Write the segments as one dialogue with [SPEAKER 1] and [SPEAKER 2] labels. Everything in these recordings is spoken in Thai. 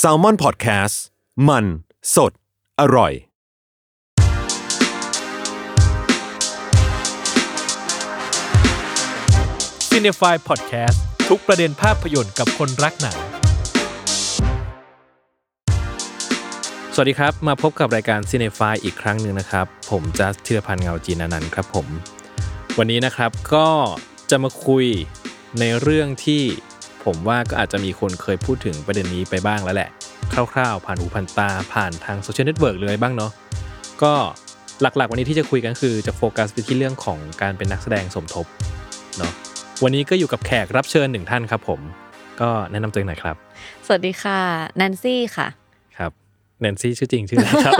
[SPEAKER 1] s a l ม o n PODCAST มันสดอร่อย
[SPEAKER 2] c i n e f y Podcast ทุกประเด็นภาพยนตร์กับคนรักหนัง สวัสดีครับ มาพบกับรายการ c i n e f y อีกครั้งหนึ่งนะครับ ผมจัสธีรพันธ์เงาจีนานันท์ครับผม วันนี้นะครับก็จะมาคุยในเรื่องที่ผมว่าก็อาจจะมีคนเคยพูดถึงประเด็นนี้ไปบ้างแล้วแหละ คร่าวๆ ผ่านหูผ่านตาผ่านทางโซเชียลเน็ตเวิร์กเลยบ้างเนาะ ก็หลักๆ วันนี้ที่จะคุยกันคือจะโฟกัสไปที่เรื่องของการเป็นนักแสดงสมทบเนาะวันนี้ก็อยู่กับแขกรับเชิญหนึ่งท่านครับผม ก็แนะนำตัวเองหน่อยครับ
[SPEAKER 3] สวัสดีค่ะแนนซี่ ค่ะ
[SPEAKER 2] ครับแนนซี่ชื่อจริงชื่ออะไร ครับ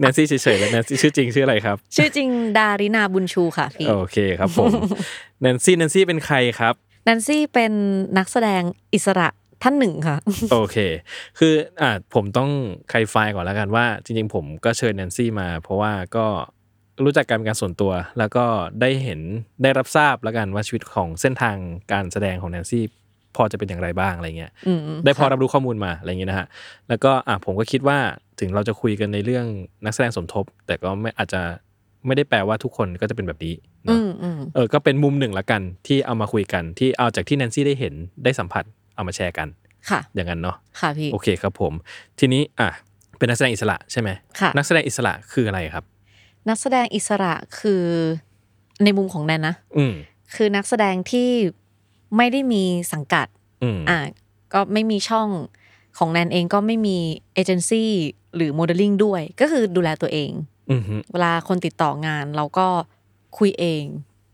[SPEAKER 2] แนนซี่เฉยๆแล้วแนนซี่ชื่อจริงชื่ออะไรครับ
[SPEAKER 3] ชื่อจริงดารินาบุญชูค่ะพี่
[SPEAKER 2] โอเคครับผมแนนซี่แนนซี่เป็นใครครับ
[SPEAKER 3] แนนซี่เป็นนักแสดงอิสระท่านหนึ่งค่ะ
[SPEAKER 2] โอเค คืออ่าผมต้องใครไฟล์ก่อนแล้วกันว่า จริงๆ ผมก็เชิญแนนซี่มา เพราะว่าก็รู้จักกันเป็นการส่วนตัว แล้วก็ได้เห็นได้รับทราบแล้วกันว่าชีวิตของเส้นทางการแสดงของแนนซี่พอจะเป็นอย่างไรบ้างอะไรเงี้ย
[SPEAKER 3] อืม
[SPEAKER 2] ได้พอรับรู้ข้อมูลมาอะไรอย่างเงี้ยนะฮะ แล้วก็อ่ะผมก็คิดว่าถึงเราจะคุยกันในเรื่องนักแสดงสมทบ แต่ก็ไม่อาจจะไม่ได้แปลว่าทุกคนก็จะเป็นแบบนี้เน
[SPEAKER 3] อื
[SPEAKER 2] อะ
[SPEAKER 3] มอืม
[SPEAKER 2] เออ ก็เป็นมุมหนึ่งละกันที่เอามาคุยกันที่เอาจากที่แนนซี่ได้เห็นได้สัมผัสเอามาแชร์กัน
[SPEAKER 3] ค่ะ
[SPEAKER 2] อย่างนั้นเนาะ
[SPEAKER 3] ค่ะพี่
[SPEAKER 2] โอเคครับผม ทีนี้อ่ะเป็นนักแสดงอิสระใช่ไหม
[SPEAKER 3] ค่ะ
[SPEAKER 2] นักแสดงอิสระคืออะไรครับ
[SPEAKER 3] นักแสดงอิสระคือในมุมของแนนนะ
[SPEAKER 2] อืม
[SPEAKER 3] คือนักแสดงที่ไม่ได้มีสังกัด
[SPEAKER 2] อืม
[SPEAKER 3] อ่ะก็ไม่มีช่องของแนนเองก็ไม่มีเอเจนซี่หรือโมเดลลิ่งด้วย ก็คือดูแลตัวเอง
[SPEAKER 2] อืมฮึ
[SPEAKER 3] เวลาคนติดต่องานเราก็คุยเอง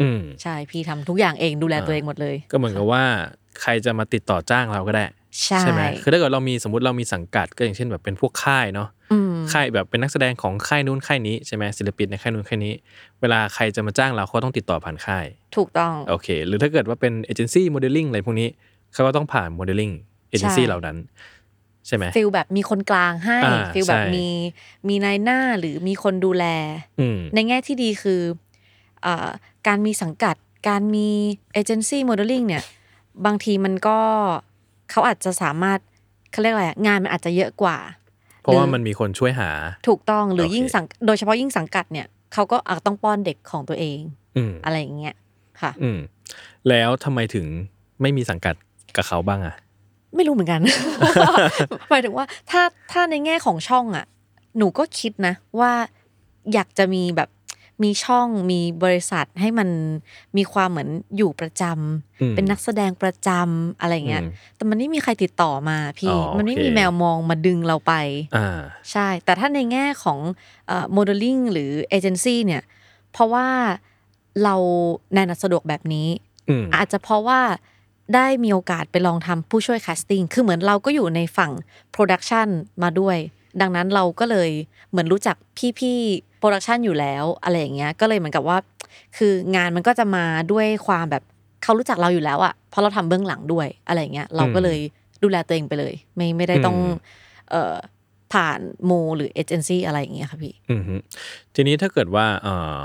[SPEAKER 2] อืม
[SPEAKER 3] ใช่พี่ทำทุกอย่างเองดูแล
[SPEAKER 2] อ่า
[SPEAKER 3] ตัวเองหมดเลย
[SPEAKER 2] ก็เหมือนกับว่าใครจะมาติดต่อจ้างเราก็ได้
[SPEAKER 3] ใช่
[SPEAKER 2] ไหมคือถ้าเกิดเรามีสมมติเรามีสังกัดก็อย่างเช่นแบบเป็นพวกค่ายเนาะ
[SPEAKER 3] อืม
[SPEAKER 2] ค่ายแบบเป็นนักแสดงของค่ายนู้นค่ายนี้ใช่ไหมศิลปินในค่ายนู้นค่ายนี้ เวลาใครจะมาจ้างเราเขาต้องติดต่อผ่านค่าย
[SPEAKER 3] ถูกต้อง
[SPEAKER 2] โอเค หรือถ้าเกิดว่าเป็นเอเจนซี่โมเดลลิ่งอะไรพวกนี้ เขาก็ต้องผ่านโมเดลลิ่งเอเจนซี่
[SPEAKER 3] ใช่
[SPEAKER 2] เหล่านั้น ใช่ไหม
[SPEAKER 3] ฟิลแบบมีคนกลางให้
[SPEAKER 2] อ่า
[SPEAKER 3] ฟิลแบบ
[SPEAKER 2] ใช่
[SPEAKER 3] มีมีนายหน้าหรือมีคนดูแล
[SPEAKER 2] อืม
[SPEAKER 3] ในแง่ที่ดีคือเอ่อการมีสังกัด การมีเอเจนซี่โมเดลลิ่งเนี่ย บางทีมันก็เขาอาจจะสามารถเขาเรียกอะไรอะงานมันอาจจะเยอะกว่า
[SPEAKER 2] เพราะว่ามันมีคนช่วยหา
[SPEAKER 3] ถูกต้องหรือ
[SPEAKER 2] โอเค
[SPEAKER 3] ยิ่งสังโดยเฉพาะยิ่งสังกัดเนี่ยเขาก็อาจต้องป้อนเด็กของตัวเอง
[SPEAKER 2] อืม
[SPEAKER 3] อะไรอย่างเงี้ยค่ะ
[SPEAKER 2] อืม แล้วทำไมถึงไม่มีสังกัดกับเขาบ้างอะ
[SPEAKER 3] ไม่รู้เหมือนกัน หมายถึงว่าถ้าถ้าในแง่ของช่องอ่ะ หนูก็คิดนะ ว่าอยากจะมีแบบมีช่องมีบริษัทให้มันมีความเหมือนอยู่ประจำ
[SPEAKER 2] อืม
[SPEAKER 3] เป็นนักแสดงประจำอะไรอย่างเงี้ย
[SPEAKER 2] อืม
[SPEAKER 3] แต่มันไม่มีใครติดต่อมา
[SPEAKER 2] อ๋
[SPEAKER 3] พี่
[SPEAKER 2] อโอเค
[SPEAKER 3] มันไม่มีแมวมองมาดึงเราไป
[SPEAKER 2] อ่า
[SPEAKER 3] ใช่ แต่ถ้าในแง่ของโมเดลลิ่งหรือเอเจนซี่เนี่ย เพราะว่าเราแนนอะสะดวกแบบนี้
[SPEAKER 2] อืม
[SPEAKER 3] อาจจะเพราะว่าได้มีโอกาสไปลองทำผู้ช่วยแคสติ้ง คือเหมือนเราก็อยู่ในฝั่งโปรดักชันมาด้วย ดังนั้นเราก็เลยเหมือนรู้จักพี่ๆโปรดักชันอยู่แล้วอะไรอย่างเงี้ย ก็เลยเหมือนกับว่า คืองานมันก็จะมาด้วยความแบบเขารู้จักเราอยู่แล้วอะเพราะเราทำเบื้องหลังด้วยอะไรอย่างเงี้ย เราก็เลยดูแลตัวเองไปเลย ไม่ไม่ได้ต้อง
[SPEAKER 2] อืม
[SPEAKER 3] เอ่อผ่านโมหรือเอเจนซี่อะไรอย่างเงี้ยค่ะพี่
[SPEAKER 2] อืมฮึทีนี้ถ้าเกิดว่าเอ่อ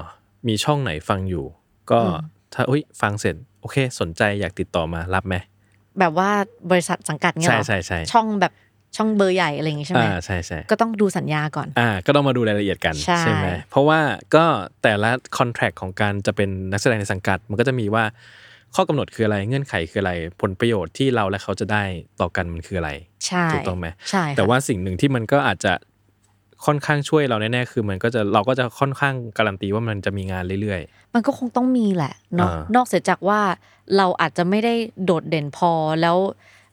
[SPEAKER 2] มีช่องไหนฟังอยู่ ก็
[SPEAKER 3] อืม
[SPEAKER 2] ถ้าอุ้ยฟังเสร็จ โอเค สนใจอยากติดต่อมารับไหม
[SPEAKER 3] แบบว่าบริษัทสังกัดเงี้ย
[SPEAKER 2] ใช่
[SPEAKER 3] เหรอ
[SPEAKER 2] ใช่ใช่
[SPEAKER 3] ช่องแบบช่องเบอร์ใหญ่อะไรอย่างงี้ใช่ไหม
[SPEAKER 2] อ่าใช่ใช่
[SPEAKER 3] ก็ต้องดูสัญญาก่อน
[SPEAKER 2] อ่าก็ต้องมาดูรายละเอียดกัน
[SPEAKER 3] ใช่
[SPEAKER 2] ไหมเพราะว่าก็แต่ละคอนแท c t ของการจะเป็นนักแสดงในสังกัด มันก็จะมีว่าข้อกำหนดคืออะไรเงื่อนไขคืออะไรผลประโยชน์ที่เราและเขาจะได้ต่อกันมันคืออะไร
[SPEAKER 3] ใช่
[SPEAKER 2] ถูกต้องไหม
[SPEAKER 3] ใช่ค่ะ
[SPEAKER 2] แต่ว่าสิ่งหนึ่งที่มันก็อาจจะค่อนข้างช่วยเราแน่ๆคือมันก็จะเราก็จะค่อนข้างการันตีว่ามันจะมีงานเรื่อย
[SPEAKER 3] มันก็คงต้องมีแหละเนาะ
[SPEAKER 2] อ่าน
[SPEAKER 3] อกเสียจากว่าเราอาจจะไม่ได้โดดเด่นพอแล้ว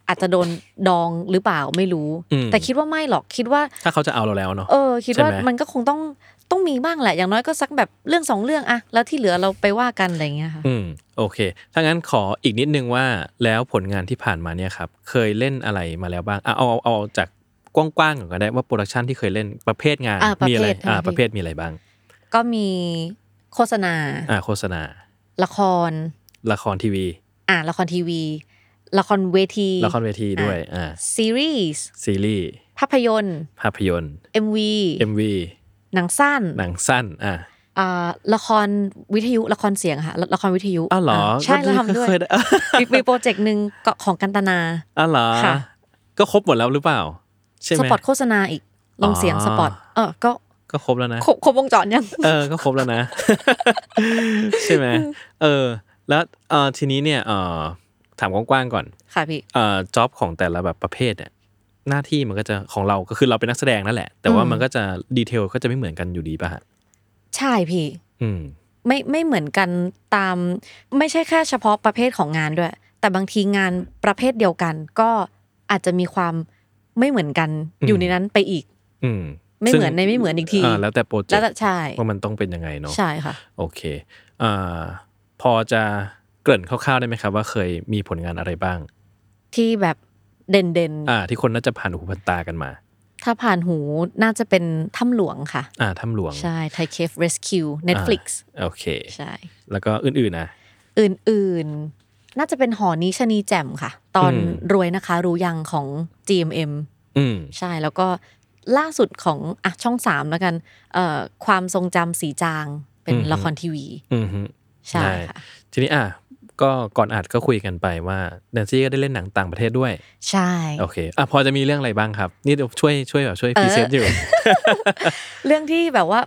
[SPEAKER 3] อาจจะโดนดองหรือเปล่าไม่รู้
[SPEAKER 2] อืม
[SPEAKER 3] แต่คิดว่าไม่หรอกคิดว่า
[SPEAKER 2] ๆ ถ้าเขาจะเอาเราแล้วเนาะ
[SPEAKER 3] เออ คิดว่า
[SPEAKER 2] ใช่ไหม
[SPEAKER 3] มันก็คงต้องต้องมีบ้างแหละ อย่างน้อยก็สักแบบเรื่องสองเรื่องอะแล้วที่เหลือเราไปว่ากันอะไรอย่างเงี้ยค่ะ
[SPEAKER 2] อืมโอเค ถ้างั้นขออีกนิดนึงว่าแล้วผลงานที่ผ่านมาเนี่ยครับเคยเล่นอะไรมาแล้วบ้างอ่ะเอาเอาเอาจากกว้างๆก่อนก็ได้ว่าโปรดักชันที่เคยเล่นประเภทงาน
[SPEAKER 3] อ่ะประเภท
[SPEAKER 2] มีอะไร
[SPEAKER 3] ใช่ไหม
[SPEAKER 2] อ่า
[SPEAKER 3] พี่
[SPEAKER 2] ประเภทมีอะไรบ้าง
[SPEAKER 3] ก็มีโฆษณา
[SPEAKER 2] อ่าโฆษณา
[SPEAKER 3] ละคร
[SPEAKER 2] ละครทีวี
[SPEAKER 3] อ่าละครทีวี ละครเวที
[SPEAKER 2] ละครเวทีด้วยอ่า
[SPEAKER 3] ซีรีส์
[SPEAKER 2] ซีรีส์
[SPEAKER 3] ภาพยนตร์
[SPEAKER 2] ภาพยนตร์
[SPEAKER 3] MV
[SPEAKER 2] MV
[SPEAKER 3] หนังสั้น
[SPEAKER 2] หนังสั้นอ่า
[SPEAKER 3] เ อ่าละครวิทยุละครเสียงค่ะละละครวิทยุ
[SPEAKER 2] อ้าวเหรอ
[SPEAKER 3] ใช่เราทำด้วย
[SPEAKER 2] ก็เคได้ อ้าว
[SPEAKER 3] มีมีโปรเจกต์หนึ่งก็ของกันตนา
[SPEAKER 2] อ้าวเหรอ
[SPEAKER 3] ค่ะ
[SPEAKER 2] ก็ครบหมดแล้วหรือเปล่า ใช่ไห
[SPEAKER 3] ส
[SPEAKER 2] ม
[SPEAKER 3] ปอตโฆษณาอีกลงเสียง
[SPEAKER 2] อ๋อ
[SPEAKER 3] สปอตเออก็
[SPEAKER 2] ก็ครบแล้วนะ
[SPEAKER 3] ครบครบวงจรยัง
[SPEAKER 2] เออ ก็ครบแล้วนะ ใช่ไหมเออ แล้วเออทีนี้เนี่ยเออถามกว้างๆก่อน
[SPEAKER 3] ค่ะพี่
[SPEAKER 2] เอ่อจ็อบของแต่ละแบบประเภทเนี่ยหน้าที่มันก็จะของเราก็คือเราเป็นนักแสดงนั่นแหละ แต่ว่า
[SPEAKER 3] อืม
[SPEAKER 2] มันก็จะดีเทลก็จะไม่เหมือนกันอยู่ดีป่ะฮะ
[SPEAKER 3] ใช่พี่
[SPEAKER 2] อืม
[SPEAKER 3] ไม่ไม่เหมือนกันตาม ไม่ใช่แค่เฉพาะประเภทของงานด้วย แต่บางทีงานประเภทเดียวกัน ก็อาจจะมีความไม่เหมือนกัน
[SPEAKER 2] อืม
[SPEAKER 3] อยู่ในนั้นไปอีก
[SPEAKER 2] อืม
[SPEAKER 3] ไม่เหมือน
[SPEAKER 2] ซึ่ง
[SPEAKER 3] ในไม่เหมือนอีกที
[SPEAKER 2] าแล้วแต่โปรเจก
[SPEAKER 3] แล้ว
[SPEAKER 2] ต์
[SPEAKER 3] แต่ใช่
[SPEAKER 2] ว่ามันต้องเป็นยังไงเนาะ
[SPEAKER 3] ใช่ค่ะ
[SPEAKER 2] โอเคอ่าพอจะเกริ่นคร่าวๆได้ไหมครับว่าเคยมีผลงานอะไรบ้าง
[SPEAKER 3] ที่แบบเด่นเด่นๆ
[SPEAKER 2] อ่า ที่คนน่าจะผ่านหูผ่านตากันมา
[SPEAKER 3] ถ้าผ่านหูน่าจะเป็นถ้ำหลวงค่ะ
[SPEAKER 2] อ่าถ้ำหลวง
[SPEAKER 3] ใช่ไทเคฟ Rescue Netflix
[SPEAKER 2] โอเค
[SPEAKER 3] ใช่
[SPEAKER 2] แล้วก็อื่นๆนะ
[SPEAKER 3] อื่นๆ น่าจะเป็นหอนี้ชะนีแจ่มค่ะ ตอน
[SPEAKER 2] อืม
[SPEAKER 3] รวยนะคะรู้ยังของ GMM
[SPEAKER 2] อืม
[SPEAKER 3] ใช่แล้วก็ล่าสุดของอ่ะช่องสามแล้วกันเอ่อความทรงจำสีจางเป็น
[SPEAKER 2] อืม
[SPEAKER 3] ละครทีวี
[SPEAKER 2] อืมฮึ
[SPEAKER 3] ใช่
[SPEAKER 2] ได้
[SPEAKER 3] ค่ะ
[SPEAKER 2] ทีนี้อ่ะก็ก่อนอัดก็คุยกันไปว่าแนนซี่ก็ได้เล่นหนังต่างประเทศด้วย
[SPEAKER 3] ใช่
[SPEAKER 2] โอเค อ่ะ พอจะมีเรื่องอะไรบ้างครับ นี่เดี๋ยวช่วยช่วยแบบช่วยพรีเซนต์อยู่
[SPEAKER 3] เรื่องที่แบบว่า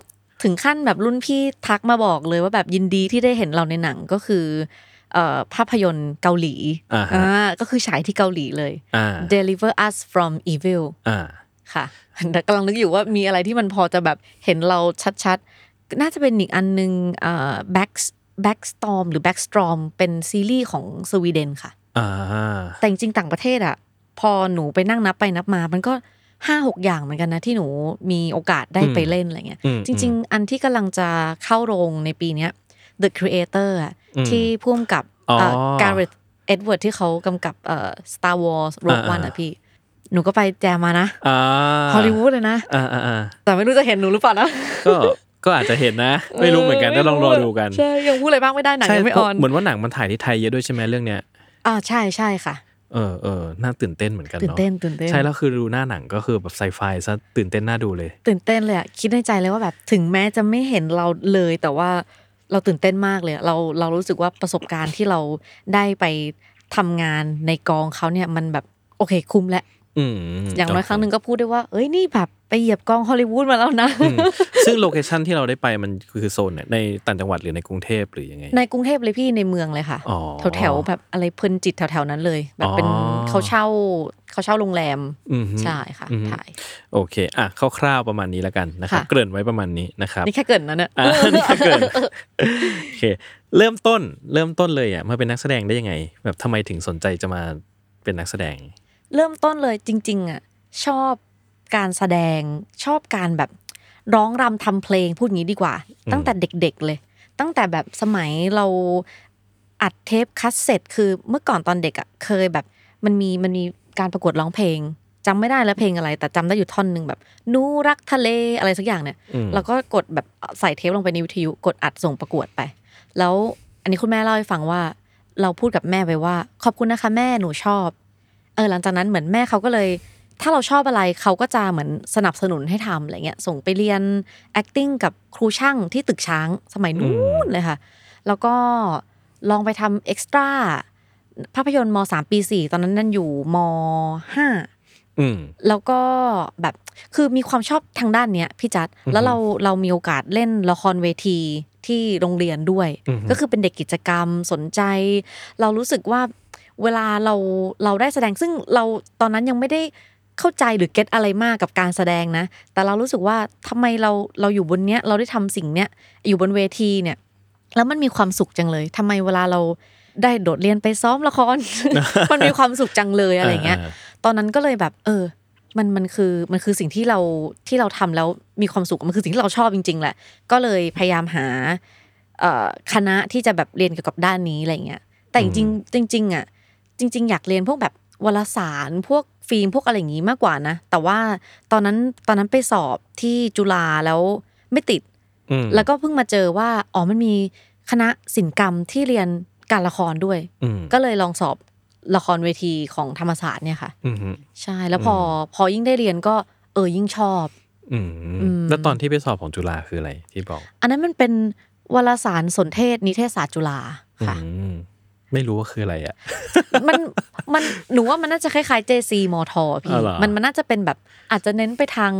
[SPEAKER 3] ถึงขั้นแบบรุ่นพี่ทักมาบอกเลยว่าแบบยินดีที่ได้เห็นเราในหนังก็คือเอ่อภาพยนตร์เกาหลี
[SPEAKER 2] อ่าฮะ
[SPEAKER 3] ก็คือฉายที่เกาหลีเลย
[SPEAKER 2] อ่า
[SPEAKER 3] Deliver Us from Evil
[SPEAKER 2] อ่า
[SPEAKER 3] ค่ะ แต่กำลังนึกอยู่ว่ามีอะไรที่มันพอจะแบบเห็นเราชัดๆ น่าจะเป็นอีกอันนึงเอ่อ back backstorm หรือ backstorm เป็นซีรีส์ของสวีเดนค่ะ
[SPEAKER 2] อ่า
[SPEAKER 3] แต่จริงๆต่างประเทศอะพอหนูไปนั่งนับไปนับมา มันก็ห้าหกอย่างเหมือนกันนะ ที่หนูมีโอกาสได้ไปเล่นอะไรเงี้ย
[SPEAKER 2] อืม
[SPEAKER 3] จริง ๆ อันที่กำลังจะเข้าโรงในปีเนี้ย The Creator อะ
[SPEAKER 2] อืม
[SPEAKER 3] ที่พ่วงกับ
[SPEAKER 2] อ๋อ
[SPEAKER 3] การ์ t เอ็ดเวิร์ดที่เขากำกับเอ่อ Star Wars Rogue One อะพี่ หนูก็ไปแจมมานะ
[SPEAKER 2] อ่า
[SPEAKER 3] ฮอลลีวูดเลยนะ
[SPEAKER 2] อ่าอ่าอ่า
[SPEAKER 3] แต่ไม่รู้จะเห็นหนูหรือเปล่านะ
[SPEAKER 2] ก็ ก็อาจจะเห็นนะ ไม่รู้เหมือนกันก็ลองรอดูกัน
[SPEAKER 3] ใช่ยังพูดอะไรบ้างไม่ได้หนังยังไม่ออน
[SPEAKER 2] เหมือนว่าหนังมันถ่ายที่ไทยเยอะด้วยใช่ไหมเรื่องเนี้ย
[SPEAKER 3] อ่าใช่ใช่ค่ะ
[SPEAKER 2] เออเออน่าตื่นเต้นเหมือนกัน
[SPEAKER 3] ตื่น
[SPEAKER 2] เนาะ
[SPEAKER 3] เต้นตื่นเต้น
[SPEAKER 2] ใช่ แล้วคือดูหน้าหนังก็คือแบบไซไฟซะตื่นเต้นน่าดูเลย
[SPEAKER 3] ตื่นเต้นเลยอะคิดในใจเลยว่าแบบถึงแม้จะไม่เห็นเราเลย แต่ว่าเราตื่นเต้นมากเลยอะเราเรารู้สึกว่าประสบการณ์ที่เราได้ไปทำงานในกองเขาเนี่ยมันแบบโอเคคุ้มแล้ว
[SPEAKER 2] อืม
[SPEAKER 3] อย่างน้อย
[SPEAKER 2] โเค
[SPEAKER 3] ครั้งหนึ่งก็พูดได้ว่า เอ้ยนี่แบบไปเหยียบกองฮอลลีวูดมาแล้วนะ
[SPEAKER 2] อืมซึ่งโลเคชั่นที่เราได้ไปมันคือโซนเนี่ยในต่างจังหวัดหรือในกรุงเทพหรือยังไง
[SPEAKER 3] ในกรุงเทพเลยพี่ในเมืองเลยค่ะ
[SPEAKER 2] อ๋อ
[SPEAKER 3] แถวแถวๆแบบอะไรเพลินจิตแถวแถวๆนั้นเลย แบบเป็น
[SPEAKER 2] อ๋อ
[SPEAKER 3] เขาเช่าเขาเช่าโรงแรม
[SPEAKER 2] อืมฮึ
[SPEAKER 3] ใช่ค่ะ
[SPEAKER 2] อืม
[SPEAKER 3] ถ่าย
[SPEAKER 2] โอเค อ่ะ คร่าวๆประมาณนี้แล้วกันนะครับ
[SPEAKER 3] ค่ะ
[SPEAKER 2] เกริ่นไว้ประมาณนี้นะครับ
[SPEAKER 3] นี่แค่เกรินนะเนี่ย
[SPEAKER 2] อ่า นี่ก็เกินโอเค เริ่มต้นเริ่มต้นเลยอ่ะมาเป็นนักแสดงได้ยังไง แบบทำไมถึงสนใจจะมาเป็นนักแสดง
[SPEAKER 3] เริ่มต้นเลยจริง ๆอ่ะชอบการแสดงชอบการแบบร้องรำทำเพลงพูดงี้ดีกว่า
[SPEAKER 2] อืม
[SPEAKER 3] ตั้งแต่เด็ก ๆเลย ตั้งแต่แบบสมัยเราอัดเทปคัสเซ็ตคือเมื่อก่อนตอนเด็กอ่ะเคยแบบมันมีมันมีการประกวดร้องเพลงจำไม่ได้แล้วเพลงอะไร แต่จำได้อยู่ท่อนหนึ่งแบบหนูรักทะเลอะไรสักอย่างเนี่ย
[SPEAKER 2] อืม
[SPEAKER 3] เราก็กดแบบใส่เทปลงไปในวิทยุกดอัดส่งประกวดไป แล้วอันนี้คุณแม่เล่าให้ฟังว่า เราพูดกับแม่ไปว่า ขอบคุณนะคะแม่หนูชอบ เออหลังจากนั้นเหมือนแม่เขาก็เลย ถ้าเราชอบอะไรเขาก็จะเหมือนสนับสนุนให้ทำอะไรเงี้ยส่งไปเรียน acting กับครูช่างที่ตึกช้างสมัยนู้นเลยค่ะ แล้วก็ลองไปทำเอ็กซ์ตร้าภาพยนตร์มสามปีสี่ตอนนั้นนั่นอยู่มห้า
[SPEAKER 2] อืม
[SPEAKER 3] แล้วก็แบบคือมีความชอบทางด้านเนี้ยพี่จัด
[SPEAKER 2] อือฮึ
[SPEAKER 3] แล้วเราเรามีโอกาสเล่นละครเวทีที่โรงเรียนด้วย
[SPEAKER 2] อือฮึ
[SPEAKER 3] ก็คือเป็นเด็กกิจกรรมสนใจ เรารู้สึกว่าเวลาเราเราได้แสดงซึ่งเราตอนนั้นยังไม่ได้เข้าใจหรือเก็ตอะไรมากกับการแสดงนะ แต่เรารู้สึกว่าทำไมเราเราอยู่บนเนี้ยเราได้ทำสิ่งเนี้ยอยู่บนเวทีเนี่ย แล้วมันมีความสุขจังเลยทำไมเวลาเราได้โดดเรียนไปซ้อมละคร มันมีความสุขจังเลยอะไรเงี้ย ตอนนั้นก็เลยแบบ เออ มันมันคือมันคือสิ่งที่เราที่เราทำแล้วมีความสุขมันคือสิ่งที่เราชอบจริง ๆ แหละ ก็เลยพยายามหาเอ่อคณะที่จะแบบเรียนเกี่ยวกับด้านนี้อะไรอย่างเงี้ยแต่จริงๆจริง ๆ อ่ะ จริง ๆ อยากเรียนพวกแบบวารสารพวกฟิล์มพวกอะไรอย่างงี้มากกว่านะ แต่ว่าตอนนั้นตอนนั้นไปสอบที่จุฬาแล้วไม่ติด
[SPEAKER 2] อืม
[SPEAKER 3] แล้วก็เพิ่งมาเจอว่าอ๋อมันมีคณะศิลปกรรมที่เรียนการละครด้วย
[SPEAKER 2] อืม
[SPEAKER 3] ก็เลยลองสอบละครเวทีของธรรมศาสตร์เนี่ยค่ะ
[SPEAKER 2] อืมฮึ
[SPEAKER 3] ใช่แล้วพออพอยิ่งได้เรียนก็เออยิ่งชอบ
[SPEAKER 2] อืมแล้วตอนที่ไปสอบของจุฬาคืออะไรที่บอก
[SPEAKER 3] อันนั้นมันเป็นวารสารสนเทศนิเทศศาสตร์จุฬาค่ะ
[SPEAKER 2] อืมไม่รู้ว่าคืออะไรอ่ะ
[SPEAKER 3] มันมันหนูว่ามันน่าจะคล้ายๆ JC มทพี่
[SPEAKER 2] อ๋อเหรอ
[SPEAKER 3] มันมันน่าจะเป็นแบบอาจจะเน้นไปทาง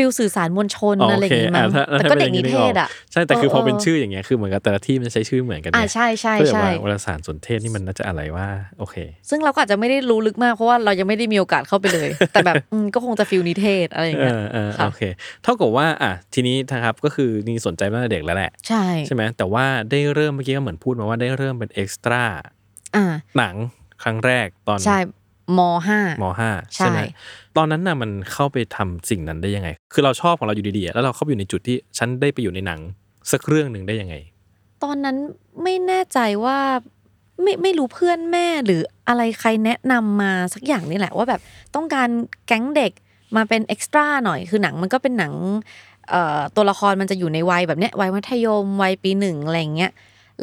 [SPEAKER 3] ฟิลสื่อสารมวลชน
[SPEAKER 2] อ๋ออ
[SPEAKER 3] อะไรอย่างงี้มั้ง
[SPEAKER 2] โอเคอ่ะถ้า
[SPEAKER 3] แต่ก็เด็กนิเทศอ่ะ
[SPEAKER 2] ใช่แต่คือ
[SPEAKER 3] เออ
[SPEAKER 2] พอเป็น
[SPEAKER 3] เออ
[SPEAKER 2] ชื่ออย่างเงี้ยคือเหมือนกับแต่ละที่มันใช้ชื่อเหมือนกัน
[SPEAKER 3] อ่า
[SPEAKER 2] ไง
[SPEAKER 3] ใช่ใช่
[SPEAKER 2] ก็แบบ
[SPEAKER 3] ใช่
[SPEAKER 2] ว่าวารสารสนเทศนี่มันน่าจะอะไรว่าโอเค
[SPEAKER 3] ซึ่งเราก็อาจจะไม่ได้รู้ลึกมากเพราะว่าเรายังไม่ได้มีโอกาสเข้าไปเลย แต่แบบอืมก็คงจะฟิลนิเทศอะไรอย่าง
[SPEAKER 2] เอ
[SPEAKER 3] เงี้ย
[SPEAKER 2] อเออ
[SPEAKER 3] ค่ะ
[SPEAKER 2] โอเค เท่ากับว่าอ่ะทีนี้นะครับก็คือนี่สนใจมาตั้งแต่เด็กแล้วแหละ
[SPEAKER 3] ใช่
[SPEAKER 2] ใช่ไหมแต่ว่าได้เริ่มเมื่อกี้ก็เหมือนพูดมาว่าได้เริ่มเป็นเอ็กซ์ตร้า
[SPEAKER 3] อ่า
[SPEAKER 2] หนังครั้งแรกตอน
[SPEAKER 3] ใช่มห้า
[SPEAKER 2] มห้า
[SPEAKER 3] ใช่
[SPEAKER 2] ใช่ไหมตอนนั้นน่ะมันเข้าไปทำสิ่งนั้นได้ยังไง คือเราชอบของเราอยู่ดีๆอ่ะแล้วเราเข้าไปอยู่ในจุดที่ฉันได้ไปอยู่ในหนังสักเรื่องหนึ่งได้ยังไง
[SPEAKER 3] ตอนนั้นไม่แน่ใจว่าไม่ไม่รู้เพื่อนแม่หรืออะไรใครแนะนำมาสักอย่างนี่แหละว่าแบบต้องการแก๊งเด็กมาเป็นเอ็กซ์ตร้าหน่อยคือหนังมันก็เป็นหนังเอ่อตัวละครมันจะอยู่ในวัยแบบเนี้ยวัยมัธยมวัยปีหนึ่งอะไรอย่างเงี้ย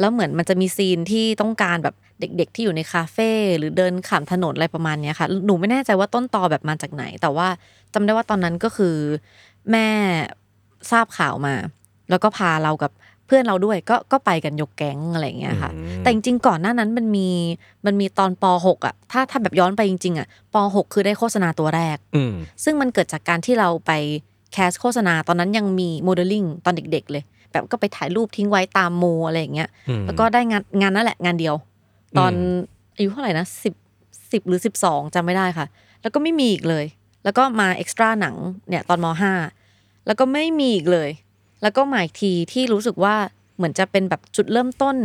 [SPEAKER 3] แล้วเหมือนมันจะมีซีนที่ต้องการแบบเด็ก ๆ ที่อยู่ในคาเฟ่หรือเดินข้ามถนนอะไรประมาณเนี้ยค่ะหนูไม่แน่ใจว่าต้นตอแบบมาจากไหน แต่ว่าจำได้ว่าตอนนั้นก็คือแม่ทราบข่าวมา แล้วก็พาเรากับเพื่อนเราด้วยก็ก็ไปกันยกแก๊งอะไรอย่างเงี้ยค่ะ
[SPEAKER 2] อืม
[SPEAKER 3] แต่จริงๆก่อนหน้านั้นมันมีมันมีตอนป .6 อ่ะถ้าถ้าแบบย้อนไปจริงๆอ่ะป .6 คือได้โฆษณาตัวแรก
[SPEAKER 2] อืม
[SPEAKER 3] ซึ่งมันเกิดจากการที่เราไปแคสโฆษณาตอนนั้นยังมีโมเดลลิ่งตอนเด็ก ๆ เลย แบบก็ไปถ่ายรูปทิ้งไว้ตามโมอะไรอย่างเงี้ย
[SPEAKER 2] อืม
[SPEAKER 3] แล้วก็ได้งานงานนั่นแหละงานเดียว ตอน
[SPEAKER 2] อืม
[SPEAKER 3] อายุเท่าไหร่นะสิบสิบหรือสิบสองจำไม่ได้ค่ะ แล้วก็ไม่มีอีกเลย แล้วก็มาเอ็กซ์ตร้าหนังเนี่ยตอนมห้าแล้วก็ไม่มีอีกเลย แล้วก็มาอีกทีที่รู้สึกว่าเหมือนจะเป็นแบบจุดเริ่มต้น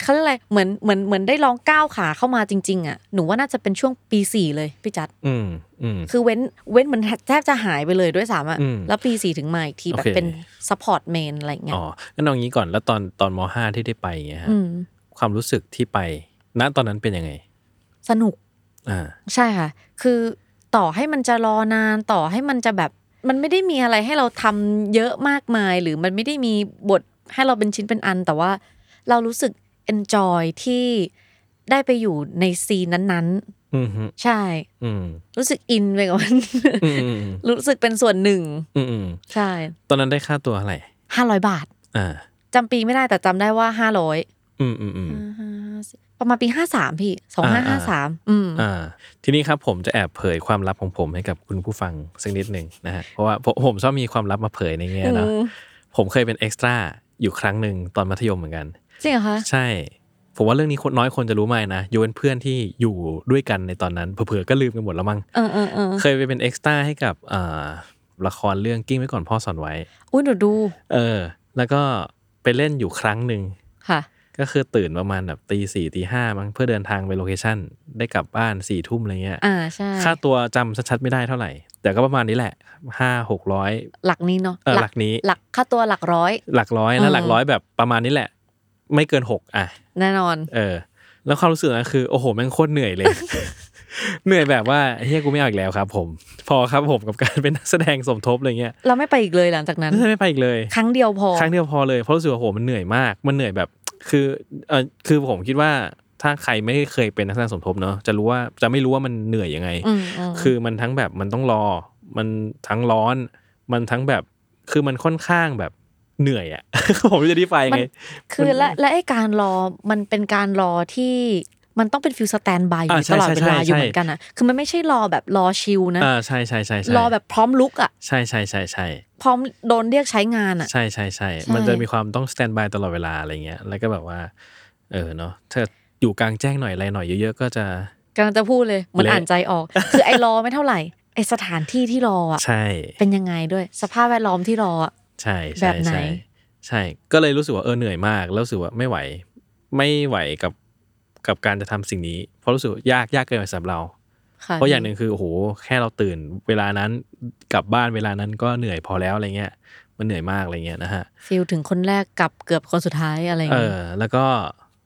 [SPEAKER 3] เขาเรียกอะไรเหมือนเหมือนเหมือนได้ลองก้าวขาเข้ามาจริง ๆอ่ะหนูว่าน่าจะเป็นช่วงปีสี่เลยพี่จัด
[SPEAKER 2] อืมอืม
[SPEAKER 3] คือเว้นเว้นเหมือนแทบจะหายไปเลยด้วยซ้ำอ่ะ
[SPEAKER 2] อืม
[SPEAKER 3] แล้วปีสี่ถึงมาอีกที
[SPEAKER 2] โอ
[SPEAKER 3] แบบ
[SPEAKER 2] เค
[SPEAKER 3] เป็นซัพพอร์ตเมนอะไรอย่างเงี้ย
[SPEAKER 2] อ๋องั้นเอางี้ก่อนแล้วตอนตอนมห้าที่ได้ไปอย่างเงี้ยฮะ
[SPEAKER 3] ม
[SPEAKER 2] ความรู้สึกที่ไป ณตอนนั้นเป็นยังไง
[SPEAKER 3] สนุก
[SPEAKER 2] อ่า
[SPEAKER 3] ใช่ค่ะ คือต่อให้มันจะรอนานต่อให้มันจะแบบ มันไม่ได้มีอะไรให้เราทำเยอะมากมาย หรือมันไม่ได้มีบทให้เราเป็นชิ้นเป็นอัน แต่ว่าเรารู้สึก enjoy ที่ได้ไปอยู่ในซีนนั้น
[SPEAKER 2] อืมฮึ
[SPEAKER 3] ๆ ใช่
[SPEAKER 2] อืม
[SPEAKER 3] รู้สึกอินไปกับมัน
[SPEAKER 2] อืมอืม
[SPEAKER 3] รู้สึกเป็นส่วนหนึ่ง
[SPEAKER 2] อืมอืม
[SPEAKER 3] ใช่
[SPEAKER 2] ตอนนั้นได้ค่าตัวอะไหร
[SPEAKER 3] ห้าร้อยบาท
[SPEAKER 2] อ่า
[SPEAKER 3] จำปีไม่ได้แต่จำได้ว่าห้าร้อย
[SPEAKER 2] อืมอืมอืม
[SPEAKER 3] ประมาณปีห้าสามพี่สอง
[SPEAKER 2] อ่
[SPEAKER 3] ห้าห้า
[SPEAKER 2] า
[SPEAKER 3] สามอืม
[SPEAKER 2] อ่า ทีนี้ครับผมจะแอบเผยความลับของผมให้กับคุณผู้ฟังสักนิดหนึ่งนะฮะ เพราะว่าผมผมชอบมีความลับมาเผยในเงี้ยเนาะ
[SPEAKER 3] อืม
[SPEAKER 2] ผมเคยเป็นเอ็กซ์ตร้าอยู่ครั้งหนึ่งตอนมัธยมเหมือนกัน
[SPEAKER 3] จริงเหรอคะ
[SPEAKER 2] ใช่ ผมว่าเรื่องนี้คนน้อยคนจะรู้ไหมนะยกเว้นเพื่อนที่อยู่ด้วยกันในตอนนั้น เผลอๆก็ลืมกันหมดแล้วมั้ง
[SPEAKER 3] เออเออเออ
[SPEAKER 2] เคยไปเป็นเอ็กซ์ตร้าให้กับเอ่อละครเรื่องกิ้งไว้ก่อนพ่อสอนไว้
[SPEAKER 3] อุ้ยหนูดู
[SPEAKER 2] เออ แล้วก็ไปเล่นอยู่ครั้งหนึ่ง
[SPEAKER 3] ค่ะ
[SPEAKER 2] ก็คือตื่นประมาณแบบตีสี่ตีห้ามั้งเพื่อเดินทางไปโลเคชั่น ได้กลับบ้านสี่ทุ่มอะไรเงี้ย
[SPEAKER 3] อ่าใช่
[SPEAKER 2] ค่าตัวจำชัดๆไม่ได้เท่าไหร่ แต่ก็ประมาณนี้แหละห้าหกร้อย
[SPEAKER 3] หลักนี้เนาะ
[SPEAKER 2] หลักนี้
[SPEAKER 3] หลักค่าตัวหลักร้อย
[SPEAKER 2] หลักร้อยแล้ว
[SPEAKER 3] อ่า
[SPEAKER 2] หลักร้อยแบบประมาณนี้แหละ ไม่เกินหกอ่ะ
[SPEAKER 3] แน่นอน
[SPEAKER 2] เออ แล้วความรู้สึกนะคือ โอ้โหแม่งโคตรเหนื่อย เลย เหนื่อยแบบว่าเฮียกูไม่เอาอีกแล้วครับ ผม พอครับผมกับการเป็นนักแสดงสมทบอะไรเงี้ย
[SPEAKER 3] เราไม่ไปอีกเลยหลังจากนั้น
[SPEAKER 2] ไม่ไปอีกเลย
[SPEAKER 3] ครั้งเดียวพอ
[SPEAKER 2] ครั้งเดียวพอเลยเพราะรู้สึกว่าโหมันเหนื่อยมาก มันเหนื่อยแบบ คือเออคือผมคิดว่าถ้าใครไม่เคยเป็นนักแสดงสมทบเนอะจะรู้ว่าจะไม่รู้ว่ามันเหนื่อยยังไง
[SPEAKER 3] อืมอืม
[SPEAKER 2] คือมันทั้งแบบมันต้องรอ มันทั้งร้อน มันทั้งแบบคือมันค่อนข้างแบบเหนื่อยอะ ผมไม่รู้จะอธิบายยังไง
[SPEAKER 3] คือและและไอการรอมันเป็นการรอที่มันต้องเป็นฟิลสแตนบายอยู่
[SPEAKER 2] อ่าใช่
[SPEAKER 3] ตลอดเวลา
[SPEAKER 2] ใช่ใช่
[SPEAKER 3] อยู่เหมือนกันอ่ะ คือมันไม่ใช่รอแบบรอชิลนะ
[SPEAKER 2] อ่าใช่ใช่ใช่ใช่
[SPEAKER 3] รอแบบพร้อมลุกอ่ะ
[SPEAKER 2] ใช่ใช่ใช่ใช่
[SPEAKER 3] พร้อมโดนเรียกใช้งานอ่ะ
[SPEAKER 2] ใช่ใช่ใช่
[SPEAKER 3] ใช่
[SPEAKER 2] มันจะมีความต้องสแตนบายตลอดเวลาอะไรเงี้ย แล้วก็แบบว่า เออเนาะถ้าอยู่กลางแจ้งหน่อยอะไรหน่อยเยอะๆก็จะ
[SPEAKER 3] กำลังจะพูดเลยเหมือน
[SPEAKER 2] เละ
[SPEAKER 3] อ่านใจออก คือไอรอไม่เท่าไหร่ไอสถานที่ที่รออ่ะ
[SPEAKER 2] ใช่
[SPEAKER 3] เป็นยังไงด้วย สภาพแวดล้อมที่รออ่ะ
[SPEAKER 2] ใช่
[SPEAKER 3] แบ
[SPEAKER 2] ใช่
[SPEAKER 3] บไหน
[SPEAKER 2] ใช่ใช่ก็เลยรู้สึกว่าเออเหนื่อยมากแล้วรู้สึกว่าไม่ไหว ไม่ไหวกับกับการจะทำสิ่งนี้ เพราะรู้สึกว่ายากยากเกินไปสำหรับเรา
[SPEAKER 3] ค่ะ
[SPEAKER 2] เพราะอย่างหนึ่งคือโอ้โหแค่เราตื่น เวลานั้นกลับบ้านเวลานั้นก็เหนื่อยพอแล้วอะไรเงี้ย มันเหนื่อยมากอะไรเงี้ยนะฮะ
[SPEAKER 3] ฟิลถึงคนแรกกับเกือบคนสุดท้ายอะไรอย่าง
[SPEAKER 2] เอ
[SPEAKER 3] เงี้ย
[SPEAKER 2] อแล้วก็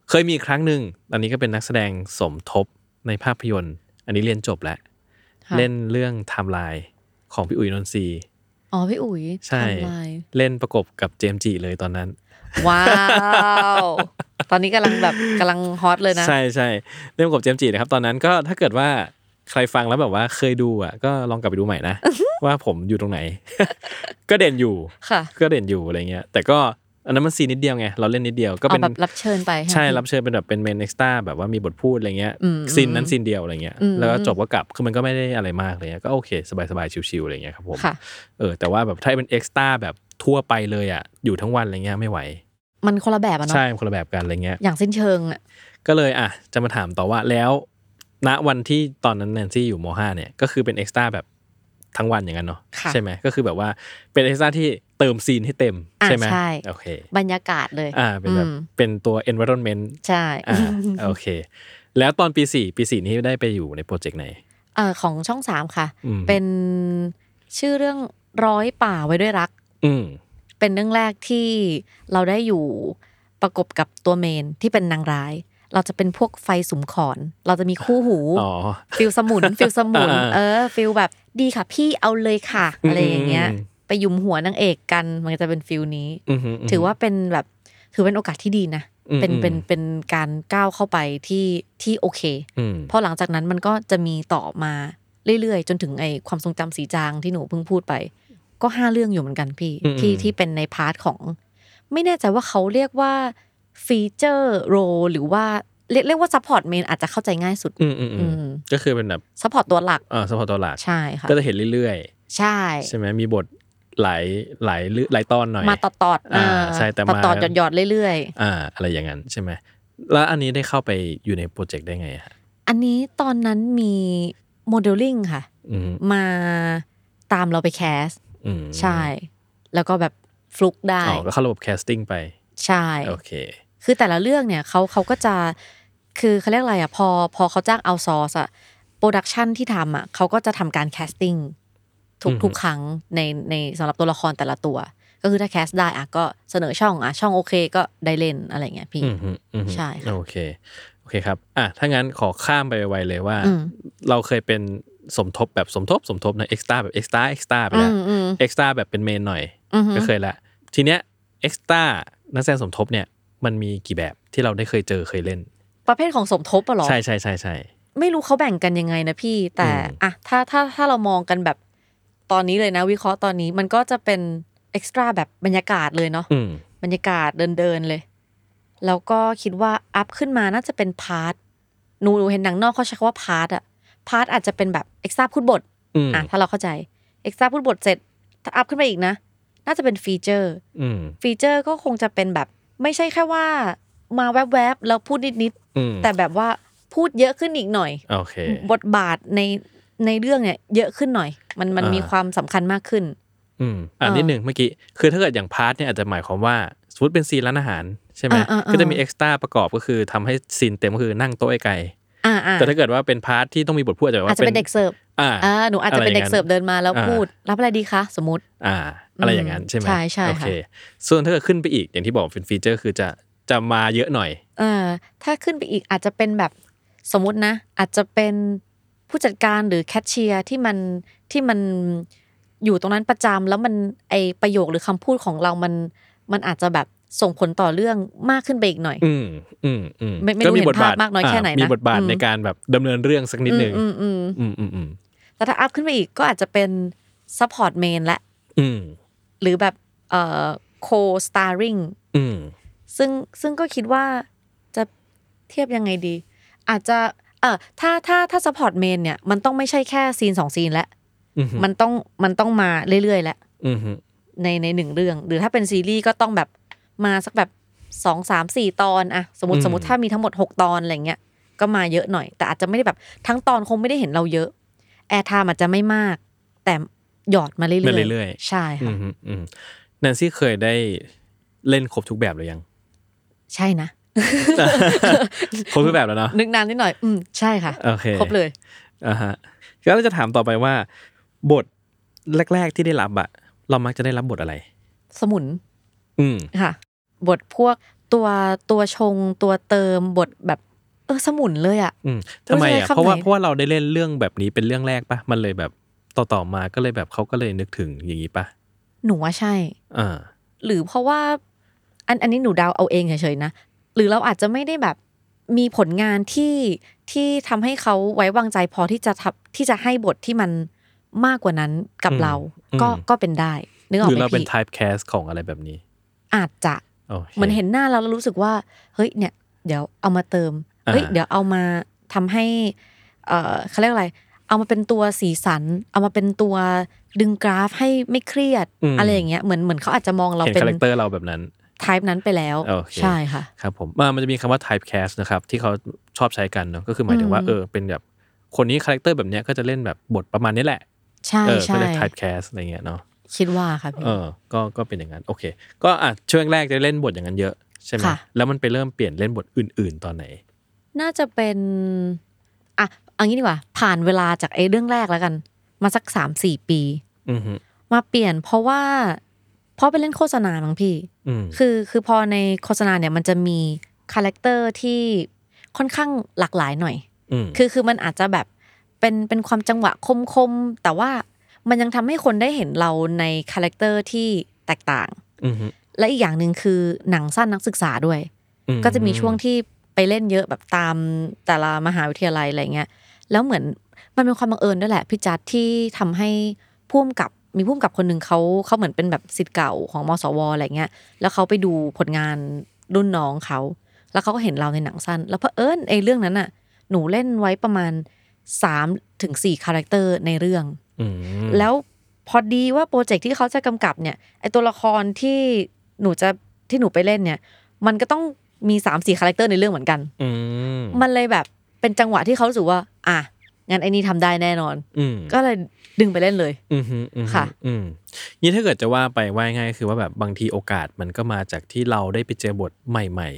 [SPEAKER 2] เคยมีอีกครั้งหนึ่งตอนนี้ก็เป็นนักแสดงสมทบในภาพยนตร์ อันนี้เรียนจบแล้ว
[SPEAKER 3] ค่ะ
[SPEAKER 2] เล่นเรื่องไทม์ไลน์ของพี่อุ๋ยนนทรีย์
[SPEAKER 3] อ๋อพี่อุ๋ย
[SPEAKER 2] ใช่
[SPEAKER 3] ไทม์ไลน์
[SPEAKER 2] เล่นประกบกับเจมส์จีเลยตอนนั้น
[SPEAKER 3] ว้าว ตอนนี้กำลังแบบกำลังฮอตเลยนะ
[SPEAKER 2] ใช่ใช่เรื่องกับเจมส์จีนะครับ ตอนนั้นก็ถ้าเกิดว่าใครฟังแล้วแบบว่าเคยดูอ่ะก็ลองกลับไปดูใหม่นะ ว่าผมอยู่ตรงไหน ก็เด่นอยู่
[SPEAKER 3] ค่ะ
[SPEAKER 2] ก็เด่นอยู่อะไรเงี้ย แต่ก็อันนั้นมันซีนนิดเดียวไง เราเล่นนิดเดียวก็
[SPEAKER 3] เอา
[SPEAKER 2] เป็น
[SPEAKER 3] แบบรับเชิญไปไหม
[SPEAKER 2] ใช่ รับเชิญเป็นแบบเป็นเมนเอ็กซ์ตาแบบว่ามีบทพูดอะไรเงี้ย
[SPEAKER 3] อืม
[SPEAKER 2] ซีนนั้นซีนเดียวอะไรเงี้ย
[SPEAKER 3] อืม
[SPEAKER 2] แล้วก็จบก็กลับคือมันก็ไม่ได้อะไรมากเลยก็โอเค สบายๆชิวๆอะไรเงี้ยครับผม
[SPEAKER 3] ค่ะ
[SPEAKER 2] เออแต่ว่าแบบถ้าเป็นเอ็กซ์ตาแบบทั่วไปเลยอ่ะอยู่ทั้งวันอะไรเงี้ยไม่ไหว
[SPEAKER 3] มันคนละแบบอะเนาะ
[SPEAKER 2] ใช่คนละแบบกันอะไรเงี้ย
[SPEAKER 3] อย่างสิ้นเชิงอะ
[SPEAKER 2] ก็เลยอ่ะจะมาถามต่อว่าแล้วณวันที่ตอนนั้นแนนซี่อยู่มห้าเนี่ยก็คือเป็นเอ็กซ์ตาแบบทั้งวันอย่างนั้นเนาะ
[SPEAKER 3] ค่ะ
[SPEAKER 2] ใช่ไหมก็คือแบบว่าเป็นเอ็กซ์ตาที่เติมซีนให้เต็ม
[SPEAKER 3] อ่ะ
[SPEAKER 2] ใช่ไหม
[SPEAKER 3] ใช่
[SPEAKER 2] โอเค
[SPEAKER 3] บรรยากาศเลย
[SPEAKER 2] อ่าเป็นแบบ
[SPEAKER 3] อืม
[SPEAKER 2] เป็นตัว environment
[SPEAKER 3] ใช่
[SPEAKER 2] อ่าโอเค แล้วตอนปีสี่ปีสี่นี้ได้ไปอยู่ในโปรเจกต์ไหน
[SPEAKER 3] เออของช่องสามค่ะ
[SPEAKER 2] อืม
[SPEAKER 3] เป็นชื่อเรื่องร้อยป่าไว้ด้วยรัก
[SPEAKER 2] อืม
[SPEAKER 3] เป็นเรื่องแรกที่เราได้อยู่ประกบกับตัวเมนที่เป็นนางร้าย เราจะเป็นพวกไฟสุมขอน เราจะมีคู่หู
[SPEAKER 2] อ๋อ
[SPEAKER 3] ฟิลส มุน ฟิลสมุน
[SPEAKER 2] อ่า
[SPEAKER 3] เออ ฟิลแบบดีค่ะพี่เอาเลยค่ะ อะไรอย่างเงี้ย
[SPEAKER 2] อืม
[SPEAKER 3] ไปหยุมหัวนางเอกกันมันก็จะเป็นฟิลนี้
[SPEAKER 2] อืมฮึม
[SPEAKER 3] ถือว่าเป็นแบบถือเป็นโอกาสที่ดีนะ
[SPEAKER 2] อืม
[SPEAKER 3] เป็น
[SPEAKER 2] อืม
[SPEAKER 3] เป็นเป็นการก้าวเข้าไปที่ที่โอเค
[SPEAKER 2] อืม
[SPEAKER 3] เพราะหลังจากนั้นมันก็จะมีต่อมาเรื่อยๆ จนถึงไอความทรงจำสีจางที่หนูเพิ่งพูดไป ก็ห้าเรื่องอยู่เหมือนกันพี่ ที่ที่เป็นในพาร์ทของ ไม่แน่ใจว่าเขาเรียกว่าฟีเจอร์โรหรือว่าเรียกเรียกว่าซัพพอร์ตเมนอาจจะเข้าใจง่ายสุด
[SPEAKER 2] อืมอืมอื
[SPEAKER 3] อื
[SPEAKER 2] ม
[SPEAKER 3] ม
[SPEAKER 2] ก็คือเป็นแบบ
[SPEAKER 3] ซัพพอร์ตตัวหลัก
[SPEAKER 2] อ่าสปอร์ตตัวหลัก
[SPEAKER 3] ใช่ค่ะ
[SPEAKER 2] ก็จะเห็นเรื่อย
[SPEAKER 3] ใช่
[SPEAKER 2] ๆ ใช่ไหมมีบทหลายหลายเรื่องหลายตอนหน่อย
[SPEAKER 3] มาตอดตอด
[SPEAKER 2] อ่าใช่แต่มา
[SPEAKER 3] ตอดๆหยอดๆเรื่อย
[SPEAKER 2] อ่า อะไรอย่างนั้นใช่ไหมแล้วอันนี้ได้เข้าไปอยู่ในโปรเจกต์ได้ไงฮะ
[SPEAKER 3] ๆ อันนี้ตอนนั้นมีโมเดลลิ่งค่ะ
[SPEAKER 2] อืม
[SPEAKER 3] มาตามเราไปแคส
[SPEAKER 2] อืม
[SPEAKER 3] ใช่ แล้วก็แบบฟลุกได้
[SPEAKER 2] อ๋อก็เข้าระบบแคสติ้งไป
[SPEAKER 3] ใช่
[SPEAKER 2] โอเค
[SPEAKER 3] คือแต่ละเรื่องเนี่ยเขาเขาก็จะคือเขาเรียกอะไรอ่ะพอพอเขาจ้างเอาซอสอะโปรดักชันที่ทำอ่ะเขาก็จะทำการแคสติ้งทุก
[SPEAKER 2] อือฮึ
[SPEAKER 3] ทุกครั้งในในสำหรับตัวละครแต่ละตัว ก็คือถ้าแคสได้อ่ะก็เสนอช่องอ่ะช่องโอเคก็ได้เล่นอะไรเงี้ยพี่
[SPEAKER 2] อืมฮึอืมฮึ
[SPEAKER 3] ใช่ค่ะ
[SPEAKER 2] โอเคโอเคครับอ่ะถ้างั้นขอข้ามไปไวๆเลยว่า
[SPEAKER 3] อืม
[SPEAKER 2] เราเคยเป็นสมทบแบบสมทบสมทบนะเอ็กซ์ตาแบบเอ็กซ์ตาเอ็กซ์ตาไป
[SPEAKER 3] อื
[SPEAKER 2] แล้ว
[SPEAKER 3] มอืม
[SPEAKER 2] เอ็กซ์ตาแบบเป็นเมนหน่อย
[SPEAKER 3] อือฮึ
[SPEAKER 2] ก็เคยละ ทีเนี้ยเอ็กซ์ตานักแสดงสมทบเนี่ยมันมีกี่แบบที่เราได้เคยเจอเคยเล่น
[SPEAKER 3] ประเภทของสมทบอะเหรอ
[SPEAKER 2] ใช่ใช่ใช่ใช่
[SPEAKER 3] ไม่รู้เขาแบ่งกันยังไงนะพี่ แต่
[SPEAKER 2] อืม
[SPEAKER 3] อะถ้าถ้าถ้าเรามองกันแบบตอนนี้เลยนะ วิเคราะห์ตอนนี้มันก็จะเป็นเอ็กซ์ตร้าแบบบรรยากาศเลยเนาะ
[SPEAKER 2] อืม
[SPEAKER 3] บรรยากาศเดินเดินๆเลย แล้วก็คิดว่าอัพขึ้นมาน่าจะเป็นพาร์ทหนูหนูเห็นหนังนอกเขาใช้คำว่าพาร์ทอะพาร์ทอาจจะเป็นแบบเอ็กซ์ตร้าพูดบท
[SPEAKER 2] อืม
[SPEAKER 3] อะถ้าเราเข้าใจเอ็กซ์ตร้าพูดบทเสร็จถ้าอัพขึ้นมาอีกนะ น่าจะเป็นฟีเจอร์
[SPEAKER 2] อืม
[SPEAKER 3] ฟีเจอร์ก็คงจะเป็นแบบ ไม่ใช่แค่ว่า มาแวบๆแล้วพูดนิด
[SPEAKER 2] อืม
[SPEAKER 3] ๆแต่แบบว่าพูดเยอะขึ้นอีกหน่อย
[SPEAKER 2] โอเค
[SPEAKER 3] บทบาทในในเรื่องเนี่ยเยอะขึ้นหน่อย มันมัน
[SPEAKER 2] อ่ามี
[SPEAKER 3] มีความสำคัญมากขึ้น
[SPEAKER 2] อืมอ่า
[SPEAKER 3] เออ
[SPEAKER 2] นิดหนึ่งเมื่อกี้คือถ้าเกิดอย่างพาร์ทเนี่ยอาจจะหมายความว่าสมมติเป็นซีนร้านอาหารใช่ไหม
[SPEAKER 3] อ่าอ่าอ่า
[SPEAKER 2] ก็จะมีเอ็กซ์ตาประกอบก็คือทำให้ซีนเต็มก็คือนั่งโต๊ะไกล
[SPEAKER 3] อ่าอ่า
[SPEAKER 2] แต่ถ้าเกิดว่าเป็นพาร์ทที่ต้องมีบทพูดอาจจะแบบ
[SPEAKER 3] อาจ
[SPEAKER 2] ว่า
[SPEAKER 3] จะเป็นเด็กเสิร์ฟ
[SPEAKER 2] อ่า
[SPEAKER 3] อ่าหนูอาจจะเป็นเด็กเสิร์ฟเดินมาแล้ว
[SPEAKER 2] อ่า
[SPEAKER 3] พูดรับอะไรดีคะสมมติ
[SPEAKER 2] อ่าอะไรอย่างนั้นใช่ไหม
[SPEAKER 3] ใช่ใช่ค่ะ
[SPEAKER 2] โอเคส่วนถ้าเกิดขึ้นไปอีกอย่างที่บอกเป็นฟีเจอร์คือจะจะมาเยอะหน่อย
[SPEAKER 3] เออถ้าขึ้นไปอีกอาจจะเป็นแบบสมมตินะ อาจจะเป็นผู้จัดการหรือแคชเชียร์ที่มันที่มันอยู่ตรงนั้นประจำแล้วมันไอประโยคหรือคำพูดของเรามันมันอาจจะแบบส่งผลต่อเรื่องมากขึ้นไปอีกหน่อย
[SPEAKER 2] อืมอืมอืม
[SPEAKER 3] ไม่ไม่รู้เห็นภาพมากน้อยแค่ไหนนะ
[SPEAKER 2] มีบทบาท
[SPEAKER 3] อืม
[SPEAKER 2] ในการแบบดำเนินเรื่องสักนิดหนึ่ง
[SPEAKER 3] อืมอืมอืม
[SPEAKER 2] อืมอืมอืม
[SPEAKER 3] แต่ถ้าอัพขึ้นไปอีกก็อาจจะเป็นซัพพอร์ตเมนและ
[SPEAKER 2] อืม
[SPEAKER 3] หรือแบบเอ่อ co starring
[SPEAKER 2] อืม
[SPEAKER 3] ซึ่งซึ่งก็คิดว่าจะเทียบยังไงดี อาจจะเออถ้าถ้าถ้า support main เนี่ย มันต้องไม่ใช่แค่ซีนสองซีนแล้ว
[SPEAKER 2] อืม
[SPEAKER 3] มันต้องมันต้องมาเรื่อยๆแล้ว
[SPEAKER 2] อืม
[SPEAKER 3] ในในหนึ่งเรื่อง หรือถ้าเป็นซีรีส์ก็ต้องแบบมาสักแบบสองสามสี่ตอนอะสมมติสมมติถ้ามีทั้งหมดหกตอนอะไรเงี้ยก็มาเยอะหน่อย แต่อาจจะไม่ได้แบบทั้งตอนคงไม่ได้เห็นเราเยอะแอร์ไทม์อาจจะไม่มาก แต่หยอดมาเรื่อย
[SPEAKER 2] มา
[SPEAKER 3] ๆ
[SPEAKER 2] เรื่อย
[SPEAKER 3] ใช่
[SPEAKER 2] ๆอื
[SPEAKER 3] ค่ะ
[SPEAKER 2] มอืมแนนซี่เคยได้เล่นครบทุกแบบหรือยัง
[SPEAKER 3] ใช่นะ
[SPEAKER 2] ครบทุกแบบแล้วเนาะ
[SPEAKER 3] นึกนานนิดหน่อย อืมใช่ค่ะ
[SPEAKER 2] โอเค
[SPEAKER 3] ครบเลย
[SPEAKER 2] อ่าฮะก็เราจะถามต่อไปว่า บทแรก ๆที่ได้รับอะเรามักจะได้รับบทอะไร
[SPEAKER 3] สมุน
[SPEAKER 2] อืม
[SPEAKER 3] ค่ะบทพวกตัวตัวชงตัวเติมบทแบบเออสมุนเลยอะ
[SPEAKER 2] อืมทำไม
[SPEAKER 3] ไม่ใช่
[SPEAKER 2] อ่ะ
[SPEAKER 3] คำ
[SPEAKER 2] เพราะว่า
[SPEAKER 3] ไหน
[SPEAKER 2] เพราะว่าเราได้เล่นเรื่องแบบนี้เป็นเรื่องแรกปะมันเลยแบบต่อต่อมาก็เลยแบบเขาก็เลยนึกถึงอย่างนี้ปะ
[SPEAKER 3] หนูว่าใช่
[SPEAKER 2] อ่า
[SPEAKER 3] หรือเพราะว่าอันอันนี้หนูเดาเอาเองเฉยๆนะ หรือเราอาจจะไม่ได้แบบมีผลงานที่ที่ทำให้เขาไว้วางใจพอที่จะทับที่จะให้บทที่มัน มากกว่านั้นกับ
[SPEAKER 2] อืม
[SPEAKER 3] เรา ก็
[SPEAKER 2] อืม
[SPEAKER 3] ก็เป็นได้ นึกอ
[SPEAKER 2] ห
[SPEAKER 3] อก
[SPEAKER 2] รือ
[SPEAKER 3] ไหม
[SPEAKER 2] เราเป็น
[SPEAKER 3] พี่
[SPEAKER 2] type cast ของอะไรแบบนี้
[SPEAKER 3] อาจจะ
[SPEAKER 2] โอค
[SPEAKER 3] เหมือนเห็นหน้าเราแล้วรู้สึกว่า เฮ้ยเนี่ย เดี๋ยวเอามาเติม
[SPEAKER 2] อ่า
[SPEAKER 3] เฮ้ยเดี๋ยวเอามาทำให้ เอ่อเขาเรียกอะไร เอามาเป็นตัวสีสัน เอามาเป็นตัวดึงกราฟให้ไม่เครียด
[SPEAKER 2] ม
[SPEAKER 3] อะไรอย่างเงี้ยเหมือนเหมือนเขาอาจจะมองเรา
[SPEAKER 2] เห็น
[SPEAKER 3] เป็น
[SPEAKER 2] คาแรคเตอร์เราแบบนั้น
[SPEAKER 3] ไทป์นั้นไปแล้ว
[SPEAKER 2] โอเค
[SPEAKER 3] ใช่ค่ะ
[SPEAKER 2] ครับผมอ่ามันจะมีคำว่า type cast นะครับ ที่เขาชอบใช้กันเนอะก็คือหมายถึงว่า
[SPEAKER 3] อืม
[SPEAKER 2] เออเป็นแบบคนนี้คาแรคเตอร์แบบเนี้ยก็จะเล่นแบบบทประมาณนี้แหละ
[SPEAKER 3] ใช่
[SPEAKER 2] เออก็
[SPEAKER 3] ใช่
[SPEAKER 2] เรียก type cast อะไรเงี้ยเนาะ
[SPEAKER 3] คิดว่าค่ะพี่
[SPEAKER 2] เออก็ก็เป็นอย่างนั้นโอเค ก็อ่ะช่วงแรกจะเล่นบทอย่างนั้นเยอะใช่ไหม
[SPEAKER 3] ค่ะ
[SPEAKER 2] แล้วมันไปเริ่มเปลี่ยนเล่นบทอื่น ๆ ตอนไหน
[SPEAKER 3] น่าจะเป็นอ่ะเอางี้ดีกว่า ผ่านเวลาจากไอ้เรื่องแรกแล้วกัน มาสักสามสี่ปี
[SPEAKER 2] อือหือ
[SPEAKER 3] มาเปลี่ยนเพราะว่าเพราะไปเล่นโฆษณาบางพี่
[SPEAKER 2] อืม
[SPEAKER 3] คือคือพอในโฆษณาเนี่ยมันจะมีคาแรคเตอร์ที่ค่อนข้างหลากหลายหน่อย
[SPEAKER 2] อืม
[SPEAKER 3] คือคือมันอาจจะแบบเป็นเป็นความจังหวะคมคมๆแต่ว่ามันยังทำให้คนได้เห็นเราในคาแรคเตอร์ที่แตกต่าง
[SPEAKER 2] อหือ
[SPEAKER 3] และอีกอย่างหนึ่งคือหนังสั้นนักศึกษาด้วย
[SPEAKER 2] อื
[SPEAKER 3] ก็จะมีช่วงที่ไปเล่นเยอะแบบตามแต่ละมหาวิทยาลัยอะไรเงี้ย แล้วเหมือนมันเป็นความบังเอิญด้วยแหละพี่จัดที่ทำให้พุ่มกับมีพุ่มกับคนหนึ่งเขาเขาเหมือนเป็นแบบสิทธิ์เก่าของมสวอะไรเงี้ย แล้วเขาไปดูผลงานรุ่นน้องเขา แล้วเขาก็เห็นเราในหนังสั้น แล้วเพอเอิญไอ้เรื่องนั้นน่ะ หนูเล่นไว้ประมาณ3ถึง4คาแรคเตอร์ในเรื่อง
[SPEAKER 2] อืม
[SPEAKER 3] แล้วพอดีว่าโปรเจกต์ที่เขาจะกำกับเนี่ยไอตัวละครที่หนูจะที่หนูไปเล่นเนี่ย มันก็ต้องมี3ามสี่คาแรคเตอร์ในเรื่องเหมือนกัน
[SPEAKER 2] อืม
[SPEAKER 3] มันเลยแบบเป็นจังหวะที่เขารู้สึกว่า อ่ะงั้นไอ้นี่ทำได้แน่นอน
[SPEAKER 2] อืม
[SPEAKER 3] ก็เลยดึงไปเล่นเลย
[SPEAKER 2] อืมฮึอืมฮึ
[SPEAKER 3] ค่ะ
[SPEAKER 2] อืมนี่ถ้าเกิดจะว่าไปว่าง่ายๆคือว่าแบบบางทีโอกาสมันก็มาจากที่เราได้ไปเจอบทใหม่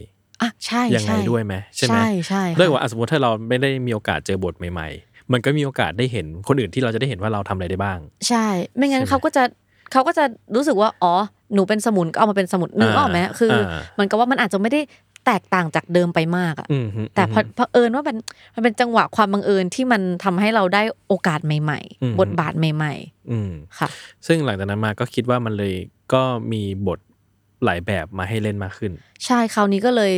[SPEAKER 3] อ่ะใช่
[SPEAKER 2] ๆ ยังไง
[SPEAKER 3] ใช่
[SPEAKER 2] ด้วยไหมใช่ไหม
[SPEAKER 3] ใช่ใช่ค่ะ
[SPEAKER 2] ด้วยว่าอ่ะสมมติถ้าเราไม่ได้มีโอกาสเจอบทใหม่ ๆ มันก็มีโอกาสได้เห็นคนอื่นที่เราจะได้เห็นว่าเราทำอะไรได้บ้าง
[SPEAKER 3] ใช่ ไม่งั้น
[SPEAKER 2] ใช่ไหม
[SPEAKER 3] เขาก็จะเขาก็จะรู้สึกว่าอ๋อหนูเป็นสมุนก็เอามาเป็นสมุนนึกออกไหม
[SPEAKER 2] อ่า
[SPEAKER 3] คืออา มันก็ว่ามันอาจจะไม่ได้แตกต่างจากเดิมไปมากอะ
[SPEAKER 2] อืมฮึ
[SPEAKER 3] แต่
[SPEAKER 2] ม
[SPEAKER 3] เพ
[SPEAKER 2] ฮึ
[SPEAKER 3] อเผอิญว่ามันมันเป็นจังหวะความบังเอิญที่มันทำให้เราได้โอกาสใหม่
[SPEAKER 2] อืม
[SPEAKER 3] ๆ บทบาทใหม่
[SPEAKER 2] อืม
[SPEAKER 3] ๆ ค่ะ
[SPEAKER 2] ซึ่งหลังจากนั้นมาก็คิดว่ามันเลยก็มีบทหลายแบบมาให้เล่นมากขึ้น
[SPEAKER 3] ใช่คราวนี้ก็เลย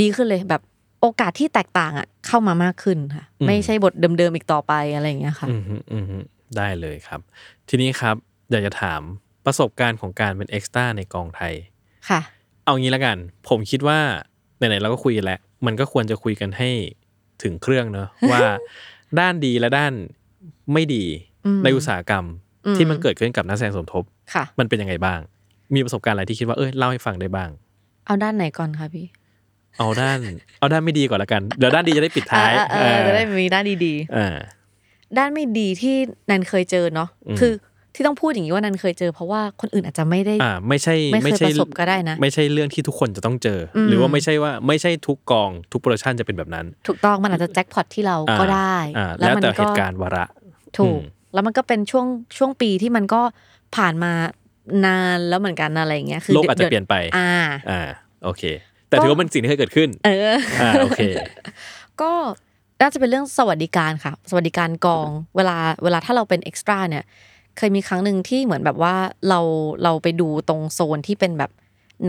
[SPEAKER 3] ดีขึ้นเลยแบบโอกาสที่แตกต่างอ่ะเข้ามามากขึ้นค่ะ
[SPEAKER 2] อืม
[SPEAKER 3] ไม่ใช่บทเดิมๆอีกต่อไปอะไรอย่างเงี้ยค่ะ
[SPEAKER 2] อืมฮึอืมฮึได้เลยครับ ทีนี้ครับอยากจะถามประสบการณ์ของการเป็นเอ็กซ์ต้าในกองไทย
[SPEAKER 3] ค่ะ
[SPEAKER 2] เอางี้ละกัน ผมคิดว่าไหนๆเราก็คุยกันแล้ว มันก็ควรจะคุยกันให้ถึงเครื่องเนอะ ว่าด้านดีและด้านไม่ดี
[SPEAKER 3] อืม
[SPEAKER 2] ในอุตสาหกรรม
[SPEAKER 3] อืม
[SPEAKER 2] ที่มันเกิดขึ้นกับนักแสดงสมทบ
[SPEAKER 3] ค่ะ
[SPEAKER 2] มันเป็นยังไงบ้าง มีประสบการณ์อะไรที่คิดว่าเอยเล่าให้ฟังได้บ้าง
[SPEAKER 3] เอาด้านไหนก่อนคะพี่
[SPEAKER 2] เอาด้าน เอาด้านไม่ดีก่อนละกัน เดี๋ยวด้านดีจะได้ปิดท้าย
[SPEAKER 3] อ่ะอ่ะเออจะได้มีด้านดี
[SPEAKER 2] อ่า
[SPEAKER 3] ๆ ด้านไม่ดีที่นันเคยเจอเนาะ
[SPEAKER 2] อืม
[SPEAKER 3] คือที่ต้องพูดอย่างนี้ว่านันเคยเจอ เพราะว่าคนอื่นอาจจะไม่ได้
[SPEAKER 2] อ่าไม่ใช่
[SPEAKER 3] ไม่เคยประสบก็ได้นะ
[SPEAKER 2] ไม่ใช่เรื่องที่ทุกคนจะต้องเจออ
[SPEAKER 3] ม
[SPEAKER 2] หรือว่าไม่ใช่ว่าไม่ใช่ทุกกองทุกโปรดักชันจะเป็นแบบนั้น
[SPEAKER 3] ถูกต้องมันอาจจะแจ็คพอตที่เรา
[SPEAKER 2] อ่า
[SPEAKER 3] ก็ได้
[SPEAKER 2] อ่าแล้ว
[SPEAKER 3] มั
[SPEAKER 2] แต่เหตุการณ์วาระ
[SPEAKER 3] ถูก
[SPEAKER 2] อืม
[SPEAKER 3] แล้วมันก็เป็นช่วงช่วงปีที่มันก็ผ่านมานานแล้วเหมือนกันอะไรอย่างเงี้ยคื
[SPEAKER 2] โลกอาจจะเปลี่ยนไป
[SPEAKER 3] อ่า
[SPEAKER 2] อ่าโอเค แต่ถือว่ามันสิ่งที่เคยเกิดขึ้น
[SPEAKER 3] เออ
[SPEAKER 2] อ่าโอเค
[SPEAKER 3] ก็น่าจะเป็นเรื่องสวัสดิการค่ะ สวัสดิการกอง เวลาเวลาถ้าเราเป็นเอ็กซ์ตร้าเนี่ย เคยมีครั้งหนึ่งที่เหมือนแบบว่าเราเราไปดูตรงโซนที่เป็นแบบ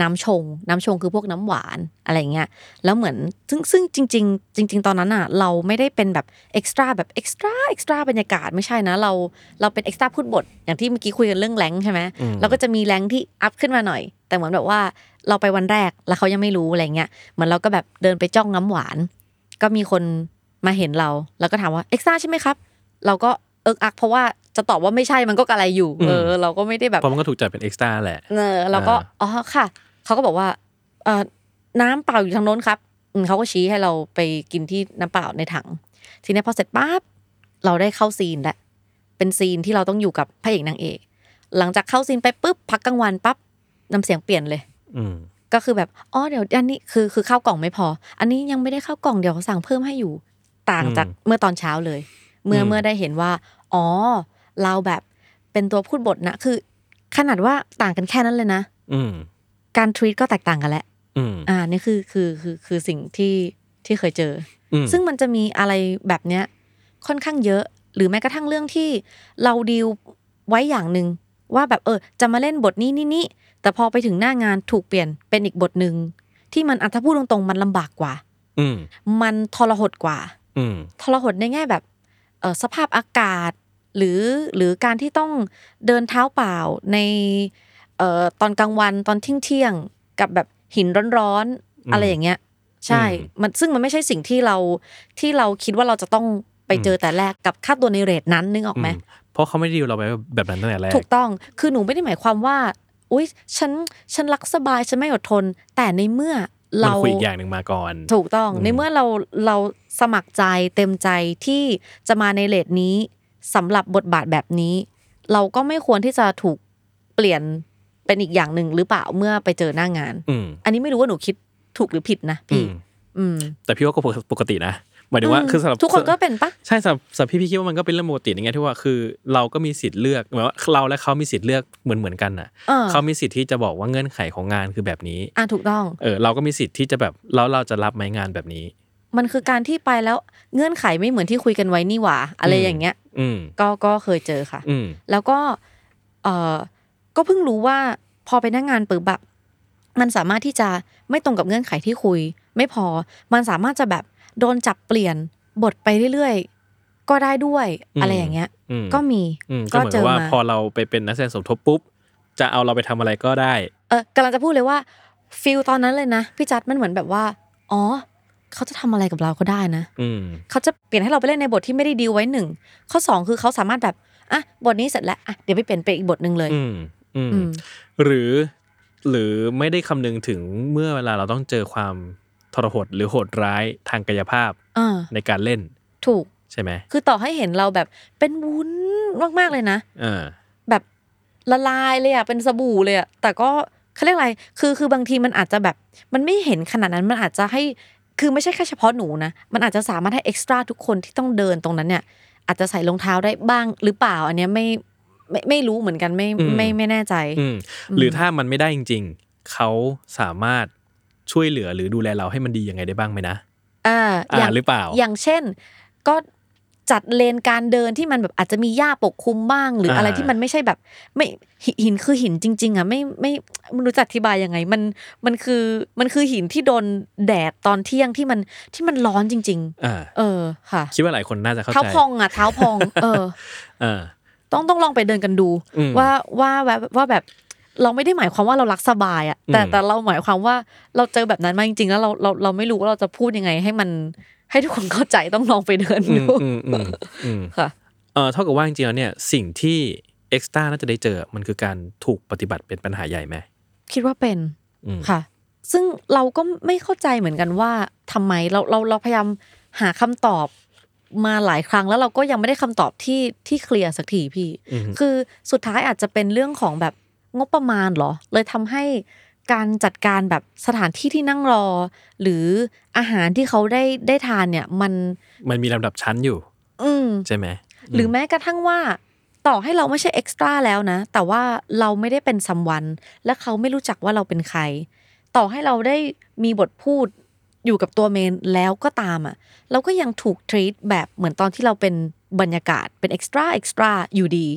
[SPEAKER 3] น้ำชง น้ำชงคือพวกน้ำหวานอะไรเงี้ยแล้วเหมือนซึ่งซึ่งจริง ๆ จริง ๆ ตอนนั้นอ่ะ เราไม่ได้เป็นแบบเอ็กซ์ตร้าแบบเอ็กซ์ตร้าเอ็กซ์ตร้าบรรยากาศไม่ใช่นะ เราเราเป็นเอ็กซ์ตร้าพูดบท อย่างที่เมื่อกี้คุยกันเรื่องแรงค์ใช่ไหม
[SPEAKER 2] อืม
[SPEAKER 3] เราก็จะมีแรงค์ที่อัพขึ้นมาหน่อย แต่เหมือนแบบว่าเราไปวันแรกแล้วเขายังไม่รู้อะไรเงี้ยเหมือนเราก็แบบเดินไปจ้องน้ำหวาน ก็มีคนมาเห็นเรา แล้วก็ถามว่าเอ็กซ์ตร้าใช่ไหมครับ เราก็เอิกอักเพราะว่าจะตอบว่าไม่ใช่มันก็กระไรอยู่
[SPEAKER 2] อืม
[SPEAKER 3] เออ เราก็ไม่ได้แบบ
[SPEAKER 2] เพราะมันก็ถูกจัดเป็นเอ็กซ์ตร้าแหละ
[SPEAKER 3] เออเราก็
[SPEAKER 2] อ่า
[SPEAKER 3] อ๋อค่ะ เขาก็บอกว่าเออน้ำเปล่าอยู่ทางโน้นครับอืมเขาก็ชี้ให้เราไปกินที่น้ำเปล่าในถัง ทีเนี้ยพอเสร็จปั๊บเราได้เข้าซีนแหละเป็นซีนที่เราต้องอยู่กับพระเอกนางเอก หลังจากเข้าซีนไปปุ๊บพักกลางวันปั๊บน้ำเสียงเปลี่ยนเลย
[SPEAKER 2] อืม
[SPEAKER 3] ก็คือแบบอ๋อเดี๋ยวอันนี้คือคือข้าวกล่องไม่พอ อันนี้ยังไม่ได้ข้าวกล่องเดี๋ยวสั่งเพิ่มให้อยู่ต่างจากเมื่อตอนเช้าเลย เมื่อเมื่อได้เห็นว่า อ๋อ เราแบบเป็นตัวพูดบทนะคือ ขนาดว่าต่างกันแค่นั้นเลยนะ
[SPEAKER 2] อืม
[SPEAKER 3] การทวีตก็แตกต่างกันแล้ว
[SPEAKER 2] อืม
[SPEAKER 3] อ่านี่คือคือคือคือสิ่งที่ที่เคยเจอ
[SPEAKER 2] อืม
[SPEAKER 3] ซึ่งมันจะมีอะไรแบบเนี้ยค่อนข้างเยอะ หรือแม้กระทั่งเรื่องที่เราดีลไว้อย่างหนึ่งว่าแบบเออ จะมาเล่นบทนี้นี่นี่แต่พอไปถึงหน้างานถูกเปลี่ยนเป็นอีกบทหนึ่งที่มันอัธพูดตรงๆมันลำบากกว่า
[SPEAKER 2] อืม
[SPEAKER 3] มันทรหดกว่า
[SPEAKER 2] อืม
[SPEAKER 3] ทรหดในแง่แบบเออสภาพอากาศ หรือหรือการที่ต้องเดินเท้าเปล่าในเอ่อตอนกลางวันตอนเที่ยงเที่ยงๆกับแบบหินร้อน
[SPEAKER 2] อืม
[SPEAKER 3] ๆอะไรอย่างเงี้ย ใช่
[SPEAKER 2] อืม
[SPEAKER 3] มันซึ่งมันไม่ใช่สิ่งที่เราที่เราคิดว่าเราจะต้องไปเจอแต่แรกกับค่าตัวในเรทนั้นนึกออกไหม
[SPEAKER 2] อืม เพราะเขาไม่ไดดีลเราไปแบบนั้นตั้งแต่แรก
[SPEAKER 3] ถูกต้อง คือหนูไม่ได้หมายความว่า อุ๊ย ฉัน ฉันรักสบาย ฉันไม่อดทน แต่ในเมื่อ
[SPEAKER 2] มัน
[SPEAKER 3] เราม
[SPEAKER 2] คุยอีกอย่างหนึ่งมาก่อน
[SPEAKER 3] ถูกต้อง
[SPEAKER 2] อืม
[SPEAKER 3] ในเมื่อเรา เราสมัครใจเต็มใจที่จะมาในเลทนี้สำหรับบทบาทแบบนี้ เราก็ไม่ควรที่จะถูกเปลี่ยนเป็นอีกอย่างหนึ่งหรือเปล่าเมื่อไปเจอหน้างาน
[SPEAKER 2] อืม
[SPEAKER 3] อันนี้ไม่รู้ว่าหนูคิดถูกหรือผิดนะ
[SPEAKER 2] อื
[SPEAKER 3] พี่
[SPEAKER 2] ม
[SPEAKER 3] อืม
[SPEAKER 2] แต่พี่ว่าก็ปกตินะหมายถึงว่า
[SPEAKER 3] อืม
[SPEAKER 2] คือสำหรับ
[SPEAKER 3] ทุกคนก็เป็นปะ
[SPEAKER 2] ใช่สำหรับสำหรับพี่พี่คิดว่ามันก็เป็นเรื่องปกติในแง่ที่ว่าคือ เราก็มีสิทธิ์เลือกหมายว่าเราและเขามีสิทธิ์เลือกเหมือนเหมือนกันน่ะ
[SPEAKER 3] เออ
[SPEAKER 2] เขามีสิทธิ์ที่จะบอกว่าเงื่อนไขของงานคือแบบนี้
[SPEAKER 3] อ่ะถูกต้อง
[SPEAKER 2] เออเราก็มีสิทธิ์ที่จะแบบแล้วเราจะรับไหมงานแบบนี้
[SPEAKER 3] มันคือการที่ไปแล้วเงื่อนไขไม่เหมือนที่คุยกันไว้นี่หว่า อะไรอย่างเงี้ย
[SPEAKER 2] อืม
[SPEAKER 3] ก็ก็เคยเจอค่ะ
[SPEAKER 2] อืม
[SPEAKER 3] แล้วก็เออก็เพิ่งรู้ว่าพอไปนั่งงานปึ๊บแบบมันสามารถที่จะไม่ตรงกับเงื่อนไขที่คุย ไม่พอมันสามารถจะแบบโดนจับเปลี่ยนบทไปเรื่อยๆ ก็ได้ด้วยอะไรอย่างเงี้ย
[SPEAKER 2] อืม
[SPEAKER 3] ก็มี
[SPEAKER 2] อืมก็
[SPEAKER 3] ก็
[SPEAKER 2] เหมือน
[SPEAKER 3] เจ
[SPEAKER 2] กับ
[SPEAKER 3] อ
[SPEAKER 2] ว่า
[SPEAKER 3] มา
[SPEAKER 2] พอเราไปเป็นนักแสดงสมทบปุ๊บจะเอาเราไปทำอะไรก็ได้
[SPEAKER 3] เออกำลังจะพูดเลยว่าฟิลตอนนั้นเลยนะพี่จัดมันเหมือนแบบว่า อ๋อ เขาจะทำอะไรกับเราก็ได้นะ
[SPEAKER 2] อืม
[SPEAKER 3] เขาจะเปลี่ยนให้เราไปเล่นในบทที่ไม่ได้ดีลไว้หนึ่งข้อสองคือเขาสามารถแบบอ่ะบทนี้เสร็จแล้วอ่ะเดี๋ยวไปเปลี่ยนไปนอีกบทหนึ่งเลย
[SPEAKER 2] อืมอืม
[SPEAKER 3] อืม
[SPEAKER 2] หรือหรือไม่ได้คำนึงถึงเมื่อเวลาเราต้องเจอความทรหดหรือโหดร้ายทางกายภาพ
[SPEAKER 3] อ่า
[SPEAKER 2] ในการเล่น
[SPEAKER 3] ถูก
[SPEAKER 2] ใช่ไหม
[SPEAKER 3] คือต่อให้เห็นเราแบบเป็นวุ้นมากๆเลยนะ
[SPEAKER 2] อ่า
[SPEAKER 3] แบบละลายเลยอ่ะเป็นสบู่เลยอ่ะแต่ก็เขาเรียกอะไรคือคือบางทีมันอาจจะแบบ มันไม่เห็นขนาดนั้นมันอาจจะให้คือไม่ใช่แค่เฉพาะหนูนะ มันอาจจะสามารถให้เอ็กซ์ตร้าทุกคนที่ต้องเดินตรงนั้นเนี่ย อาจจะใส่รองเท้าได้บ้างหรือเปล่า อันเนี้ยไม่ไม่ไม่รู้เหมือนกันไม่
[SPEAKER 2] อืม
[SPEAKER 3] ไม่ไม่แน่ใจ
[SPEAKER 2] อืม
[SPEAKER 3] อืม
[SPEAKER 2] หรือถ้ามันไม่ได้จริง ๆ เขาสามารถช่วยเหลือหรือดูแลเราให้มันดียังไงได้บ้างไหมนะ
[SPEAKER 3] อ่า
[SPEAKER 2] อ่า
[SPEAKER 3] อย่าง
[SPEAKER 2] หรือเปล่า
[SPEAKER 3] อย่างเช่น ก็จัดเลนการเดินที่มันแบบอาจจะมีหญ้าปกคลุมบ้าง หรืออะไร
[SPEAKER 2] อ่า
[SPEAKER 3] ที่มันไม่ใช่แบบ ไม่หิหินคือหินจริง ๆอ่ะไม่ไม่ไม่รู้จะอธิบายยังไง มันมันคือมันคือหินที่โดนแดดตอนเที่ยงที่มันที่มันร้อนจริง
[SPEAKER 2] อ่า
[SPEAKER 3] ๆ เออค่ะ
[SPEAKER 2] คิดว่าหลายคนน่าจะเข้า
[SPEAKER 3] เท้า
[SPEAKER 2] ใจ
[SPEAKER 3] พองอ่ะเท้าพอง เออ
[SPEAKER 2] อ่า
[SPEAKER 3] ต้องต้องลองไปเดินกันดู
[SPEAKER 2] อืม
[SPEAKER 3] ว่าว่าแบบว่าแบบเราไม่ได้หมายความว่าเรารักสบายอะแต่
[SPEAKER 2] อืม
[SPEAKER 3] แต่เราหมายความว่าเราเจอแบบนั้นมาจริงๆ แล้วเราเราเราไม่รู้ว่าเราจะพูดยังไง ให้มันให้ทุกคนเข้าใจต้องลองไปเดิน
[SPEAKER 2] อืม
[SPEAKER 3] ดู
[SPEAKER 2] อืมอืมอืม
[SPEAKER 3] ค่ะ
[SPEAKER 2] เอ่อเท่ากับว่าจริงๆแล้วเนี่ยสิ่งที่เอ็กซ์ต้าน่าจะได้เจอมันคือการถูกปฏิบัติเป็นปัญหาใหญ่ไหม
[SPEAKER 3] คิดว่าเป็น
[SPEAKER 2] อืม
[SPEAKER 3] ค่ะ ซึ่งเราก็ไม่เข้าใจเหมือนกันว่าทำไมเราเราเราพยายามหาคำตอบมาหลายครั้งแล้วเราก็ยังไม่ได้คำตอบที่ที่เคลียร์สักทีพี่
[SPEAKER 2] อืม
[SPEAKER 3] คือสุดท้ายอาจจะเป็นเรื่องของแบบงบประมาณเหรอ เลยทำให้การจัดการแบบสถานที่ที่นั่งรอ หรืออาหารที่เขาได้ได้ทานเนี่ยมัน
[SPEAKER 2] มันมีลำดับชั้นอยู่
[SPEAKER 3] อืม
[SPEAKER 2] ใช่ไหมม
[SPEAKER 3] หรือแม้กระทั่งว่า ต่อให้เราไม่ใช่เอ็กซ์ตร้าแล้วนะ แต่ว่าเราไม่ได้เป็นซัมวัน และเขาไม่รู้จักว่าเราเป็นใคร ต่อให้เราได้มีบทพูดอยู่กับตัวเมนแล้วก็ตามอ่ะ เราก็ยังถูกทรีตแบบเหมือนตอนที่เราเป็นบรรยากาศเป็นเอ็กซ์ตร้าเอ็กซ์ตร้าอยู่ดี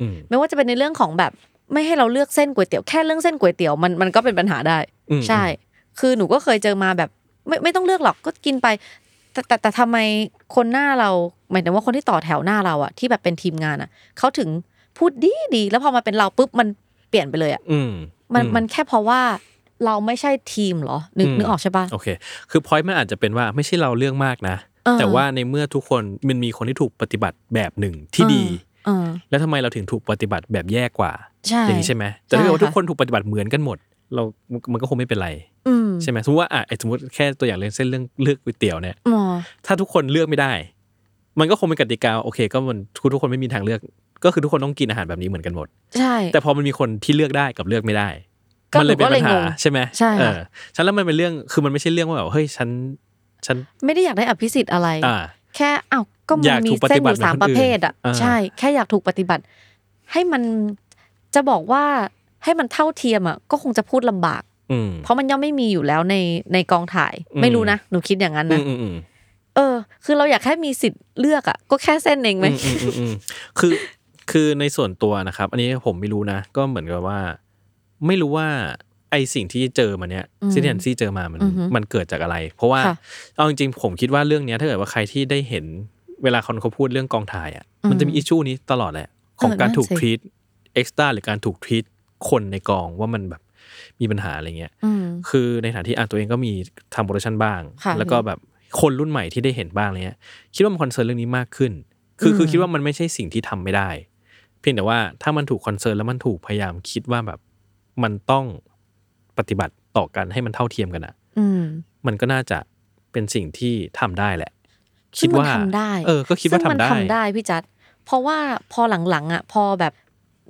[SPEAKER 2] อืม
[SPEAKER 3] ไม่ว่าจะเป็นในเรื่องของแบบไม่ให้เราเลือกเส้นก๋วยเตี๋ยวแค่เรื่องเส้นก๋วยเตี๋ยวมันมันก็เป็นปัญหาได้
[SPEAKER 2] อืม
[SPEAKER 3] ใช่ คือหนูก็เคยเจอมาแบบ ไม่ไม่ต้องเลือกหรอกก็กินไป แต่แต่แต่ทำไมคนหน้าเราหมายถึงว่าคนที่ต่อแถวหน้าเราอะที่แบบเป็นทีมงานอะเขาถึงพูดดีดีแล้วพอมาเป็นเราปุ๊บมันเปลี่ยนไปเลยอะ
[SPEAKER 2] อืม
[SPEAKER 3] มัน
[SPEAKER 2] อื
[SPEAKER 3] มันแค่เพราะว่าเราไม่ใช่ทีมเหรอนึก
[SPEAKER 2] อืม
[SPEAKER 3] นึกออกใช่ปะ
[SPEAKER 2] โอเค คือพอยต์มันอาจจะเป็นว่าไม่ใช่เราเรื่องมากนะ
[SPEAKER 3] เออ
[SPEAKER 2] แต่ว่าในเมื่อทุกคนมันมีคนที่ถูกปฏิบัติแบบหนึ่งที่ดี
[SPEAKER 3] เออ
[SPEAKER 2] แล้วทำไมเราถึงถูกปฏิบัติแบบแย่กว่า
[SPEAKER 3] ใช่
[SPEAKER 2] อย่างนี้ใช่ไหมแต่ถ้าเกิดว่า
[SPEAKER 3] ใช่
[SPEAKER 2] ทุ
[SPEAKER 3] ค่ะ
[SPEAKER 2] กคนถูกปฏิบัติเหมือนกันหมด เรา มันก็คงไม่เป็นไร
[SPEAKER 3] อืม
[SPEAKER 2] ใช่ไหมสมมติว่าอ่ะไอ้สมมติแค่ตัวอย่างเรื่องเส้นเรื่องเลือกก๋วยเตี๋ยวเนี่ย
[SPEAKER 3] อ๋อ
[SPEAKER 2] ถ้าทุกคนเลือกไม่ได้ มันก็คงเป็นกติกาโอเค ก็มันทุกทุกคนไม่มีทางเลือก ก็คือทุกคนต้องกินอาหารแบบนี้เหมือนกันหมด
[SPEAKER 3] ใช่
[SPEAKER 2] แต่พอมันมีคนที่เลือกได้กับเลือกไม่ได้
[SPEAKER 3] ก็
[SPEAKER 2] มันเลยเป็นปัญ
[SPEAKER 3] หนูก็เลยง
[SPEAKER 2] หาง ใช่ไหม
[SPEAKER 3] ใช่ค่ะ
[SPEAKER 2] เออฉันแล้วมันเป็นเรื่อง คือมันไม่ใช่เรื่องว่าแบบเฮ้ยฉัน ฉัน
[SPEAKER 3] ไม่ได้อยากได้อภิสิทธิ์อะไร
[SPEAKER 2] อ่า
[SPEAKER 3] แค่อ้าวก็มั
[SPEAKER 2] อน ยาก
[SPEAKER 3] มี
[SPEAKER 2] ถูกป
[SPEAKER 3] เส้
[SPEAKER 2] ฏิ
[SPEAKER 3] นอ
[SPEAKER 2] บัติ
[SPEAKER 3] ยู่สามประเภทอ่ะ
[SPEAKER 2] เหมือนคนอื่นอ่า
[SPEAKER 3] ใช่ แค่อยากถูกปฏิบัติ ให้มันจะบอกว่าให้มันเท่าเทียมอ่ะก็คงจะพูดลำบาก
[SPEAKER 2] อืม
[SPEAKER 3] เพราะมันย่อมไม่มีอยู่แล้วในในกองถ่าย
[SPEAKER 2] อืม
[SPEAKER 3] ไม่รู้นะ หนูคิดอย่างนั้น
[SPEAKER 2] อื
[SPEAKER 3] นะ
[SPEAKER 2] มอืมอืม
[SPEAKER 3] เออ คือเราอยากแค่มีสิทธิ์เลือกอ่ะก็แค่เส้นเองไหม
[SPEAKER 2] อืมอืมอืมคือคือในส่วนตัวนะครับ อันนี้ผมไม่รู้นะ ก็เหมือนกับว่า ไม่รู้ว่าไอสิ่งที่เจอมาเนี้ย
[SPEAKER 3] อืม
[SPEAKER 2] ซิเดนซี่เจอมามัน
[SPEAKER 3] อือฮึ
[SPEAKER 2] มันเกิดจากอะไร เพราะว่า
[SPEAKER 3] ค่ะ
[SPEAKER 2] เอาจริงๆผมคิดว่าเรื่องเนี้ยถ้าเกิดว่าใครที่ได้เห็น เวลาคนเขาพูดเรื่องกองถ่ายอ่ะ
[SPEAKER 3] อืม
[SPEAKER 2] มันจะมีอิชชูนี้ตลอดแหละ ของการถูก
[SPEAKER 3] นั่
[SPEAKER 2] ท
[SPEAKER 3] นสิ
[SPEAKER 2] รีตเอ็กซ์ตาหรือการถูกทรีตคนในกองว่ามันแบบมีปัญหาอะไรเงี้ย
[SPEAKER 3] อืม
[SPEAKER 2] คือในฐานะที่อ่ะตัวเองก็มีทำโปรดักชันบ้าง
[SPEAKER 3] ค่ะ
[SPEAKER 2] แล้วก็แบบคนรุ่นใหม่ที่ได้เห็นบ้างอะไรเงี้ยคิดว่ามันคอนเซิร์นเรื่องนี้มากขึ้น คือ
[SPEAKER 3] อืม
[SPEAKER 2] คือคิดว่ามันไม่ใช่สิ่งที่ทำไม่ได้ เพียงแต่ว่าถ้ามันถูกคอนเซิร์นแล้วมันถูกพยายามคิดว่าแบบมันต้องปฏิบัติต่อกันให้มันเท่าเทียมกันอะ
[SPEAKER 3] อืม
[SPEAKER 2] มันก็น่าจะเป็นสิ่งที่ทำได้แหละ
[SPEAKER 3] ซึ่
[SPEAKER 2] คิด
[SPEAKER 3] งมัน
[SPEAKER 2] ว่า
[SPEAKER 3] ทำได้
[SPEAKER 2] เออ ก็คิดว่า
[SPEAKER 3] ซึ่ง
[SPEAKER 2] ทำ
[SPEAKER 3] มัน
[SPEAKER 2] ได้
[SPEAKER 3] ทำได้พี่จัด เพราะว่าพอหลังๆอ่ะพอแบบ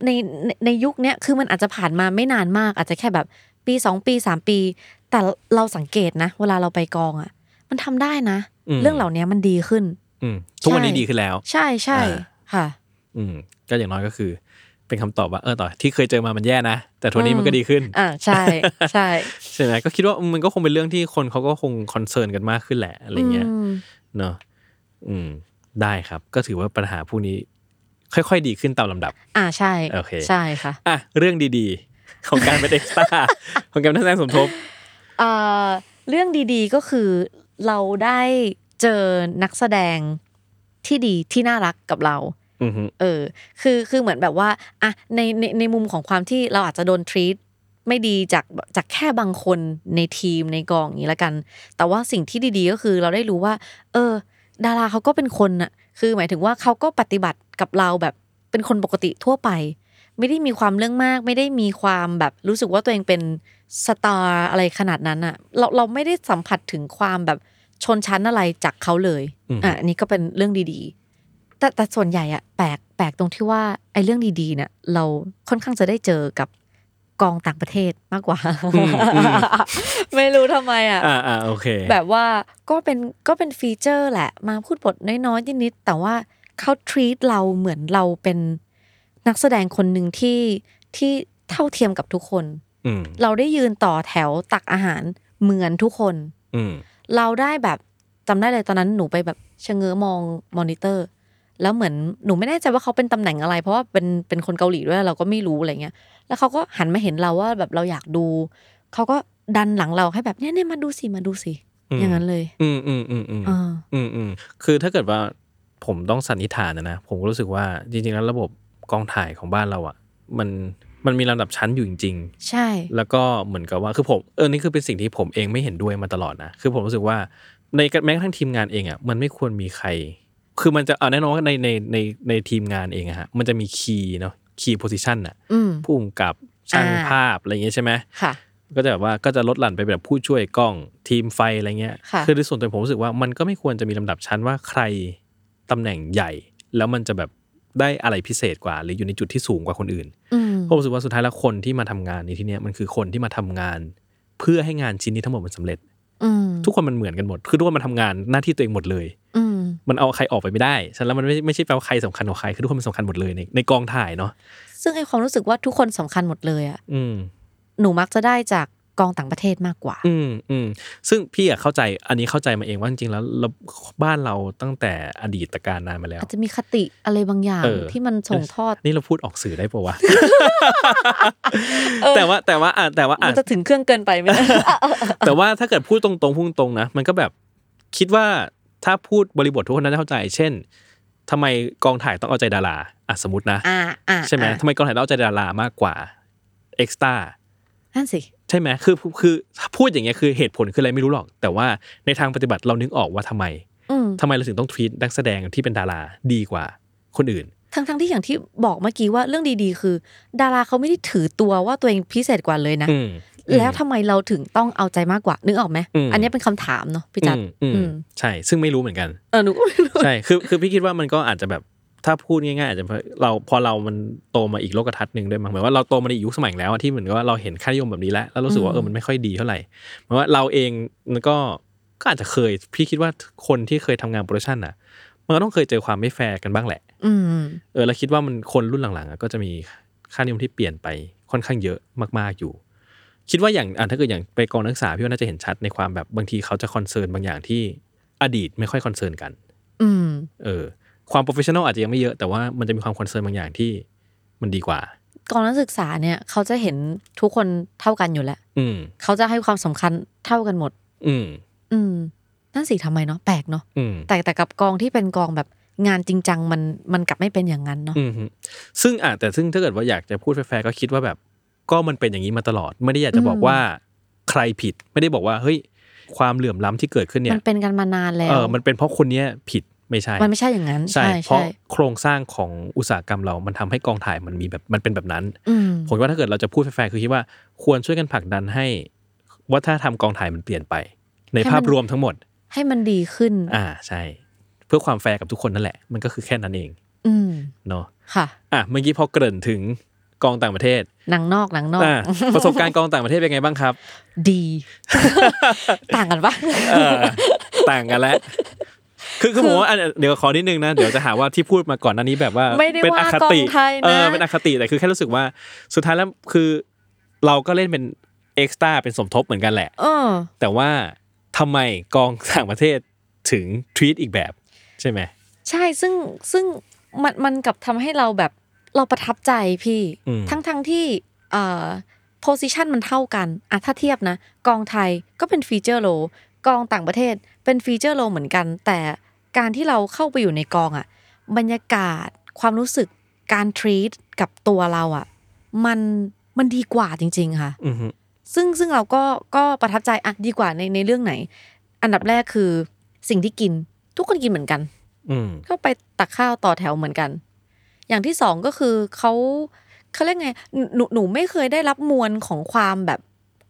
[SPEAKER 3] ในในในยุคเนี้ยคือมันอาจจะผ่านมาไม่นานมาก อาจจะแค่แบบปีสองปีสามปี แต่เราสังเกตนะ เวลาเราไปกองอ่ะ มันทำได้นะ
[SPEAKER 2] อืม
[SPEAKER 3] เรื่องเหล่านี้มันดีขึ้น
[SPEAKER 2] อืมทุกวันนี้
[SPEAKER 3] ใช่
[SPEAKER 2] ดีขึ้นแล้ว
[SPEAKER 3] ใช่ใช่
[SPEAKER 2] อ่า
[SPEAKER 3] ค่ะ
[SPEAKER 2] อืมก็อย่างน้อยก็คือ เป็นคำตอบว่าเออต่อที่เคยเจอมามันแย่นะแต่ทุกวันนี้มันก็
[SPEAKER 3] อืม
[SPEAKER 2] ดีขึ้น
[SPEAKER 3] อ่าใช่ใช่
[SPEAKER 2] ใช่ไหมก็คิดว่ามันก็คงเป็นเรื่องที่คนเขาก็คงคอนเซิร์นกันมากขึ้นแหละ อะไรเงี้ย
[SPEAKER 3] ม
[SPEAKER 2] เนาะอืม ได้ครับ ก็ถือว่าปัญหาพวกนี้ ค่อยๆ ดีขึ้นตามลำดับ
[SPEAKER 3] อ่าใช่
[SPEAKER 2] โอเค
[SPEAKER 3] ใช่ค่ะ
[SPEAKER 2] อ่ะ เรื่องดีๆ ของการเป็นเอ็กซ์ตร้า ของการเป็นนักแสดงสมทบ
[SPEAKER 3] เอ่อเรื่องดีๆก็คือเราได้เจอนักแสดงที่ดีที่น่ารักกับเรา
[SPEAKER 2] อือฮึ
[SPEAKER 3] เออ คือ คือ เหมือนแบบว่า อ่ะ ใน ใน ในมุมของความที่เราอาจจะโดนทรีตไม่ดีจาก จากแค่บางคนในทีมในกองอย่างนี้ละกัน แต่ว่าสิ่งที่ดีๆ ก็คือเราได้รู้ว่า เออ ดาราเขาก็เป็นคนน่ะ คือหมายถึงว่าเขาก็ปฏิบัติกับเราแบบเป็นคนปกติทั่วไป ไม่ได้มีความเรื่องมาก ไม่ได้มีความแบบรู้สึกว่าตัวเองเป็นสตาร์อะไรขนาดนั้นอะเรา เราไม่ได้สัมผัสถึงความแบบชนชั้นอะไรจากเขาเลย
[SPEAKER 2] อือฮึ
[SPEAKER 3] อ่ะอันนี้ก็เป็นเรื่องดีๆ แต่แต่ส่วนใหญ่อะแปลกแปลกตรงที่ว่าไอ้เรื่องดีๆเนี่ยเราค่อนข้างจะได้เจอกับกองต่างประเทศมากกว่า ไม่รู้ทำไมอะ
[SPEAKER 2] อ่าอ่าโอเค
[SPEAKER 3] แบบว่าก็เป็นก็เป็นฟีเจอร์แหละ มาพูดบทน้อยๆนิดๆแต่ว่าเขา treat เราเหมือนเราเป็นนักแสดงคนหนึ่งที่ที่เท่าเทียมกับทุกคน
[SPEAKER 2] อืม
[SPEAKER 3] เราได้ยืนต่อแถวตักอาหารเหมือนทุกคน
[SPEAKER 2] อืม
[SPEAKER 3] เราได้แบบจำได้เลยตอนนั้นหนูไปแบบชะเง้อมองมอนิเตอร์ แล้วเหมือนหนูไม่แน่ใจว่าเขาเป็นตำแหน่งอะไร เพราะว่าเป็นเป็นคนเกาหลีด้วยเราก็ไม่รู้อะไรเงี้ย แล้วเขาก็หันมาเห็นเราว่าแบบเราอยากดู เขาก็ดันหลังเราให้แบบเนี่ยเนี่ยมาดูสิมาดูสิ
[SPEAKER 2] ม
[SPEAKER 3] อย่างนั้นเลย
[SPEAKER 2] อืมอืมอืมอืม
[SPEAKER 3] อ่า
[SPEAKER 2] อืมอืมคือถ้าเกิดว่าผมต้องสันนิษฐานนะนะผมก็รู้สึกว่าจริงๆแล้วระบบกองถ่ายของบ้านเราอะ่ะ มันมันมีลำดับชั้นอยู่จริง
[SPEAKER 3] ใช่
[SPEAKER 2] ๆ แล้วก็เหมือนกับว่าคือผมเออนี่คือเป็นสิ่งที่ผมเองไม่เห็นด้วยมาตลอดนะคือผมรู้สึกว่าในแม้กระทั่งทีมงานเองอะ่ะมันไม่ควรมีใคร คือมันจะเอาแน่นอนว่าในในในในทีมงานเองอะฮะมันจะมีคีย์เนาะคีย์โพซิชันอ่ะ
[SPEAKER 3] อืม
[SPEAKER 2] ผู้กำกับช่าง
[SPEAKER 3] อ่า
[SPEAKER 2] ภาพอะไรอย่างเงี้ยใช่ไหม
[SPEAKER 3] ค่ะ
[SPEAKER 2] ก็จะแบบว่าก็จะลดหลั่นไปแบบผู้ช่วยกล้องทีมไฟอะไรเงี้ย
[SPEAKER 3] ค่ะ
[SPEAKER 2] อในส่วนตัวผมรู้สึกว่ามันก็ไม่ควรจะมีลำดับชั้นว่าใครตำแหน่งใหญ่ แล้วมันจะแบบได้อะไรพิเศษกว่า หรืออยู่ในจุดที่สูงกว่าคนอื่น
[SPEAKER 3] อืม
[SPEAKER 2] ผมรู้สึกว่าสุดท้ายแล้วคนที่มาทำงานในที่เนี้ยมันคือคนที่มาทำงาน เพื่อให้งานชิ้นนี้ทั้งหมดมันสำเร็จ
[SPEAKER 3] อืม
[SPEAKER 2] ทุกคนมันเหมือนกันหมด คือทุกคนมาทำงานหน้าที่ตัวเองหมดเลย
[SPEAKER 3] อืม
[SPEAKER 2] มันเอาใครออกไปไม่ได้ฉะนั้นแล้วมันไม่ไม่ใช่แปลว่าใครสำคัญกว่าใครคือทุกคนมันสำคัญหมดเลยในในกองถ่ายเนาะ
[SPEAKER 3] ซึ่งไอความรู้สึกว่าทุกคนสำคัญหมดเลยอะ
[SPEAKER 2] อืม
[SPEAKER 3] หนูมักจะได้จากกองต่างประเทศมากกว่า
[SPEAKER 2] อืมอืมซึ่งพี่อะเข้าใจอันนี้เข้าใจมาเองว่าจริงๆแล้วเราบ้านเราตั้งแต่อดีตการนานมาแล้ว
[SPEAKER 3] อาจจะมีคติอะไรบางอย่าง
[SPEAKER 2] เออ
[SPEAKER 3] ที่มันส่งทอด
[SPEAKER 2] นี่เราพูดออกสื่อได้ปะวะ
[SPEAKER 3] เออ
[SPEAKER 2] แต่ว่าแต่ว่าอ่ะแต่ว่าอ่ะ
[SPEAKER 3] มันจะถึงเครื่องเกินไปไหม
[SPEAKER 2] แต่ว่าถ้าเกิดพูดตรงๆพูดตรงๆนะมันก็แบบคิดว่าถ้าพูดบริบททุกคนน่าจะเข้าใจ เช่นทำไมกองถ่ายต้องเอาใจดาราอ่ะสมมตินะ
[SPEAKER 3] อ่าอ่า
[SPEAKER 2] ใช่ไหม
[SPEAKER 3] อ่า
[SPEAKER 2] ทำไมกองถ่ายต้องเอาใจดารามากกว่าเอ็กซ์ตา
[SPEAKER 3] นั่นสิ
[SPEAKER 2] ใช่ไหมคือคือพูดอย่างเงี้ยคือเหตุผลคืออะไรไม่รู้หรอก แต่ว่าในทางปฏิบัติเรานึกออกว่าทำไม
[SPEAKER 3] อืม
[SPEAKER 2] ทำไมเราถึงต้องทวีตนักแสดงที่เป็นดาราดีกว่าคนอื่น
[SPEAKER 3] ทั้งทั้งที่อย่างที่บอกเมื่อกี้ว่าเรื่องดีๆ คือ ดาราเขาไม่ได้ถือตัวว่าตัวเองพิเศษกว่าเลยนะ
[SPEAKER 2] อืม
[SPEAKER 3] แล้วทำไมเราถึงต้องเอาใจมากกว่า นึกออกไหม
[SPEAKER 2] อืม
[SPEAKER 3] อันเนี้ยเป็นคำถามเนาะพี่จัด
[SPEAKER 2] อืมอืม
[SPEAKER 3] อืม
[SPEAKER 2] ใช่ ซึ่งไม่รู้เหมือนกัน
[SPEAKER 3] เออหนูก็ไม่รู้
[SPEAKER 2] ใช่ คือคือพี่คิดว่ามันก็อาจจะแบบถ้าพูดง่ายๆอาจจะเราพอเรามันโตมาอีกโลกทัศน์หนึ่งด้วยมั้งหมายว่าเราโตมาในอีกยุคสมัยแล้วอะที่เหมือนกับว่าเราเห็นค่านิยมแบบนี้แล้วแล้วรู้สึกว่า
[SPEAKER 3] อืม
[SPEAKER 2] เออมันไม่ค่อยดีเท่าไหร่หมายว่าเราเองมันก็ก็อาจจะเคย พี่คิดว่าคนที่เคยทำงานโปรดักชันอ่ะ มันก็ต้องเคยเจอความไม่แฟร์กันบ้างแหละ
[SPEAKER 3] อืม
[SPEAKER 2] เออแล้วคิดว่ามันคนรุ่นหลังๆอะก็จะมีค่านิยมที่เปลี่ยนไปค่อนข้างเยอะมากๆอยู่ คิดว่าอย่างอ่ะถ้าเกิดอย่างไปกองนักศึกษาพี่ว่าน่าจะเห็นชัดในความแบบบางทีเขาจะคอนเซิร์นบางอย่างที่อดีตไม่ค่อยคอนเซิร์นกัน
[SPEAKER 3] อืม
[SPEAKER 2] เออความโปรเฟชชั่นอลอาจจะยังไม่เยอะแต่ว่ามันจะมีความคอนเซิร์นบางอย่างที่มันดีกว่า
[SPEAKER 3] กองนักศึกษาเนี่ยเขาจะเห็นทุกคนเท่ากันอยู่แล้ว
[SPEAKER 2] อืม
[SPEAKER 3] เขาจะให้ความสำคัญเท่ากันหมด
[SPEAKER 2] อืม
[SPEAKER 3] อืม นั่นสิทำไมเนาะแปลกเนาะ
[SPEAKER 2] อืม
[SPEAKER 3] แต่แต่กับกองที่เป็นกองแบบ งานจริงจังมันมันกลับไม่เป็นอย่างนั้นเนาะ
[SPEAKER 2] อืมฮึซึ่งอ่ะแต่ซึ่งถ้าเกิดว่าอยากจะพูดแฟร์ๆก็คิดว่าแบบ ก็มันเป็นอย่างนี้มาตลอด ไม่ได้อยากจะบอกว่าใครผิดไม่ได้บอกว่าเฮ้ยความเหลื่อมล้ำที่เกิดขึ้นเนี่
[SPEAKER 3] มั
[SPEAKER 2] ย
[SPEAKER 3] นเป็นกันมานานแล้ว
[SPEAKER 2] เออมันเป็นเพราะคนเนี้ยผิดไม่ใช่
[SPEAKER 3] มันไม่ใช่อย่างนั้น
[SPEAKER 2] ใช่
[SPEAKER 3] ใช่
[SPEAKER 2] เพราะ
[SPEAKER 3] ใช่
[SPEAKER 2] โครงสร้างของอุตสาหกรรมเรา มันทำให้กองถ่ายมันมีแบบ มันเป็นแบบนั้น
[SPEAKER 3] อืม
[SPEAKER 2] ผมว่าถ้าเกิดเราจะพูดแฟร์ๆคือคิดว่าควรช่วยกันผลักดันให้วัฒนธรรมกองถ่ายมันเปลี่ยนไป ในภาพรวมทั้งหมด
[SPEAKER 3] ให้มันดีขึ้น
[SPEAKER 2] อ่า ใช่ เพื่อความแฟร์กับทุกคนนั่นแหละ มันก็คือแค่นั้นเอง
[SPEAKER 3] อืม
[SPEAKER 2] เนาะ
[SPEAKER 3] ค่ะ
[SPEAKER 2] อ่ะ เมื่อกี้พอเกริ่นถึงกองต่างประเทศ
[SPEAKER 3] หนังนอกหนังนอก
[SPEAKER 2] อ่า ประสบการณ์กองต่างประเทศเป็นไงบ้าง ครับ
[SPEAKER 3] ดี ต่างกันปะ
[SPEAKER 2] เออต่างกันแล้ว คือคือผมว่าอันเดี๋ยวขอนิดนึงนะ เดี๋ยวจะหาว่าที่พูดมาก่อนหน้านี้แบบว่า
[SPEAKER 3] ไม่ได้
[SPEAKER 2] เป็นอ
[SPEAKER 3] ว่า
[SPEAKER 2] คติ
[SPEAKER 3] กองไทยนะ
[SPEAKER 2] เออเป็นอคติแต่คือแค่รู้สึกว่าสุดท้ายแล้วคือเราก็เล่นเป็นเอ็กซ์ตร้าเป็นสมทบเหมือนกันแหละ
[SPEAKER 3] เออ
[SPEAKER 2] แต่ว่าทำไมกองต่างประเทศถึงทวีตอีกแบบ ใช่ไหม
[SPEAKER 3] ใช่ซึ่งซึ่งมันมันกลับทำให้เราแบบเราประทับใจพี่
[SPEAKER 2] อืม
[SPEAKER 3] ทั้งทั้งที่เอ่อ position มันเท่ากันอ่ะถ้าเทียบนะ กองไทยก็เป็นฟีเจอร์โลกองต่างประเทศเป็นฟีเจอร์โลเหมือนกัน แต่การที่เราเข้าไปอยู่ในกองอ่ะ บรรยากาศความรู้สึกการทรีตกับตัวเราอ่ะ มันมันดีกว่าจริง ๆ ค่ะ
[SPEAKER 2] อือฮึ
[SPEAKER 3] ซึ่งซึ่งเราก็ก็ประทับใจอ่ะดีกว่าในในเรื่องไหน อันดับแรกคือสิ่งที่กินทุกคนกินเหมือนกัน
[SPEAKER 2] อืม
[SPEAKER 3] ก็ไปตักข้าวต่อแถวเหมือนกัน อย่างที่สองก็คือเขาเขาเรียกไงหนูหนูหนูไม่เคยได้รับมวลของความแบบ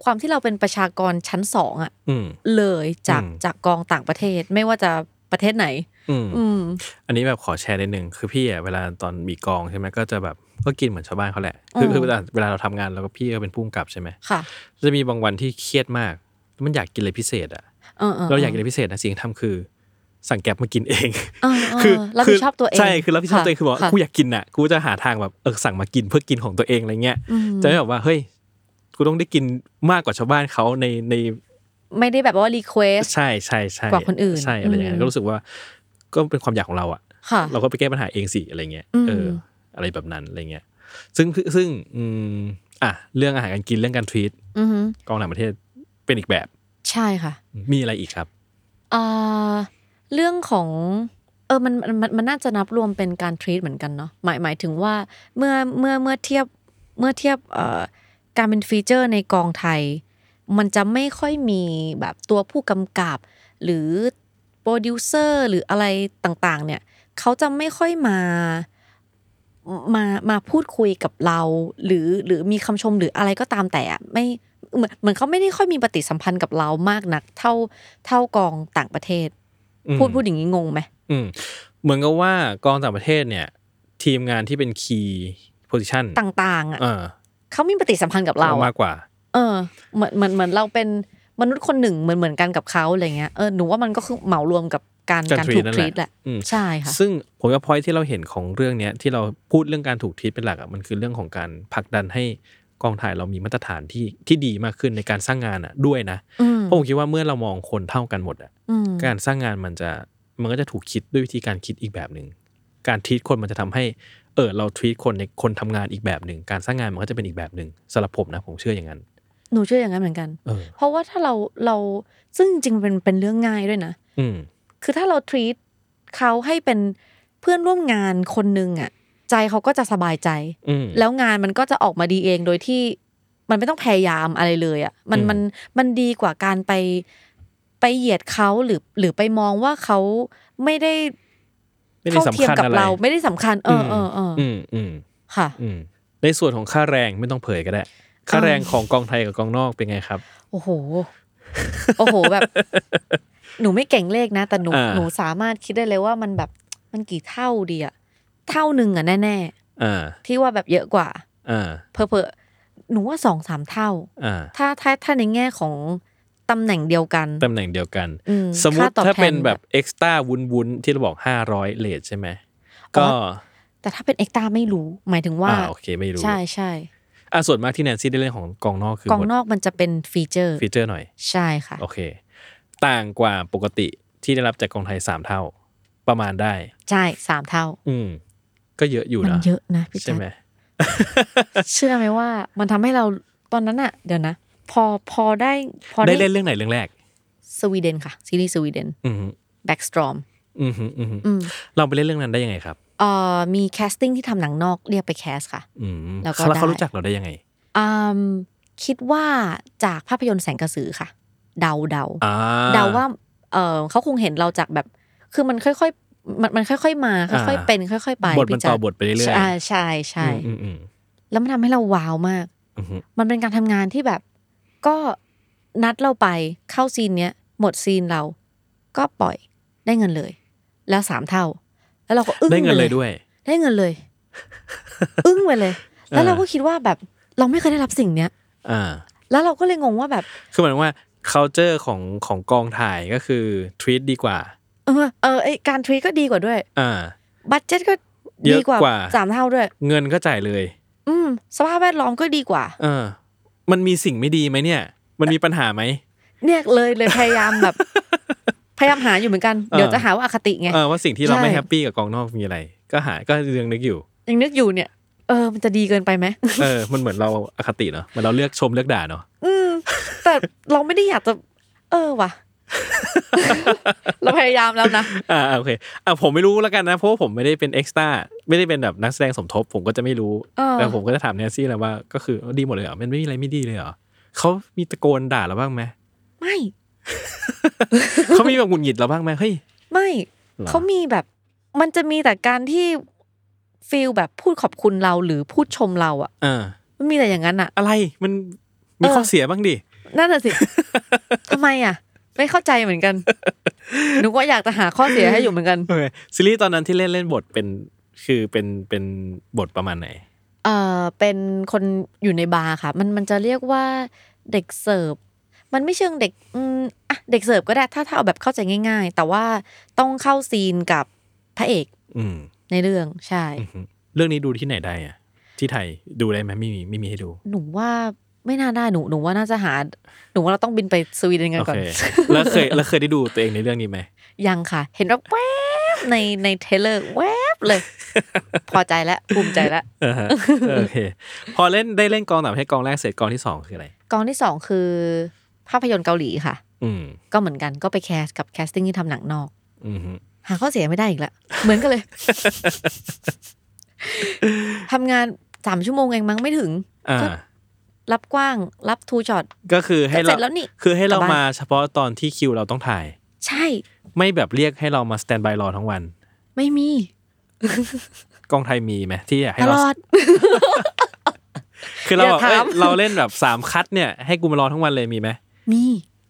[SPEAKER 3] ความที่เราเป็นประชากรชั้นสองอะ
[SPEAKER 2] อืม
[SPEAKER 3] เลยจาก
[SPEAKER 2] อืม
[SPEAKER 3] จากกองต่างประเทศไม่ว่าจะประเทศไหน
[SPEAKER 2] อืม
[SPEAKER 3] อืม
[SPEAKER 2] อันนี้แบบขอแชร์นิดนึงคือพี่อ่ะเวลาตอนมีกองใช่ไหมก็จะแบบก็กินเหมือนชาวบ้านเขาแหละคือ
[SPEAKER 3] อืม
[SPEAKER 2] คือเวลาเวลาเราทำงานเราก็พี่ก็เป็นผู้กำกับใช่ไหม
[SPEAKER 3] ค่ะ
[SPEAKER 2] จะมีบางวันที่เครียดมากแล้วมันอยากกินอะไรพิเศษอะ
[SPEAKER 3] เออ
[SPEAKER 2] เราอยากกินอะไรพิเศษนะสิ่งที่ทำคือ สั่งแก๊บมากินเอง
[SPEAKER 3] เออเออ
[SPEAKER 2] คือ
[SPEAKER 3] รับผิดชอบตัวเอง
[SPEAKER 2] ใช่คือรับผิดชอบตัวเองคือบอก
[SPEAKER 3] ะ
[SPEAKER 2] กูอยากกินอ่ะกูจะหาทางแบบเออสั่งมากินเพื่อกินของตัวเองอะไรเงี้ย
[SPEAKER 3] อืม
[SPEAKER 2] จะไม่แบบว่าเฮ้ยกูต้องได้กินมากกว่าชาวบ้านเขาในใน
[SPEAKER 3] ไม่ได้แบบว่ารีเควส
[SPEAKER 2] ใช่ใช่ใช่
[SPEAKER 3] กว่าคนอื่น
[SPEAKER 2] ใช่อะไรอย่างเงี้
[SPEAKER 3] อื
[SPEAKER 2] ย
[SPEAKER 3] ม
[SPEAKER 2] ก็รู้สึกว่าก็เป็นความอยากของเราอ่ะ
[SPEAKER 3] ค่ะ
[SPEAKER 2] เราก็ไปแก้ปัญหาเองสิอะไรเงี้ย
[SPEAKER 3] อืม
[SPEAKER 2] เออ อะไรแบบนั้นอะไรเงี้ย ซึ่งคือซึ่งอืมอ่ะเรื่องอาหารการกินเรื่องการทวีต
[SPEAKER 3] อือฮึ
[SPEAKER 2] กองหลังประเทศเป็นอีกแบบ
[SPEAKER 3] ใช่ค่ะ
[SPEAKER 2] มีอะไรอีกครับ
[SPEAKER 3] อ่าเรื่องของเออมันมันมันมันน่าจะนับรวมเป็นการทรีตเหมือนกันเนาะหมายหมายถึงว่าเมื่อเมื่อเมื่อเทียบเมื่อเทียบเอ่อการเป็นฟีเจอร์ในกองไทย มันจะไม่ค่อยมีแบบตัวผู้กำกับ หรือโปรดิวเซอร์หรืออะไรต่างๆ เนี่ยเขาจะไม่ค่อยมามามาพูดคุยกับเรา หรือหรือมีคำชมหรืออะไรก็ตามแต่อะไม่เหมือนเหมือนเขาไม่ได้ค่อยมีปฏิสัมพันธ์กับเรามากนัก เท่าเท่ากองต่างประเทศ
[SPEAKER 2] อืม
[SPEAKER 3] พูดพูดอย่างนี้งงไหม
[SPEAKER 2] อืมเหมือนกับว่ากองต่างประเทศเนี่ย ทีมงานที่เป็นคีย์โพซิชัน
[SPEAKER 3] ต่างๆอ่ะ
[SPEAKER 2] เออ
[SPEAKER 3] เขามีปฏิสัมพันธ์กับเรา
[SPEAKER 2] มา
[SPEAKER 3] อะ
[SPEAKER 2] กกว่า
[SPEAKER 3] เออเหมือนเหมือนเหมือนเราเป็นมนุษย์คนหนึ่งเหมือนเหมือนกันกับเขาอะไรเงี้ยเออหนูว่ามันก็คือเหมารวมกับการ
[SPEAKER 2] การ
[SPEAKER 3] การถูก
[SPEAKER 2] treat นั่นแหละ
[SPEAKER 3] ทรีตแหละ
[SPEAKER 2] อืม
[SPEAKER 3] ใช่ค่ะ
[SPEAKER 2] ซึ่งผมว่าพอยที่เราเห็นของเรื่องเนี้ยที่เราพูดเรื่องการถูกทิศเป็นหลักอ่ะมันคือเรื่องของการผลักดันให้กองถ่ายเรามีมาตรฐานที่ที่ดีมากขึ้นในการสร้างงานอ่ะด้วยนะ
[SPEAKER 3] อืม
[SPEAKER 2] เพราะผมคิดว่าเมื่อเรามองคนเท่ากันหมดอ่ะ
[SPEAKER 3] อืม
[SPEAKER 2] การสร้างงานมันจะมันก็จะถูกคิดด้วยวิธีการคิดอีกแบบหนึ่งการทีตคนมันจะทำให้เออเราทีตคนในคนทำงานอีกแบบหนึ่งการสร้างงานมันก็จะเป็นอีกแบบหนึ่งสำหรับผมนะผมเชื่ออย่างนั้น
[SPEAKER 3] หนูเชื่ออย่างนั้นเหมือนกัน
[SPEAKER 2] เออ
[SPEAKER 3] เพราะว่าถ้าเราเราซึ่งจริงๆเป็นเป็นเรื่องง่ายด้วยนะ
[SPEAKER 2] อืม
[SPEAKER 3] คือถ้าเรา treat เขาให้เป็นเพื่อนร่วมงานคนหนึ่งอ่ะ ใจเขาก็จะสบายใจ
[SPEAKER 2] อืม
[SPEAKER 3] แล้วงานมันก็จะออกมาดีเองโดยที่มันไม่ต้องพยายามอะไรเลยอ่ะมัน
[SPEAKER 2] อืม
[SPEAKER 3] มันมันดีกว่าการไปไปเหยียดเขาหรือหรือไปมองว่าเขาไม่ได้
[SPEAKER 2] ไม่ได้
[SPEAKER 3] เท่า
[SPEAKER 2] สำ
[SPEAKER 3] เทียม
[SPEAKER 2] คัญ
[SPEAKER 3] กับ
[SPEAKER 2] อะไร
[SPEAKER 3] เราไม่ได้สำคัญ เออเออเอออ
[SPEAKER 2] อืมอืม
[SPEAKER 3] ค่ะ
[SPEAKER 2] อืมในส่วนของค่าแรงไม่ต้องเผยก็ได้ ค่าแรงของกองไทยกับกองนอกเป็นไงครับ
[SPEAKER 3] โอ้โห โอ้โหแบบ หนูไม่เก่งเลขนะ แต่หนู
[SPEAKER 2] อ่า
[SPEAKER 3] หนูสามารถคิดได้เลยว่ามันแบบมันกี่เท่าดีอะเท่าหนึ่งอะแน่
[SPEAKER 2] อ่า
[SPEAKER 3] ๆ ที่ว่าแบบเยอะกว่า
[SPEAKER 2] อ่า
[SPEAKER 3] เพอเพอๆหนูว่าสองสามเท่า
[SPEAKER 2] อ่า
[SPEAKER 3] ถ้าถ้าถ้าในแง่ของตำแหน่งเดียวกัน
[SPEAKER 2] ตำแหน่งเดียวกัน
[SPEAKER 3] อื
[SPEAKER 2] สมมติ
[SPEAKER 3] ค่ตอ
[SPEAKER 2] ถ้า
[SPEAKER 3] ท
[SPEAKER 2] เป็นแบบเอ็กซ์ต้าวุ้นวุ้นๆที่เราบอกห้าร้อยเลทใช่ไหมก็
[SPEAKER 3] แต่ถ้าเป็นเอ็กตาไม่รู้ หมายถึงว่า
[SPEAKER 2] อ่าโอเคไม่รู้
[SPEAKER 3] ใช่ใช่
[SPEAKER 2] อ่ะส่วนมากที่แนนซี่ได้เล่นของกองนอกคือก
[SPEAKER 3] อง
[SPEAKER 2] หมด
[SPEAKER 3] นอกมันจะเป็นฟีเจอร์
[SPEAKER 2] ฟีเจอร์หน่อย
[SPEAKER 3] ใช่ค่ะ
[SPEAKER 2] โอเค ต่างกว่าปกติที่ได้รับจากกองไทยสามเท่า ประมาณได้
[SPEAKER 3] ใช่สามเท่า
[SPEAKER 2] อืม ก็เยอะอยู่
[SPEAKER 3] มัน
[SPEAKER 2] นะ
[SPEAKER 3] เยอะนะพี่
[SPEAKER 2] ใช่
[SPEAKER 3] แจ๊ค
[SPEAKER 2] ไหม
[SPEAKER 3] เชื่อไหมว่ามันทำให้เราตอนนั้นอะเดี๋ยวนะ พอพอได้พอ
[SPEAKER 2] ได้เล่
[SPEAKER 3] ได้
[SPEAKER 2] นเรื่องไหนเรื่องแรก
[SPEAKER 3] สวีเดนค่ะ ซีรีส์สวีเดน
[SPEAKER 2] อืม
[SPEAKER 3] แบ็กสตรอม
[SPEAKER 2] อือหืออือหือ
[SPEAKER 3] อืม
[SPEAKER 2] เราไปเล่นเรื่องนั้นได้ยังไงครับ
[SPEAKER 3] เอ่อมีแคสติ้งที่ทำหนังนอกเรียกไปแคสค่ะ
[SPEAKER 2] อืม
[SPEAKER 3] แล้วก็
[SPEAKER 2] เขาแล้วเขา
[SPEAKER 3] ได้
[SPEAKER 2] รู้จักเราได้ยังไง
[SPEAKER 3] อืมคิดว่าจากภาพยนตร์แสงกระสือค่ะ เดาเดา
[SPEAKER 2] อ่า
[SPEAKER 3] เดาว่าเออเขาคงเห็นเราจากแบบ คือมันค่อยๆมันมันค่อย ๆ มาค่อยๆเป็น ค่อย ๆ ไป
[SPEAKER 2] บทมัน
[SPEAKER 3] พี่แจ๊
[SPEAKER 2] ต่อ
[SPEAKER 3] ค
[SPEAKER 2] บทไปเรื่อยๆ
[SPEAKER 3] อ่าใช่ใช่
[SPEAKER 2] อืมอืม
[SPEAKER 3] แล้วมันทำให้เราว้าวมาก
[SPEAKER 2] อืมอืม
[SPEAKER 3] มันเป็นการทำงานที่แบบก็นัดเราไปเข้าซีนเนี้ยหมดซีนเรา ก็ปล่อยได้เงินเลย แล้วสามเท่า แล้วเราก็อึ้ง
[SPEAKER 2] ได้เงิน
[SPEAKER 3] ไป
[SPEAKER 2] เลยด้วย
[SPEAKER 3] ได้เงินเลย อึ้งไป เลย แล้วเราก็คิดว่าแบบเราไม่เคยได้รับสิ่งเนี้ย
[SPEAKER 2] อ่า
[SPEAKER 3] แล้วเราก็เลยงงว่าแบบ
[SPEAKER 2] คือหมายถึงว่า culture ของของกองถ่ายก็คือ treat ดีกว่า
[SPEAKER 3] เออเออไอการทรีตก็ดีกว่าด้วย
[SPEAKER 2] อ่า
[SPEAKER 3] บัตเจ็ตก็
[SPEAKER 2] เย
[SPEAKER 3] ดี
[SPEAKER 2] อะก
[SPEAKER 3] กว่า
[SPEAKER 2] ว่า
[SPEAKER 3] สามเท่าด้วย
[SPEAKER 2] เงินก็จ่ายเลย
[SPEAKER 3] อืม สภาพแวดล้อมก็ดีกว่า
[SPEAKER 2] เออ มันมีสิ่งไม่ดีไหมเนี่ย มันมีปัญหาไหม
[SPEAKER 3] เนี่ยเลยเลยพยายามแบบ พยายามหาอยู่เหมือนกัน เดี๋ยวจะหาว่าอคติไง
[SPEAKER 2] เออว่าสิ่งที่เรา
[SPEAKER 3] ใช่
[SPEAKER 2] ไม่แฮปปี้กับกองนอกมีอะไร ก็หาก็ยังนึกอยู่
[SPEAKER 3] ยังนึกอยู่เนี่ย เออ มันจะดีเกินไปไหม
[SPEAKER 2] เออ มันเหมือนเราอคติเนาะเหมือนเราเลือกชมเลือกด่าเนาะ
[SPEAKER 3] อืม แต่เราไม่ได้อยากจะ เออ ว่ะ เราพยายามแล้วนะ
[SPEAKER 2] อ่าโอเคอ่ะผมไม่รู้แล้วกันนะเพราะว่าผมไม่ได้เป็นเอ็กซ์ต้าไม่ได้เป็นแบบนักแสดงสมทบ ผมก็จะไม่รู้
[SPEAKER 3] เออ
[SPEAKER 2] แต่ผมก็จะถามแนนซี่แหละว่าก็คือดีหมดเลยเหรอมันไม่มีอะไรไม่ดีเลยเหรอเขามีตะโกนด่าเราบ้างไหม
[SPEAKER 3] ไม่
[SPEAKER 2] เขามีแบบหงุดหงิดเราบ้างไหมเฮ้ย
[SPEAKER 3] ไม่
[SPEAKER 2] หรอ
[SPEAKER 3] เขามีแบบ มันจะมีแต่การที่ฟีลแบบพูดขอบคุณเราหรือพูดชมเราอะ
[SPEAKER 2] อ่า
[SPEAKER 3] มันมีแต่อย่างนั้นอะ
[SPEAKER 2] อะไรมันมี
[SPEAKER 3] เออ
[SPEAKER 2] ข้อเสียบ้างดิ
[SPEAKER 3] นั่นน่ะสิ ทำไมอ่ะ ไม่เข้าใจเหมือนกัน นึกว่าอยากจะหาข้อเสียให้อยู่เหมือนกัน
[SPEAKER 2] โอเคซีรีส์ตอนนั้นที่เล่นเล่นบทเป็นคือเป็นเป็นบทประมาณไหน
[SPEAKER 3] เอ่อ เป็นคนอยู่ในบาร์ค่ะ มันมันจะเรียกว่าเด็กเสิร์ฟ มันไม่เชิงเด็ก อืมอ่ะ เด็กเสิร์ฟก็ได้ ถ้าถ้าเอาแบบเข้าใจง่าย ๆ แต่ว่าต้องเข้าซีนกับพระเอก
[SPEAKER 2] อืม
[SPEAKER 3] ในเรื่องใช่
[SPEAKER 2] อือฮึเรื่องนี้ดูที่ไหนได้อะที่ไทยดูได้ไหมไม่มีไม่มีให้ดู
[SPEAKER 3] หนูว่าไม่น่าได้หนูหนูว่าน่าจะหา หนูว่าเราต้องบินไปสวีเดนกัน
[SPEAKER 2] โอ
[SPEAKER 3] ก่อน
[SPEAKER 2] เค แล้วเคยแล้วเคยได้ดูตัวเองในเรื่องนี้ไหม
[SPEAKER 3] ยังค่ะ เห็นแบบแวบในในเทรลเลอร์แวบเลย พอใจแล้วภูมิใจแล้ว
[SPEAKER 2] อ่าฮะโอเค พอเล่นได้เล่นกองต่างประเทศกองแรกเสร็จกองที่สองคืออะไร
[SPEAKER 3] กองที่สองคือภาพยนตร์เกาหลีค่ะ
[SPEAKER 2] อืม
[SPEAKER 3] ก็เหมือนกันก็ไปแคสกับแคสติ้งที่ทำหนังนอก
[SPEAKER 2] อืมฮึ
[SPEAKER 3] หาข้อเสียไม่ได้อีกละเหมือนกันเลย ทำงานสามชั่วโมงเองมั้งไม่ถึง
[SPEAKER 2] อ่า
[SPEAKER 3] รับกว้างรับทูช็อต
[SPEAKER 2] ก็คือให้
[SPEAKER 3] ก็เสร็
[SPEAKER 2] เรา
[SPEAKER 3] จแล้วนี่
[SPEAKER 2] คือให้เรา
[SPEAKER 3] กลับบ้าน
[SPEAKER 2] มาเฉพาะตอนที่คิวเราต้องถ่าย
[SPEAKER 3] ใช่
[SPEAKER 2] ไม่แบบเรียกให้เรามาสแตนบายรอทั้งวัน
[SPEAKER 3] ไม่มี
[SPEAKER 2] กองไทยมีไหมที่อยากให้
[SPEAKER 3] ตล
[SPEAKER 2] เรา
[SPEAKER 3] อด
[SPEAKER 2] คือเราแบบ
[SPEAKER 3] อย่าถาม
[SPEAKER 2] เอ้ยเราเล่นแบบสามคัดเนี่ยให้กูมารอทั้งวันเลยมีไหม
[SPEAKER 3] มี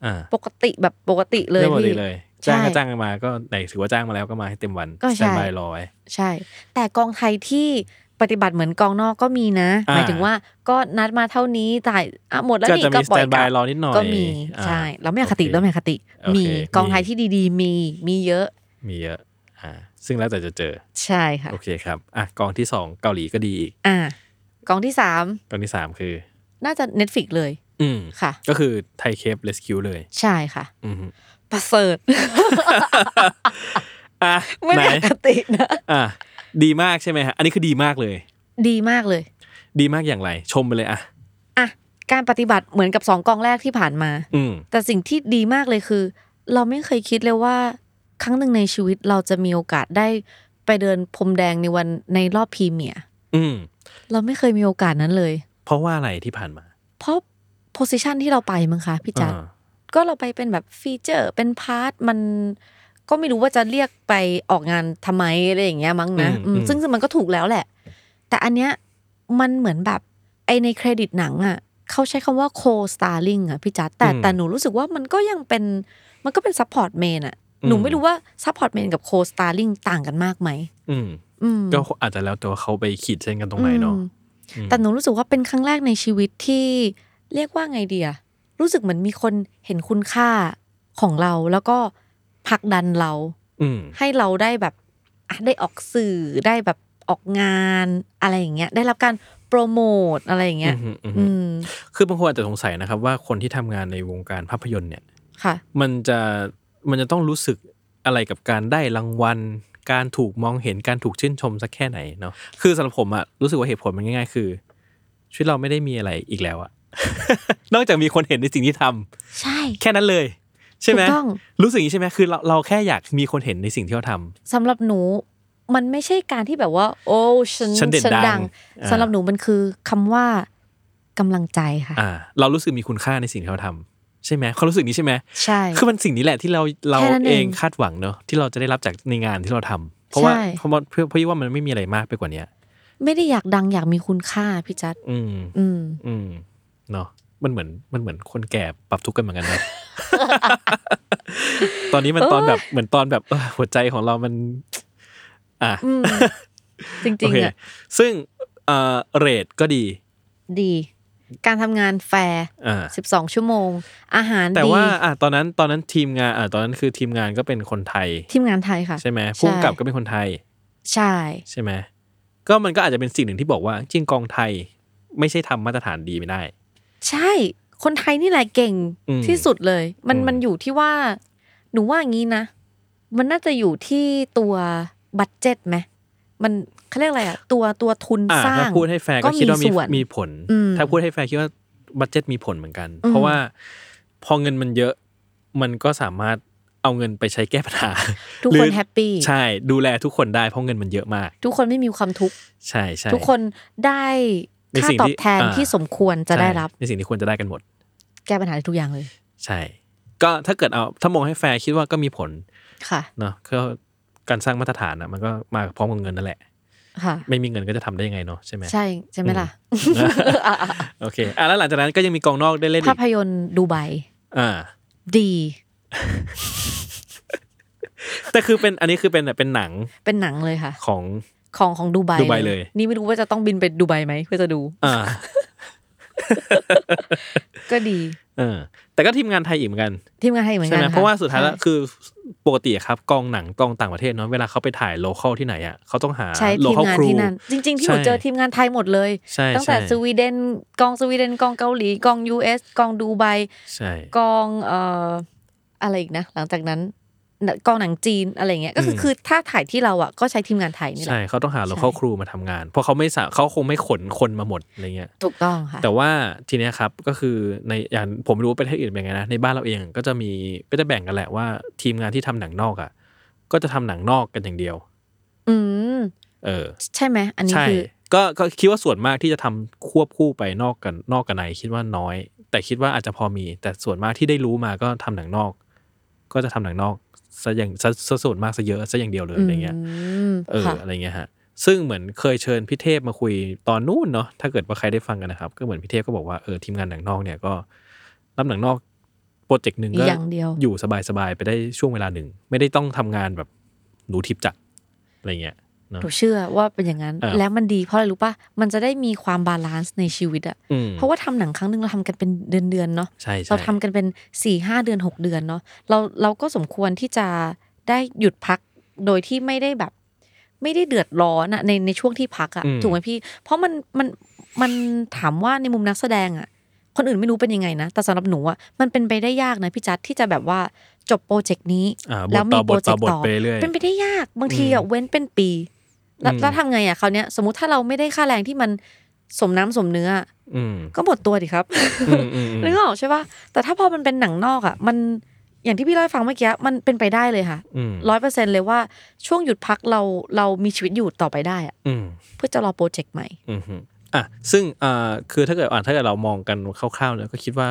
[SPEAKER 2] อ่า
[SPEAKER 3] ปกติแบบปกติเลย
[SPEAKER 2] เรื่องปกติ
[SPEAKER 3] พี่
[SPEAKER 2] เลย
[SPEAKER 3] ใช่
[SPEAKER 2] จ้างก็จ้างกันมาก็ไหนถือว่าจ้างมาแล้วก็มาให้เต็มวัน
[SPEAKER 3] ก็
[SPEAKER 2] ส
[SPEAKER 3] ใช่
[SPEAKER 2] แตนบายรอไว้
[SPEAKER 3] ใช่ แต่กองไทยที่ปฏิบัติเหมือนกองนอกก็มีนะ
[SPEAKER 2] อ่า
[SPEAKER 3] หมายถึงว่าก็นัดมาเท่านี้จ่ายอ่ะหมดแล้ว
[SPEAKER 2] ก็
[SPEAKER 3] นี่
[SPEAKER 2] จะ
[SPEAKER 3] ก็
[SPEAKER 2] มีส
[SPEAKER 3] ปล่
[SPEAKER 2] แต
[SPEAKER 3] อย
[SPEAKER 2] น
[SPEAKER 3] กลั
[SPEAKER 2] บาย
[SPEAKER 3] บ
[SPEAKER 2] รอนิดหน่อย
[SPEAKER 3] ก็มี
[SPEAKER 2] อ่า
[SPEAKER 3] ใช่แล้วไม่อคติ
[SPEAKER 2] โอเค
[SPEAKER 3] แล้วไม่อคติ
[SPEAKER 2] โอเค
[SPEAKER 3] มีกอง
[SPEAKER 2] มี
[SPEAKER 3] ไทยที่ดีๆ มีมีเยอะ
[SPEAKER 2] มีเยอะอ่า ซึ่งแล้วแต่จะเจอ
[SPEAKER 3] ใช่ค่ะ
[SPEAKER 2] โอเคครับอ่ะกองที่สองเกาหลีก็ดีอีก
[SPEAKER 3] อ่ากองที่สาม
[SPEAKER 2] กองที่สามคือ
[SPEAKER 3] น่าจะ Netflix เลย
[SPEAKER 2] อืม
[SPEAKER 3] ค่ะ
[SPEAKER 2] ก็คือไทยเคปเลสคิวเลย
[SPEAKER 3] ใช่ค่ะ
[SPEAKER 2] อืม ฮึ
[SPEAKER 3] ประเสริฐ
[SPEAKER 2] อ่ะ
[SPEAKER 3] ไม่
[SPEAKER 2] ไหน
[SPEAKER 3] ได้อคตินะ
[SPEAKER 2] อ่ะดีมากใช่ไหมฮะอันนี้คือดีมากเลย
[SPEAKER 3] ดีมากเลย
[SPEAKER 2] ดีมากอย่างไร ชมไปเลยอ่ะ
[SPEAKER 3] อ่ะ การปฏิบัติเหมือนกับสองกองแรกที่ผ่านมา
[SPEAKER 2] อืม
[SPEAKER 3] แต่สิ่งที่ดีมากเลยคือ เราไม่เคยคิดเลยว่า ครั้งหนึ่งในชีวิตเราจะมีโอกาสได้ไปเดินพรมแดงในวันในรอบพรีเมียร์
[SPEAKER 2] อืม
[SPEAKER 3] เราไม่เคยมีโอกาสนั้นเลย
[SPEAKER 2] เพราะว่าอะไรที่ผ่านมา
[SPEAKER 3] เพราะโพสิชันที่เราไปมั้งคะพี่จัด
[SPEAKER 2] อ่า
[SPEAKER 3] ก็เราไปเป็นแบบฟีเจอร์เป็นพาร์ทมันก็ไม่รู้ว่าจะเรียกไปออกงานทำไมอะไรอย่างเงี้ยมั้งนะอืมซึ่งซึ่งมันก็ถูกแล้วแหละ แต่อันเนี้ยมันเหมือนแบบไอในเครดิตหนังอ่ะเขาใช้คำว่าโคสตาร์ลิงอ่ะพี่จัดแต่แต่หนูรู้สึกว่ามันก็ยังเป็นมันก็เป็นซัพพอร์ตเมนอ่ะหนูไม่รู้ว่าซัพพอร์ตเมนกับโคสตาร์ลิงต่างกันมากไหม
[SPEAKER 2] อืม
[SPEAKER 3] อืม
[SPEAKER 2] ก็อาจจะแล้วแต่ว่าเขาไปขีดเส้นกันตรงไหนเนาะ
[SPEAKER 3] อืม
[SPEAKER 2] อืม
[SPEAKER 3] แต่หนูรู้สึกว่าเป็นครั้งแรกในชีวิตที่เรียกว่าไงเดียรู้สึกเหมือนมีคนเห็นคุณค่าของเราแล้วก็ผลักดันเรา
[SPEAKER 2] อืม
[SPEAKER 3] ให้เราได้แบบอ่ะได้ออกสื่อได้แบบออกงานอะไรอย่างเงี้ยได้รับการโปรโมทอะไรอย่างเงี้ย
[SPEAKER 2] อืมอืมอืม
[SPEAKER 3] อืม
[SPEAKER 2] คือบางคนอาจจะสงสัยนะครับ ว่าคนที่ทำงานในวงการภาพยนตร์เนี่ย
[SPEAKER 3] ค่ะ
[SPEAKER 2] มันจะมันจะต้องรู้สึกอะไรกับการได้รางวัล การถูกมองเห็นการถูกชื่นชมสักแค่ไหนเนาะคือสำหรับผมอะรู้สึกว่าเหตุผลมันง่าย ๆ คือ ชีวิตเรา ไม่ได้มีอะไรอีกแล้วอะ นอกจากมีคนเห็นในสิ่งที่ทำ
[SPEAKER 3] ใช่
[SPEAKER 2] แค่นั้นเลย ใช่ไหม
[SPEAKER 3] ถูกต้อง
[SPEAKER 2] รู้สึกอย่างนี้ใช่ไหมคือเราเราแค่อยากมีคนเห็นในสิ่งที่เราทำ
[SPEAKER 3] สำหรับหนูมันไม่ใช่การที่แบบว่า โอ้ฉัน
[SPEAKER 2] ฉันเด่นดังอ่า
[SPEAKER 3] สำหรับหนูมันคือคำว่ากำลังใจค่ะ
[SPEAKER 2] อ่า เรารู้สึกมีคุณค่าในสิ่งที่เราทำใช่ไหมความรู้สึกนี้ใช่ไหม
[SPEAKER 3] ใช่
[SPEAKER 2] คือมันสิ่งนี้แหละที่เราเรา
[SPEAKER 3] แค่นั้น
[SPEAKER 2] เอ
[SPEAKER 3] เอง ง
[SPEAKER 2] คาดหวังเนอะที่เราจะได้รับจากในงานที่เราทำเพราะว่า
[SPEAKER 3] ใช่
[SPEAKER 2] เพราะว่าเพราะเพราะว่ามันไม่มีอะไรมากไปกว่าเนี้ย
[SPEAKER 3] ไม่ได้อยากดังอยากมีคุณค่าพี่จัด
[SPEAKER 2] อืม
[SPEAKER 3] อืม
[SPEAKER 2] อืมเนาะมันเหมือนมันเหมือนคนแก่ปรับทุกข์กันเหมือน กันนะ ตอนนี้มันตอนแบบเหมือนตอนแบบเออหัวใจของเรามัน อ่ะ
[SPEAKER 3] อืม จ
[SPEAKER 2] โอ
[SPEAKER 3] ริง
[SPEAKER 2] เค
[SPEAKER 3] ๆอ่ะ
[SPEAKER 2] ซึ่งเอ่อเรทก็ดี
[SPEAKER 3] ดี การทำงานแฟร์
[SPEAKER 2] อ่า
[SPEAKER 3] 12 ชั่วโมง อาหาร
[SPEAKER 2] แต่
[SPEAKER 3] ดี
[SPEAKER 2] ว่าอ่ะตอนนั้นตอนนั้นทีมงานอ่ะตอนนั้นคือทีมงานก็เป็นคนไทย
[SPEAKER 3] ทีมงานไทยค่ะ
[SPEAKER 2] ใช่ไหม
[SPEAKER 3] ใช่
[SPEAKER 2] ผู้กำกับก็เป็นคนไทย
[SPEAKER 3] ใช่
[SPEAKER 2] ใช่ไหมก็มันก็อาจจะเป็นสิ่งหนึ่งที่บอกว่า จริงกองไทย ไม่ใช่ทำมาตรฐานดีไม่ได้
[SPEAKER 3] ใช่ คนไทยนี่แหละเก่ง
[SPEAKER 2] อืม
[SPEAKER 3] ที่สุดเลย มัน
[SPEAKER 2] อืม
[SPEAKER 3] มันอยู่ที่ว่า หนูว่าอย่างนี้นะ มันน่าจะอยู่ที่ตัวบัตเจ็ตไหมมันเขาเรียกอะไรอะตัวตัวทุน
[SPEAKER 2] อ่ะ
[SPEAKER 3] สร้า
[SPEAKER 2] ถ้าง พูดให้แฟร์ก็คิดว่ามี
[SPEAKER 3] ก็มีส่วน
[SPEAKER 2] มีผล
[SPEAKER 3] อืม
[SPEAKER 2] ถ้าพูดให้แฟร์คิดว่าบัตเจ็ตมีผลเหมือนกัน
[SPEAKER 3] อืม
[SPEAKER 2] เพราะว่าพอเงินมันเยอะ มันก็สามารถเอาเงินไปใช้แก้ปัญหา
[SPEAKER 3] ทุก
[SPEAKER 2] ห
[SPEAKER 3] ค
[SPEAKER 2] รื
[SPEAKER 3] น
[SPEAKER 2] อ
[SPEAKER 3] แฮปปี้
[SPEAKER 2] ใช่ดูแลทุกคนได้เพราะเงินมันเยอะมาก
[SPEAKER 3] ทุกคนไม่มีความทุกข์
[SPEAKER 2] ใช่ใช่
[SPEAKER 3] ทุกคนได้
[SPEAKER 2] ใน
[SPEAKER 3] ค่า
[SPEAKER 2] สิ่ง
[SPEAKER 3] ตอ
[SPEAKER 2] ที่
[SPEAKER 3] บแทน
[SPEAKER 2] อ่า
[SPEAKER 3] ที่สมควรจะได้รับ
[SPEAKER 2] ใช่ในสิ่งที่ควรจะได้กันหมด
[SPEAKER 3] แก้ปัญหาได้ทุกอย่างเลย
[SPEAKER 2] ใช่ ก็ถ้าเกิดเอาถ้ามองให้แฟร์คิดว่าก็มีผล
[SPEAKER 3] ค่ะ
[SPEAKER 2] เนาะก็การสร้างมาตรฐานอ่ะมันก็มาพร้อมกับเงินนั่นแหละ
[SPEAKER 3] ค่ะ
[SPEAKER 2] ไม่มีเงินก็จะทำได้ยังไงเนาะใช่ไหม
[SPEAKER 3] ใช่ใช่ไหมล่ะ
[SPEAKER 2] โอเคอ่ะแล้วหลังจากนั้นก็ยังมีกองนอกได้เล่นอี
[SPEAKER 3] ภาก พยนตร์ดูไบ
[SPEAKER 2] อ่า
[SPEAKER 3] ดี
[SPEAKER 2] แต่คือเป็นอันนี้คือเป็นเป็นหนัง
[SPEAKER 3] เป็นหนังเลยค่ะ
[SPEAKER 2] ของ
[SPEAKER 3] ของของดูไบ
[SPEAKER 2] ดูไบเลย
[SPEAKER 3] นี่ไม่รู้ว่าจะต้องบินไปดูไบไหมเพื่อจะดู
[SPEAKER 2] อ่า
[SPEAKER 3] ก็ดี
[SPEAKER 2] เออแต่ก็ทีมงานไทยอีกเหมือนกัน
[SPEAKER 3] ทีมงานไทยเหมือน
[SPEAKER 2] ใช่
[SPEAKER 3] กัน
[SPEAKER 2] ไหม
[SPEAKER 3] ค่
[SPEAKER 2] เพราะว่าสุดท้ายแล้ว
[SPEAKER 3] ใช่
[SPEAKER 2] คือปกติอะครับกองหนังกองต่างประเทศเนาะเวลาเขาไปถ่ายโลเคอลที่ไหนอ่ะเขาต้องหา
[SPEAKER 3] ใช้
[SPEAKER 2] โล
[SPEAKER 3] ทีม
[SPEAKER 2] เคอล
[SPEAKER 3] งาน
[SPEAKER 2] ครู
[SPEAKER 3] ที่นั่น จริง ๆ ที่หนู
[SPEAKER 2] ใช่
[SPEAKER 3] เจอทีมงานไทยหมดเลย
[SPEAKER 2] ใช่
[SPEAKER 3] ตั้งแต่
[SPEAKER 2] ใช่
[SPEAKER 3] สวีเดนกองสวีเดนกองเกาหลีกอง US กองดูไบ
[SPEAKER 2] ใช่
[SPEAKER 3] กองเอ่ออะไรอีกนะ หลังจากนั้นน่ะกองหนังจีนอะไรเงี้ยก็คืออคือถ้าถ่ายที่เราอ่ะก็ใช้ทีมงานไทยนี่แห
[SPEAKER 2] ใช่
[SPEAKER 3] ละ
[SPEAKER 2] เขาต้องหาโลเคอล
[SPEAKER 3] ใช่
[SPEAKER 2] ครูมาทำงาน เพราะเขาไม่สาเขาคงไม่ขนคนมาหมดอะไรเงี้ย
[SPEAKER 3] ถูกต้องค่ะ
[SPEAKER 2] แต่ว่าทีเนี้ยครับก็คือในอย่างผมรู้ว่าประเทศอื่นเป็นไงนะในบ้านเราเองก็จะมีก็จะแบ่งกันแหละว่าทีมงานที่ทำหนังนอกอ่ะก็จะทำหนังนอกกันอย่างเดียว
[SPEAKER 3] อืม
[SPEAKER 2] เออ
[SPEAKER 3] ใช่ไหมอันนี้
[SPEAKER 2] ใช่
[SPEAKER 3] คือ
[SPEAKER 2] ก็ก็คิดว่าส่วนมากที่จะทำควบคู่ไปนอกกันนอกกันในคิดว่าน้อย แต่คิดว่าอาจจะพอมี แต่ส่วนมากที่ได้รู้มาก็ทำหนังนอก ก็จะทำหนังนอกซะอย่างซะซะส่วนมากซะเยอะซะอย่างเดียวเลยอะไรเงี้ย
[SPEAKER 3] ม
[SPEAKER 2] เออ
[SPEAKER 3] ค่ะ
[SPEAKER 2] อะไรเงี้ยฮะซึ่งเหมือนเคยเชิญพี่เทพมาคุยตอนนู่นเนาะถ้าเกิดว่าใครได้ฟังกันนะครับ ก็เหมือนพี่เทพก็บอกว่าเออทีมงานหนังนอกเนี่ยก็รับหนังนอกโปรเจกต์หนึ่งก็
[SPEAKER 3] อย่างเดียว
[SPEAKER 2] อยู่สบายๆไปได้ช่วงเวลาหนึ่ง ไม่ได้ต้องทำงานแบบหนูทิพย์จักรอะไรเงี้ย
[SPEAKER 3] หนูเชื่อว่าเป็นอย่างนั้น
[SPEAKER 2] อ่า
[SPEAKER 3] แล้วมันดีเพราะอะไรรู้ป่ะ มันจะได้มีความบาลานซ์ในชีวิตอะ
[SPEAKER 2] อืม
[SPEAKER 3] เพราะว่าทำหนังครั้งหนึ่งเราทำกันเป็นเดือนๆเนาะ
[SPEAKER 2] ใช่ใช่
[SPEAKER 3] เราทำกันเป็นสี่ห้าเดือนหกเดือนเนาะเราเราก็สมควรที่จะได้หยุดพักโดยที่ไม่ได้แบบ ไม่ได้เดือดร้อนอะในในช่วงที่พักอะถูกไหมพี่ เพราะมันมันมันถามว่าในมุมนักแสดงอะคนอื่นไม่รู้เป็นยังไงนะ แต่สำหรับหนูอะมันเป็นไปได้ยากนะพี่จัดที่จะแบบว่าจบโปรเจกต์นี้
[SPEAKER 2] อ่าบ
[SPEAKER 3] แล้
[SPEAKER 2] ท
[SPEAKER 3] ว
[SPEAKER 2] ต่
[SPEAKER 3] มี
[SPEAKER 2] อบ
[SPEAKER 3] โปร
[SPEAKER 2] ท
[SPEAKER 3] เจ
[SPEAKER 2] ต่
[SPEAKER 3] ก
[SPEAKER 2] อ
[SPEAKER 3] ต์
[SPEAKER 2] บท
[SPEAKER 3] ต่อ
[SPEAKER 2] ไปเรื่อย
[SPEAKER 3] เป็นไปได้ยากบางที
[SPEAKER 2] อื
[SPEAKER 3] อะ
[SPEAKER 2] ม
[SPEAKER 3] เว้นเป็นปีแล้ว
[SPEAKER 2] อืม
[SPEAKER 3] แล้วทำไงอะคราวเนี้ยสมมติถ้าเราไม่ได้ค่าแรงที่มันสมน้ำสมเนื้ออะ
[SPEAKER 2] อืม
[SPEAKER 3] ก็หมดตัวดิครับ
[SPEAKER 2] อืมอืมอืม
[SPEAKER 3] นึกออกใช่ป่ะ แต่ถ้าพอมันเป็นหนังนอกอ่ะ มันอย่างที่พี่เล่าให้ฟังเมื่อกี้ มันเป็นไปได้เลยค่ะ
[SPEAKER 2] อืม
[SPEAKER 3] ร้อยเปอร์เซ็นเลยว่าช่วงหยุดพักเราเรามีชีวิตอยู่ต่อไปได้อะ
[SPEAKER 2] อืม
[SPEAKER 3] เพื่อจะรอโปรเจกต์ใหม่
[SPEAKER 2] อืมฮึอ่ะซึ่งอ่าคือถ้าเกิดอ่าถ้าเกิดเรามองกันคร่าวๆเนี่ยก็คิดว่า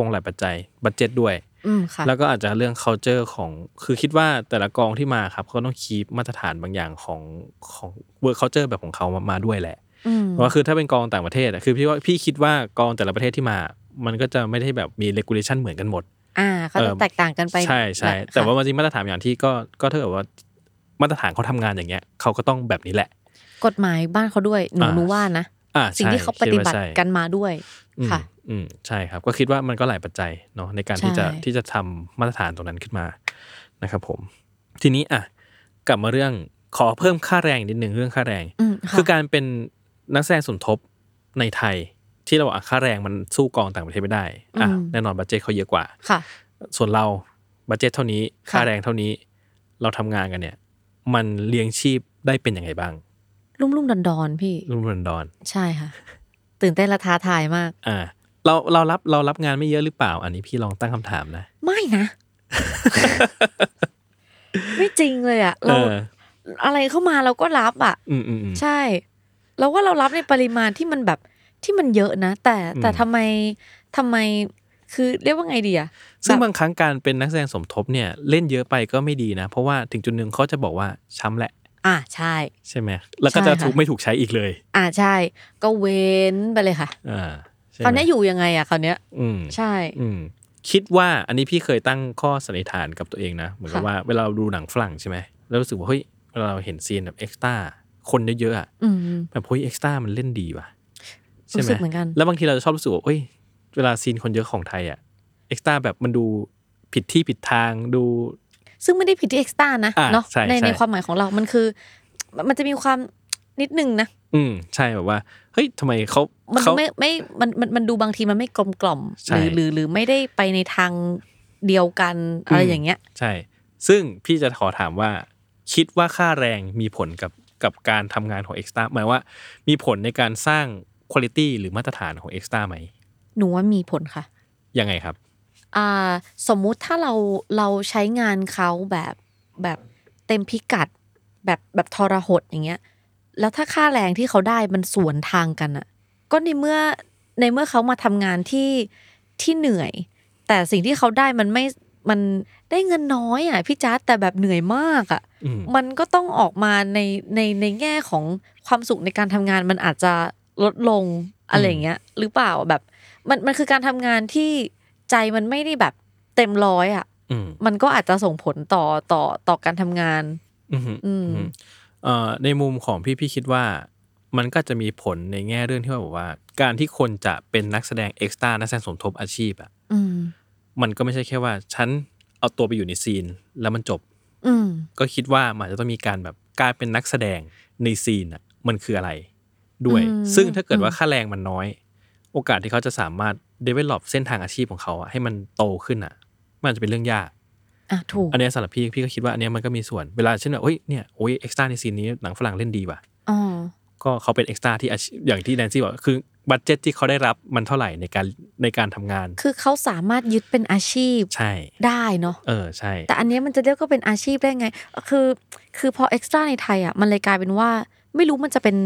[SPEAKER 2] คงหลายปัจจัยบัตเจ็ตด้วย
[SPEAKER 3] อืมค่ะ
[SPEAKER 2] แล้วก็อาจจะเรื่อง culture ของคือคิดว่าแต่ละกองที่มาครับเขาต้องคีปมาตรฐานบางอย่างของของ work culture แบบของเขามามาด้วยแหละ
[SPEAKER 3] อืม
[SPEAKER 2] ว่าคือถ้าเป็นกองต่างประเทศอะคือพี่ว่าพี่คิดว่ากองแต่ละประเทศที่มา มันก็จะไม่ได้แบบมี regulation เหมือนกันหมด
[SPEAKER 3] อ่าเขาจะ
[SPEAKER 2] เออ
[SPEAKER 3] แตกต่างกันไป
[SPEAKER 2] ใช่ใช่
[SPEAKER 3] หลย
[SPEAKER 2] แต่ว่า
[SPEAKER 3] ค่ะ
[SPEAKER 2] มันจริงมาตรฐานอย่างที่ก็ก็ถ้าเกิดว่ามาตรฐานเขาทำงานอย่างเงี้ยเขาก็ต้องแบบนี้แหละ
[SPEAKER 3] กฎหมายบ้านเขาด้วย หนู
[SPEAKER 2] อ่า
[SPEAKER 3] รู้ว่านะ
[SPEAKER 2] อ่า
[SPEAKER 3] สิ่งที่เขาปฏิบัติ
[SPEAKER 2] ใช่
[SPEAKER 3] กันมาด้วย
[SPEAKER 2] อืม
[SPEAKER 3] ค่ะ
[SPEAKER 2] อืมใช่ครับ ก็คิดว่ามันก็หลายปัจจัยเนาะในการที่จะ
[SPEAKER 3] ใช่
[SPEAKER 2] ที่จะทำมาตรฐานตรงนั้นขึ้นมานะครับผม ทีนี้อ่ะกลับมาเรื่องขอเพิ่มค่าแรงนิดหนึ่งเรื่องค่าแรง
[SPEAKER 3] อืมค่ะ
[SPEAKER 2] คือการเป็นนักแสดงสมทบในไทย ที่เราบอกอ่ะค่าแรงมันสู้กองต่างประเทศไม่ได้อ่ะแน่นอนบัตเจตเขาเยอะกว่า
[SPEAKER 3] ค่ะ
[SPEAKER 2] ส่วนเราบัตเจตเท่านี้
[SPEAKER 3] ค่ะ
[SPEAKER 2] ค่าแรงเท่านี้เราทำงานกันเนี่ย มันเลี้ยงชีพได้เป็นยังไงบ้าง
[SPEAKER 3] ลุ่มลุ่มดอนดอนๆพี่
[SPEAKER 2] รุ่นรันดอน
[SPEAKER 3] ใช่ค่ะ ตื่นเต้นและท้าทายมาก
[SPEAKER 2] อ่า เราเรารับเรารับงานไม่เยอะหรือเปล่า อันนี้พี่ลองตั้งคำถามนะ
[SPEAKER 3] ไม่นะ ไม่จริงเลยอะเรา
[SPEAKER 2] ออ
[SPEAKER 3] อะไรเข้ามาเราก็รับอะ
[SPEAKER 2] อืมอืมอืม
[SPEAKER 3] ใช่ เราว่าเรารับในปริมาณที่มันแบบที่มันเยอะนะ แต่แต่
[SPEAKER 2] อืม
[SPEAKER 3] ทำไมทำไมคือเรียกว่าไงดีอะ
[SPEAKER 2] ซึ่ง
[SPEAKER 3] แบบ
[SPEAKER 2] บางครั้งการเป็นนักแสดงสมทบเนี่ยเล่นเยอะไปก็ไม่ดีนะ เพราะว่าถึงจุดหนึ่งเขาจะบอกว่าช้ำแหละ
[SPEAKER 3] อ่าใช่
[SPEAKER 2] ใช่ไหมแล้วก็จะ
[SPEAKER 3] ใช่ค่ะ
[SPEAKER 2] ถูกไม่ถูกใช้อีกเลย
[SPEAKER 3] อ่าใช่ ก็เว้นไปเลยค่ะ
[SPEAKER 2] อ่าใช่ไหม
[SPEAKER 3] คราวเนี้ยอยู่ยังไงอะคราวเนี้ย
[SPEAKER 2] อืม
[SPEAKER 3] ใช่
[SPEAKER 2] อืมคิดว่าอันนี้พี่เคยตั้งข้อสันนิษฐานกับตัวเองนะ เหมือนกับ
[SPEAKER 3] ค่ะ
[SPEAKER 2] ว่าเวลาเราดูหนังฝรั่งใช่ไหมแล้วรู้สึกว่าเฮ้ยเวลาเราเห็นซีนแบบเอ็กซ์ต้าคนเยอะๆอะ
[SPEAKER 3] อืม
[SPEAKER 2] แบบเฮ้ยเอ็กซ์ต้ามันเล่นดีว่ะใช่
[SPEAKER 3] รู้สึกเหมือนกัน
[SPEAKER 2] แล้วบางทีเราจะชอบรู้สึกว่าเฮ้ยเวลาซีนคนเยอะของไทยอ่ะเอ็กซ์ต้าแบบมันดูผิดที่ผิดทางดู
[SPEAKER 3] ซึ่งไม่ได้ผิดที่เอ็กซ์ต้านะ
[SPEAKER 2] อ่า
[SPEAKER 3] เนาะ
[SPEAKER 2] ใช่
[SPEAKER 3] ใน
[SPEAKER 2] ใช่
[SPEAKER 3] ในความหมายของเรามันคือ มันจะมีความนิดนึงนะ
[SPEAKER 2] อืมใช่แบบว่าเฮ้ยทำไมเขา
[SPEAKER 3] มัน
[SPEAKER 2] เขา
[SPEAKER 3] ไม่ไม่มันมันมันดูบางทีมันไม่กลมกล่อม
[SPEAKER 2] ใช่
[SPEAKER 3] หรือหรือหรือไม่ได้ไปในทางเดียวกันอะไร
[SPEAKER 2] อืม
[SPEAKER 3] อย่างเงี้ย
[SPEAKER 2] ใช่ ซึ่งพี่จะขอถามว่า คิดว่าค่าแรงมีผลกับกับการทำงานของเอ็กซ์ตหมายว่า มีผลในการสร้างคุณภาพหรือมาตรฐานของเอ็กซ์ตไหม
[SPEAKER 3] หนูว่ามีผลค่ะ
[SPEAKER 2] ยังไงครับ
[SPEAKER 3] อ่าสมมุติถ้าเราเราใช้งานเขาแบบแบบเต็มพิกัด แบบแบบทรหดอย่างเงี้ย แล้วถ้าค่าแรงที่เขาได้มันสวนทางกันอะก็ในเมื่อในเมื่อเขามาทำงานที่ที่เหนื่อย แต่สิ่งที่เขาได้มันไม่มันได้เงินน้อยอ่ะพี่จ๊าแต่แบบเหนื่อยมากอ่ะ
[SPEAKER 2] อืม
[SPEAKER 3] มันก็ต้องออกมาในในในแง่ของความสุขในการทำงานมันอาจจะลดลงอะไรอย่างเงี้ย หรือเปล่าแบบ มันมันคือการทำงานที่ใจมันไม่ได้แบบเต็มร้อยอ่ะ
[SPEAKER 2] อืม
[SPEAKER 3] มันก็อาจจะส่งผลต่อต่อต่อการทำงาน
[SPEAKER 2] อืมฮึ
[SPEAKER 3] อืม
[SPEAKER 2] อืมเอ่อในมุมของพี่พี่คิดว่า มันก็จะมีผลในแง่เรื่องที่ว่าบอกว่า การที่คนจะเป็นนักแสดงเอ็กซ์ตนักแสดงสมทบอาชีพอะ
[SPEAKER 3] อืม
[SPEAKER 2] มันก็ไม่ใช่แค่ว่าฉันเอาตัวไปอยู่ในซีน แล้วมันจบ
[SPEAKER 3] อืม
[SPEAKER 2] ก็คิดว่ามันอาจจะต้องมีการแบบการเป็นนักแสดงในซีนอ่ะมันคืออะไรด้วย
[SPEAKER 3] อืม
[SPEAKER 2] ซึ่งถ้าเกิดว่า
[SPEAKER 3] อืม
[SPEAKER 2] ค่าแรงมันน้อย โอกาสที่เขาจะสามารถ develop เส้นทางอาชีพของเขาอะให้มันโตขึ้นอ่ะ มันอาจจะเป็นเรื่องยาก
[SPEAKER 3] อ่ะถูก
[SPEAKER 2] อันเนี้ยสำหรับพี่พี่ก็คิดว่าอันเนี้ยมันก็มีส่วนเวลาเช่นแบบเฮ้ยเนี่ยโอ้ยเอ็กซ์ตในซีนนี้หนังฝรั่งเล่นดีว่ะ
[SPEAKER 3] อ๋อ
[SPEAKER 2] ก็เขาเป็นเอ็กซ์ตที่อาชีพอย่างที่แนนซี่บอกคือบัตเจ็ตที่เขาได้รับมันเท่าไหร่ในการในการทำงาน
[SPEAKER 3] คือเขาสามารถยึดเป็นอาชีพ
[SPEAKER 2] ใช่
[SPEAKER 3] ได้เนาะ
[SPEAKER 2] เออใช่
[SPEAKER 3] แต่อันเนี้ยมันจะเรียกก็เป็นอาชีพได้ไง คือ คือพอเอ็กซ์ตร้าในไทยอ่ะมันเลยกลายเป็นว่า ไม่รู้มันจะเป็น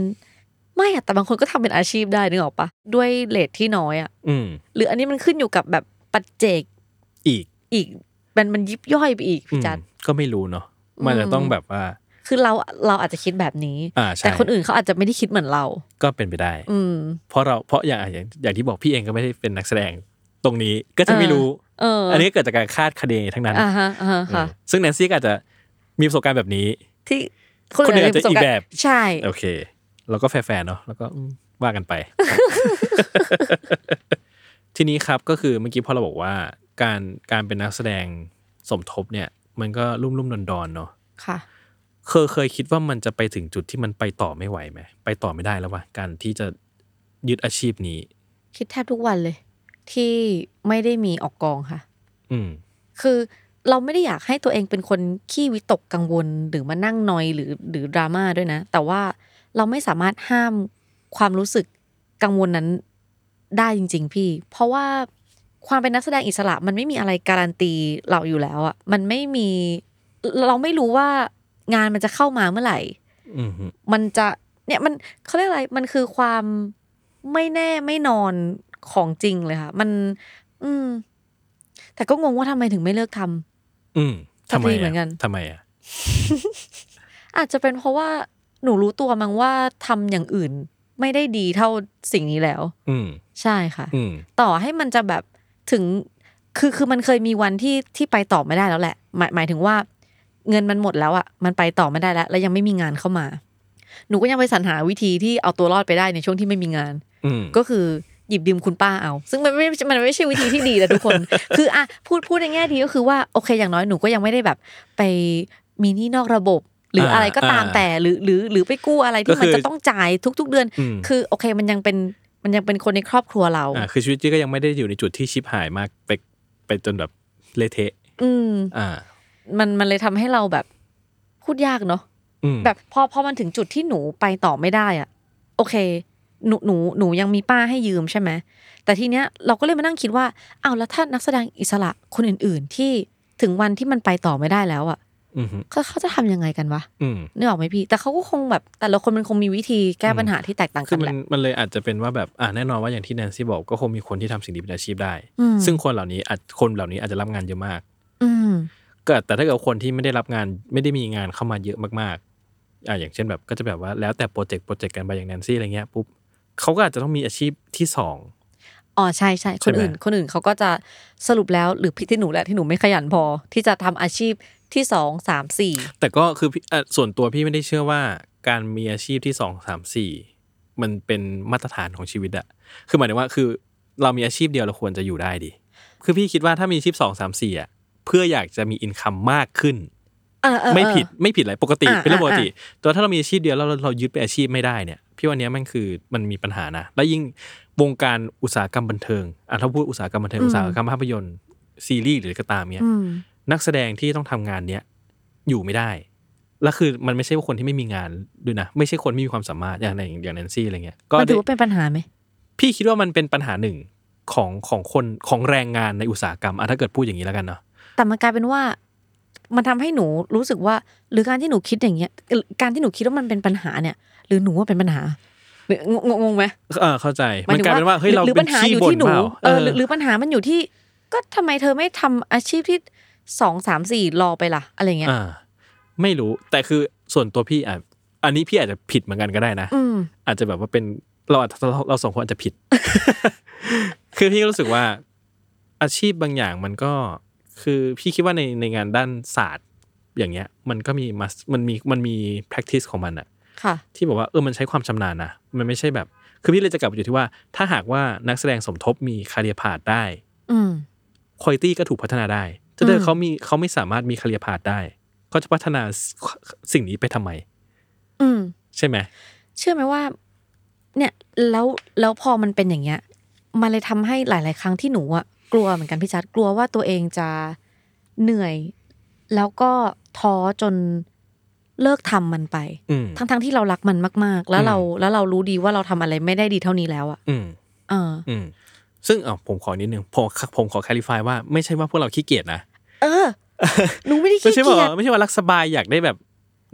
[SPEAKER 3] ไม่อะแต่บางคนก็ทำเป็นอาชีพได้นึกออกปะด้วยเลทที่น้อยอ่ะ
[SPEAKER 2] อืม
[SPEAKER 3] หรืออันนี้มันขึ้นอยู่กับแบบปัจเจก
[SPEAKER 2] อีก
[SPEAKER 3] อีกมันมันยิบย่อยไปอีก
[SPEAKER 2] อื
[SPEAKER 3] พี่
[SPEAKER 2] ม
[SPEAKER 3] จัด
[SPEAKER 2] ก็ไม่รู้เนาะมันอาจจะต้องแบบว่า
[SPEAKER 3] คือเราเราอาจจะคิดแบบนี้
[SPEAKER 2] อ่าใช่
[SPEAKER 3] แต่คนอื่นเขาอาจจะไม่ได้คิดเหมือนเรา
[SPEAKER 2] ก็เป็นไปได้
[SPEAKER 3] อืม
[SPEAKER 2] เพราะเราเพราะอย่างอย่างอย่างที่บอกพี่เองก็ไม่ได้เป็นนักแสดงตรงนี้ก็จะไม่รู้
[SPEAKER 3] เออ
[SPEAKER 2] อั
[SPEAKER 3] อั
[SPEAKER 2] นนี้เกิดจากการคาดคะเนทั้งนั้น
[SPEAKER 3] อ่าฮะอ่าฮะค่ะ
[SPEAKER 2] เออซึ่งแนนซี่ก็อาจจะมีประสบการณ์แบบนี้
[SPEAKER 3] ที่
[SPEAKER 2] คนอื่นอาจจะอีกแบบ
[SPEAKER 3] ใช่
[SPEAKER 2] โอเค เราก็แฟร์ๆเนาะแล้วก็อืมว่ากันไป ทีนี้ครับก็คือเมื่อกี้พอเราบอกว่าการการเป็นนักแสดงสมทบเนี่ย มันก็รุ่มรุ่มดอนดอนๆเนาะ
[SPEAKER 3] ค่ะ
[SPEAKER 2] เคยเคยคิดว่ามันจะไปถึงจุดที่มันไปต่อไม่ไหวไหมไปต่อไม่ได้แล้วว่ะการที่จะยึดอาชีพนี้
[SPEAKER 3] คิดแทบทุกวันเลย ที่ไม่ได้มีออกกองค่ะ
[SPEAKER 2] อืม
[SPEAKER 3] คือเราไม่ได้อยากให้ตัวเองเป็นคนขี้วิตกกังวลหรือมานั่งนอยหรือหรือดราม่าด้วยนะ แต่ว่าเราไม่สามารถห้ามความรู้สึกกังวลนั้นได้จริง ๆ พี่ เพราะว่าความเป็นนักแสดงอิสระมันไม่มีอะไรการันตีเราอยู่แล้วอะมันไม่มีเราไม่รู้ว่างานมันจะเข้ามาเมื่อไหร่
[SPEAKER 2] อืมฮึ
[SPEAKER 3] มันจะเนี่ยมันเขาเรียกอะไรมันคือความไม่แน่ไม่นอนของจริงเลยค่ะ มัน อืม แต่ก็งงว่าทำไมถึงไม่เลือกทำ
[SPEAKER 2] อืม
[SPEAKER 3] สัก
[SPEAKER 2] ทำไม
[SPEAKER 3] ทีเหมือนกั
[SPEAKER 2] อ่ะ
[SPEAKER 3] น
[SPEAKER 2] ทำไมอ่ะ
[SPEAKER 3] อาจจะเป็นเพราะว่าหนูรู้ตัวมั้งว่าทำอย่างอื่น ไม่ได้ดีเท่าสิ่งนี้แล้ว
[SPEAKER 2] อืม
[SPEAKER 3] ใช่ค่ะ
[SPEAKER 2] อืม
[SPEAKER 3] ต่อให้มันจะแบบถึงคือคือมันเคยมีวันที่ที่ไปต่อไม่ได้แล้วแหละ หมายหมายถึงว่า เงินมันหมดแล้วอะ่ะมันไปต่อไม่ได้แล้ว แล้วยังไม่มีงานเข้ามา หนูก็ยังไปสรรหาวิธีที่เอาตัวรอดไปได้ในช่วงที่ไม่มีงาน
[SPEAKER 2] อืม
[SPEAKER 3] ก็คือหยิบยืมคุณป้าเอา ซึ่งมันไม่มันไม่ใช่วิธีที่ดีนะทุกคน คืออ่ะพูดพูดในแง่ดีก็คือว่าโอเคอย่างน้อยหนูก็ยังไม่ได้แบบ ไปมีหนี้นอกระบบ หรืออะไรก็ตาม
[SPEAKER 2] อ่า
[SPEAKER 3] แต่หรือหรือหรือไปกู้อะไรที่
[SPEAKER 2] ก็คือ
[SPEAKER 3] มันจะต้องจ่ายทุก ๆ เดือน
[SPEAKER 2] อืม
[SPEAKER 3] คือโอเคมันยังเป็นมันยังเป็นคนในครอบครัวเรา
[SPEAKER 2] อ่า คือชีวิตจี้ก็ยังไม่ได้อยู่ในจุดที่ชิบหายมากไปไปจนแบบเละเทะ
[SPEAKER 3] อืม
[SPEAKER 2] อ่า
[SPEAKER 3] มันมันเลยทำให้เราแบบพูดยากเนาะ
[SPEAKER 2] อืม
[SPEAKER 3] แบบพอพอมันถึงจุดที่หนูไปต่อไม่ได้อะโอเค หนูหนูหนูยังมีป้าให้ยืมใช่ไหมแต่ทีเนี้ยเราก็เลยมานั่งคิดว่าเอาวแล้วถ้านักแสดงอิสระคนอื่น ๆ ที่ ถึงวันที่มันไปต่อไม่ได้แล้วอ่ะ
[SPEAKER 2] อืมฮึ
[SPEAKER 3] เขาเขาจะทำยังไงกันวะ
[SPEAKER 2] อืม
[SPEAKER 3] นึกออกไหมพี่ แต่เขาก็คงแบบแต่ละคนมันคงมีวิธีแก้ปัญหาที่แตกต่าง
[SPEAKER 2] คื
[SPEAKER 3] กั
[SPEAKER 2] อน มั
[SPEAKER 3] แห
[SPEAKER 2] น
[SPEAKER 3] ละ
[SPEAKER 2] มันเลยอาจจะเป็นว่าแบบอ่ะแน่นอนว่าอย่างที่แนนซี่บอกก็คงมีคนที่ทำสิ่งนี้เป็นอาชีพได้
[SPEAKER 3] อืม
[SPEAKER 2] ซึ่งคนเหล่านี้อาจคนเหล่านี้อาจจะรับงานเยอะมาก
[SPEAKER 3] อืม
[SPEAKER 2] ก็แต่ถ้าเกิดคนที่ไม่ได้รับงานไม่ได้มีงานเข้ามาเยอะมากๆอ่ะอย่างเช่นแบบก็จะแบบว่าแล้วแต่โปรเจกต์โปรเจกต์กันไปอย่างแนนซี่อะไรเงี้ยปุ๊บเขาก็อาจจะต้องมีอาชีพที่สอง
[SPEAKER 3] อ๋อใช่ใช่
[SPEAKER 2] ใช่
[SPEAKER 3] คน
[SPEAKER 2] ไหม
[SPEAKER 3] อื่น คนอื่นเขาก็จะสรุปแล้วหรือผิดที่หนูแหละที่หนูไม่ขยันพอ ที่จะทำอาชีพที่สองสามสี่
[SPEAKER 2] แต่ก็คือพี่อ่ะส่วนตัวพี่ไม่ได้เชื่อว่าการมีอาชีพที่สองสามสี่มันเป็นมาตรฐานของชีวิตอะคือหมายถึงว่าคือเรามีอาชีพเดียวเราควรจะอยู่ได้ดิคือพี่คิดว่าถ้ามีอาชีพสองสามสี่อะเพื่ออยากจะมีอินคัมมากขึ้น
[SPEAKER 3] เออเออเออ
[SPEAKER 2] ไม่ผิดไม่ผิดอะไรปกติ
[SPEAKER 3] อ่า
[SPEAKER 2] เป็นเรื่อง
[SPEAKER 3] อ่า
[SPEAKER 2] ปกติแต่ว่าถ้าเรามีอาชีพเดียวแล้วเราเรายึดไปนอาชีพไม่ได้เนี่ย พี่ว่าเนี้ยมันคือมันมีปัญหานะ แล้วยิ่งวงการอุตสาหกรรมบันเทิงอ่ะถ้าพูดอุตสาหกรรมบันเทิงอุตสาหกรรมภาพยนตร์ซีรีส์หรืออะไรก็ตามเนี่ย
[SPEAKER 3] อืม
[SPEAKER 2] นักแสดงที่ต้องทำงานเนี้ยอยู่ไม่ได้ แล้วคือมันไม่ใช่ว่าคนที่ไม่มีงานด้วยนะ ไม่ใช่คนไม่มีความสามารถอย่างในอย่างแนนซี่อะไรเงี้ย ก็
[SPEAKER 3] มันถือว่า
[SPEAKER 2] ได้
[SPEAKER 3] เป็นปัญหาไหม
[SPEAKER 2] พี่คิดว่ามันเป็นปัญหาหนึ่งของของคนของแรงงานในอุตสาหกรรมอ่ะถ้าเกิดพูดอย่างนี้แล้วกันเนาะ
[SPEAKER 3] แต่มันกลายเป็นว่า มันทำให้หนูรู้สึกว่า หรือการที่หนูคิดอย่างเงี้ยเอ่อการที่หนูคิดว่ามันเป็นปัญหาเนี่ย หรือหนูว่าเป็นปัญหาหรืองงงงไหม
[SPEAKER 2] เออเข้าใจ
[SPEAKER 3] ห
[SPEAKER 2] มัน
[SPEAKER 3] ถึง
[SPEAKER 2] กลายเป็นว่าเฮ้ยเรา
[SPEAKER 3] หรือ
[SPEAKER 2] เป็
[SPEAKER 3] ปั
[SPEAKER 2] น
[SPEAKER 3] ญหา
[SPEAKER 2] ขี้
[SPEAKER 3] อยู่
[SPEAKER 2] บ่น
[SPEAKER 3] ที่หนู
[SPEAKER 2] เปล่า
[SPEAKER 3] เออหรือหรือปัญหามันอยู่ที่ ก็ทำไมเธอไม่ทำอาชีพที่สองสามสี่รอไปล่ะอะไรเงี้ย
[SPEAKER 2] อ่าไม่รู้แต่คือส่วนตัวพี่อ่ะอันนี้พี่อาจจะผิดเหมือนกันก็ได้นะ
[SPEAKER 3] อืม
[SPEAKER 2] อาจจะแบบว่าเป็นเราอาจเราเราสองคนอาจจะ ผิด คือพี่รู้สึกว่าอาชีพบางอย่างมันก็คือพี่คิดว่าในในงานด้านศาสตร์อย่างเงี้ย มันก็มี must- มันมีมันมี practice ของมันอะ
[SPEAKER 3] ค่ะ
[SPEAKER 2] ที่บอกว่าเออมันใช้ความชำนาญนะมันไม่ใช่แบบ คือพี่เลยจะกลับไปอยู่ที่ว่า ถ้าหากว่านักแสดงสมทบมีคาเรียพาดได้
[SPEAKER 3] อืม
[SPEAKER 2] คุณตี้ก็ถูกพัฒนาได้ถ้าเกิด
[SPEAKER 3] อืม
[SPEAKER 2] เขามีเขาไม่สามารถมีคาเรียพาดได้เขาจะพัฒนาสิ่งนี้ไปทำไม
[SPEAKER 3] อืม
[SPEAKER 2] ใช่ไหม
[SPEAKER 3] เชื่อไหมว่า เนี่ยแล้วแล้วพอมันเป็นอย่างเงี้ย มันเลยทำให้หลาย ๆ ครั้งที่หนูอะกลัวเหมือนกันพี่ชัดกลัวว่าตัวเองจะเหนื่อย แล้วก็ท้อจนเลิกทำมันไป
[SPEAKER 2] อืม
[SPEAKER 3] ทั้งๆที่เรารักมันมาก ๆ แล้วเรา
[SPEAKER 2] อืม
[SPEAKER 3] แล้วเรารู้ดีว่าเราทำอะไรไม่ได้ดีเท่านี้แล้วอะ
[SPEAKER 2] อืม
[SPEAKER 3] เออ
[SPEAKER 2] อืมซึ่งเออผมขอนิดนึงผมผมขอแคลิฟายว่าไม่ใช่ว่าพวกเราขี้เกียจนะ
[SPEAKER 3] เออ หนูไม่ได้
[SPEAKER 2] ไม่
[SPEAKER 3] ขี้
[SPEAKER 2] ใช่ว่า
[SPEAKER 3] เกียจ
[SPEAKER 2] ไม่ใช่ว่ารักสบายอยากได้แบบ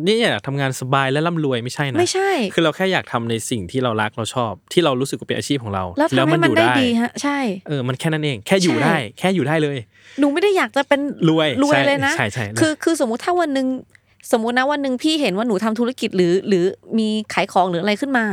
[SPEAKER 2] นี่อยากทำงานสบายและร่ำรวยไม่ใช่นะ
[SPEAKER 3] ไม่ใช่
[SPEAKER 2] คือเราแค่อยากทำในสิ่งที่เรารักเราชอบ ที่เรารู้สึกว่าเป็นอาชีพของเรา
[SPEAKER 3] แล้วทำให้มันได้ดีฮะ ใช่
[SPEAKER 2] เออมันแค่นั้นเอง แค่อยู่
[SPEAKER 3] ใช่
[SPEAKER 2] ได้ แค่อยู่ได้เลย
[SPEAKER 3] หนูไม่ได้อยากจะเป็น
[SPEAKER 2] รวย
[SPEAKER 3] รวย
[SPEAKER 2] ใช่
[SPEAKER 3] เลยนะ
[SPEAKER 2] ใช่ใช่
[SPEAKER 3] คือคือสมมุติถ้าวันหนึ่งสมมุตินะวันหนึ่งพี่เห็นว่าหนูทำธุรกิจหรือ หรือมีขายของหรืออะไรขึ้นมา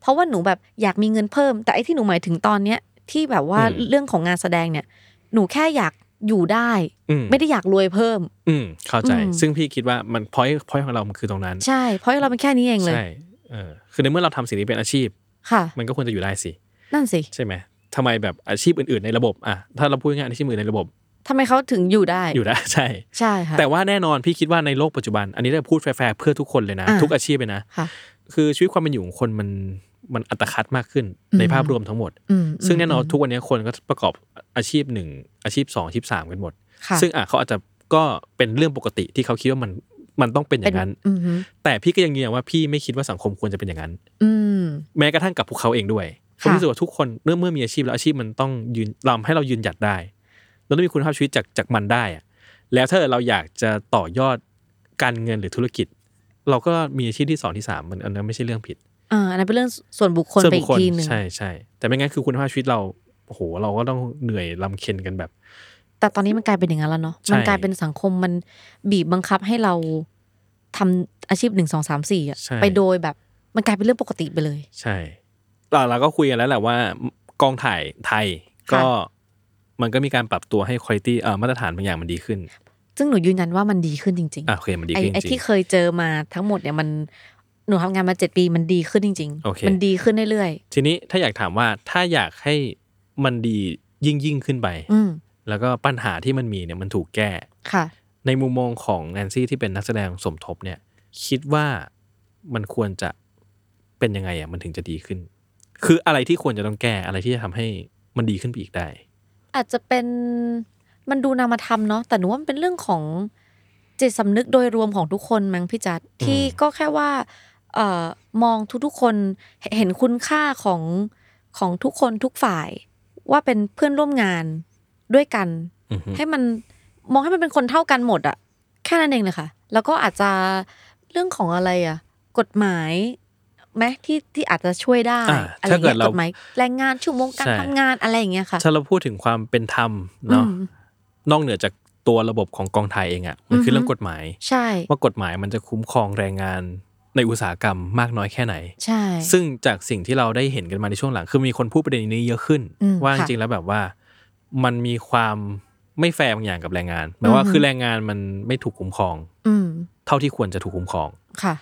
[SPEAKER 3] เพราะว่าหนูแบบอยากมีเงินเพิ่ม แต่ไอ้ที่หนูหมายถึงตอนเนี้ยที่แบบว่า
[SPEAKER 2] อืม
[SPEAKER 3] เรื่องของงานแสดงเนี่ย หนูแค่อยากอยู่ได้
[SPEAKER 2] อืม
[SPEAKER 3] ไม่ได้อยากรวยเพิ่ม
[SPEAKER 2] อืมเข้าใจ
[SPEAKER 3] อืม
[SPEAKER 2] ซึ่งพี่คิดว่ามันพอยพอยของเรามันคือตรงนั้น
[SPEAKER 3] ใช่ เพราะเราเป็นแค่นี้เองเลย
[SPEAKER 2] ใช่เออคือในเมื่อเราทำสิ่งนี้เป็นอาชีพ
[SPEAKER 3] ค่ะ
[SPEAKER 2] มันก็ควรจะอยู่ได้สิ
[SPEAKER 3] นั่นสิ
[SPEAKER 2] ใช่ไหมทำไมแบบอาชีพอื่นๆในระบบอ่ะถ้าเราพูดง่ายๆอาชีพอื่นในระบบ
[SPEAKER 3] ทำไมเขาถึงอยู่ได้
[SPEAKER 2] อยู่ได้ ใช่
[SPEAKER 3] ใช่ค่ะ
[SPEAKER 2] แต่ว่าแน่นอนพี่คิดว่าในโลกปัจจุบัน อันนี้เราพูดแฟร์ๆเพื่อทุกคนเลยนะ
[SPEAKER 3] อ่า
[SPEAKER 2] ทุกอาชีพเลยนะ
[SPEAKER 3] ค่ะ
[SPEAKER 2] คือชีวิตความเป็นอยู่ของคนมันมันอัตคัดมากขึ้น
[SPEAKER 3] อืม
[SPEAKER 2] ในภาพรวมทั้งหมด
[SPEAKER 3] อืม
[SPEAKER 2] ซึ่งแน่นอน
[SPEAKER 3] ม
[SPEAKER 2] ทุกวันนี้คนก็ประกอบอาชีพหนึ่งอาชีพสองอาชีพสามกันหมด
[SPEAKER 3] ค่ะ
[SPEAKER 2] ซึ่งอ่ะเขาอาจจะก็เป็นเรื่องปกติที่เขาคิดว่ามันมันต้องเป็นอย่างนั้น
[SPEAKER 3] อืมฮึ
[SPEAKER 2] แต่พี่ก็ยังยืนยันว่าพี่ไม่คิดว่าสังคมควรจะเป็นอย่างนั้น
[SPEAKER 3] อืม
[SPEAKER 2] แม้กระทั่งกับพวกเขาเองด้วยผม
[SPEAKER 3] ค่ะ
[SPEAKER 2] รู้สึกว่าทุกคนเมื่อเมื่อมีอาชีพแล้วอาชีพมันต้องยืนลำให้เรายืนหยัดได้เราต้องมีคุณภาพชีวิตจากจากมันได้อะแล้วถ้าเราอยากจะต่อยอดการเงินหรือธุรกิจ เราก็มีอาชีพที่สองที่สามมันอันนั้นไม่ใช่เรื่องผิด
[SPEAKER 3] อ่าอันนั้นเป็นเรื่องส่วนบุคคล
[SPEAKER 2] ส่วน
[SPEAKER 3] ไป
[SPEAKER 2] บุ
[SPEAKER 3] อี
[SPEAKER 2] ค
[SPEAKER 3] ก
[SPEAKER 2] คล
[SPEAKER 3] ทีหนึ่ง
[SPEAKER 2] ใช่ใช่แต่ไม่งั้นคือคุณภาพชีวิตเราโอ้โหเราก็ต้องเหนื่อยลำเค็นกันแบบ
[SPEAKER 3] แต่ตอนนี้มันกลายเป็นอย่างนั้นแล้วเนาะ
[SPEAKER 2] ใช่
[SPEAKER 3] มันกลายเป็นสังคมมันบีบบังคับให้เราทำอาชีพหนึ่งสองสามสี่อะ
[SPEAKER 2] ใช่
[SPEAKER 3] ไปโดยแบบ มันกลายเป็นเรื่องปกติไปเลย
[SPEAKER 2] ใช่เราเราก็คุยกันแล้วแหละว่า กองถ่ายไทยก็
[SPEAKER 3] ค่
[SPEAKER 2] มันก็มีการปรับตัวให้คุณภาพเอ่อมาตรฐานบางอย่างมันดีขึ้น
[SPEAKER 3] ซึ่งหนูยืนยันว่ามันดีขึ้นจริง
[SPEAKER 2] อ่ะโอเคมันดี
[SPEAKER 3] ไอ้
[SPEAKER 2] ขึ้นจ
[SPEAKER 3] ไอ้
[SPEAKER 2] ริง
[SPEAKER 3] ที่เคยเจอมาทั้งหมดเนี่ยมันหนูทำงานมาเจ็ดปีมันดีขึ้นจริง
[SPEAKER 2] โอเค
[SPEAKER 3] มันดีขึ้นเรื่อย
[SPEAKER 2] ทีนี้ถ้าอยากถามว่าถ้าอยากให้มันดียิ่งยิ่งขึ้นไป
[SPEAKER 3] ๆอืม
[SPEAKER 2] แล้วก็ปัญหาที่มันมีเนี่ยมันถูกแก้
[SPEAKER 3] ค่ะ
[SPEAKER 2] ในมุมมองของแนนซี่ที่เป็นนักแสดงสมทบเนี่ย คิดว่ามันควรจะเป็นยังไงอ่ะมันถึงจะดีขึ้น คืออะไรที่ควรจะต้องแก้อะไรที่จะทำให้มันดีขึ้นไปอีกได้
[SPEAKER 3] อาจจะเป็นมันดูนามธรรมเนาะแต่หนูว่ามันเป็นเรื่องของจิตสำนึกโดยรวมของทุกคนมั้งพี่จัดที่ก็แค่ว่าเอ่อมองทุกๆคนเหเห็นคุณค่าของของทุกคนทุกฝ่าย ว่าเป็นเพื่อนร่วมงานด้วยกัน
[SPEAKER 2] อือฮึ
[SPEAKER 3] ให้มัน มองให้มันเป็นคนเท่ากันหมดอะแค่นั้นเองเลยค่ะ แล้วก็อาจจะเรื่องของอะไรอะกฎหมายไหมที่ที่อาจจะช่วยได้
[SPEAKER 2] อ่า
[SPEAKER 3] อะไร
[SPEAKER 2] ถ้าเกิ
[SPEAKER 3] เงี้
[SPEAKER 2] ด
[SPEAKER 3] ย
[SPEAKER 2] เรา
[SPEAKER 3] กฎหมายแรงงานชั่วโมงการ
[SPEAKER 2] ใช่
[SPEAKER 3] ทำงานอะไรอย่างเงี้ยค่ะ
[SPEAKER 2] ถ้าเราพูดถึงความเป็นธรรมเนาะ
[SPEAKER 3] อืม
[SPEAKER 2] นอกเหนือจากตัวระบบของกองไทยเองอะ่ะมันคือ
[SPEAKER 3] อฮึ
[SPEAKER 2] เรื่องกฎหมาย
[SPEAKER 3] ใช่
[SPEAKER 2] ว่ากฎหมายมันจะคุ้มครองแรงงานในอุตสาหกรรมมากน้อยแค่ไหน
[SPEAKER 3] ใช่
[SPEAKER 2] ซึ่งจากสิ่งที่เราได้เห็นกันมาในช่วงหลัง คือมีคนพูดประเด็นนี้เยอะขึ้น
[SPEAKER 3] อืม
[SPEAKER 2] ว่าจ
[SPEAKER 3] ค่ะ
[SPEAKER 2] ริงๆแล้วแบบว่ามันมีความไม่แฟร์บางอย่างกับแรงงานหมายว่า
[SPEAKER 3] อือฮึ
[SPEAKER 2] คือแรงงานมันไม่ถูกคุ้มครอง
[SPEAKER 3] อืม
[SPEAKER 2] เท่าที่ควรจะถูกคุ้มครอง
[SPEAKER 3] ค่ะ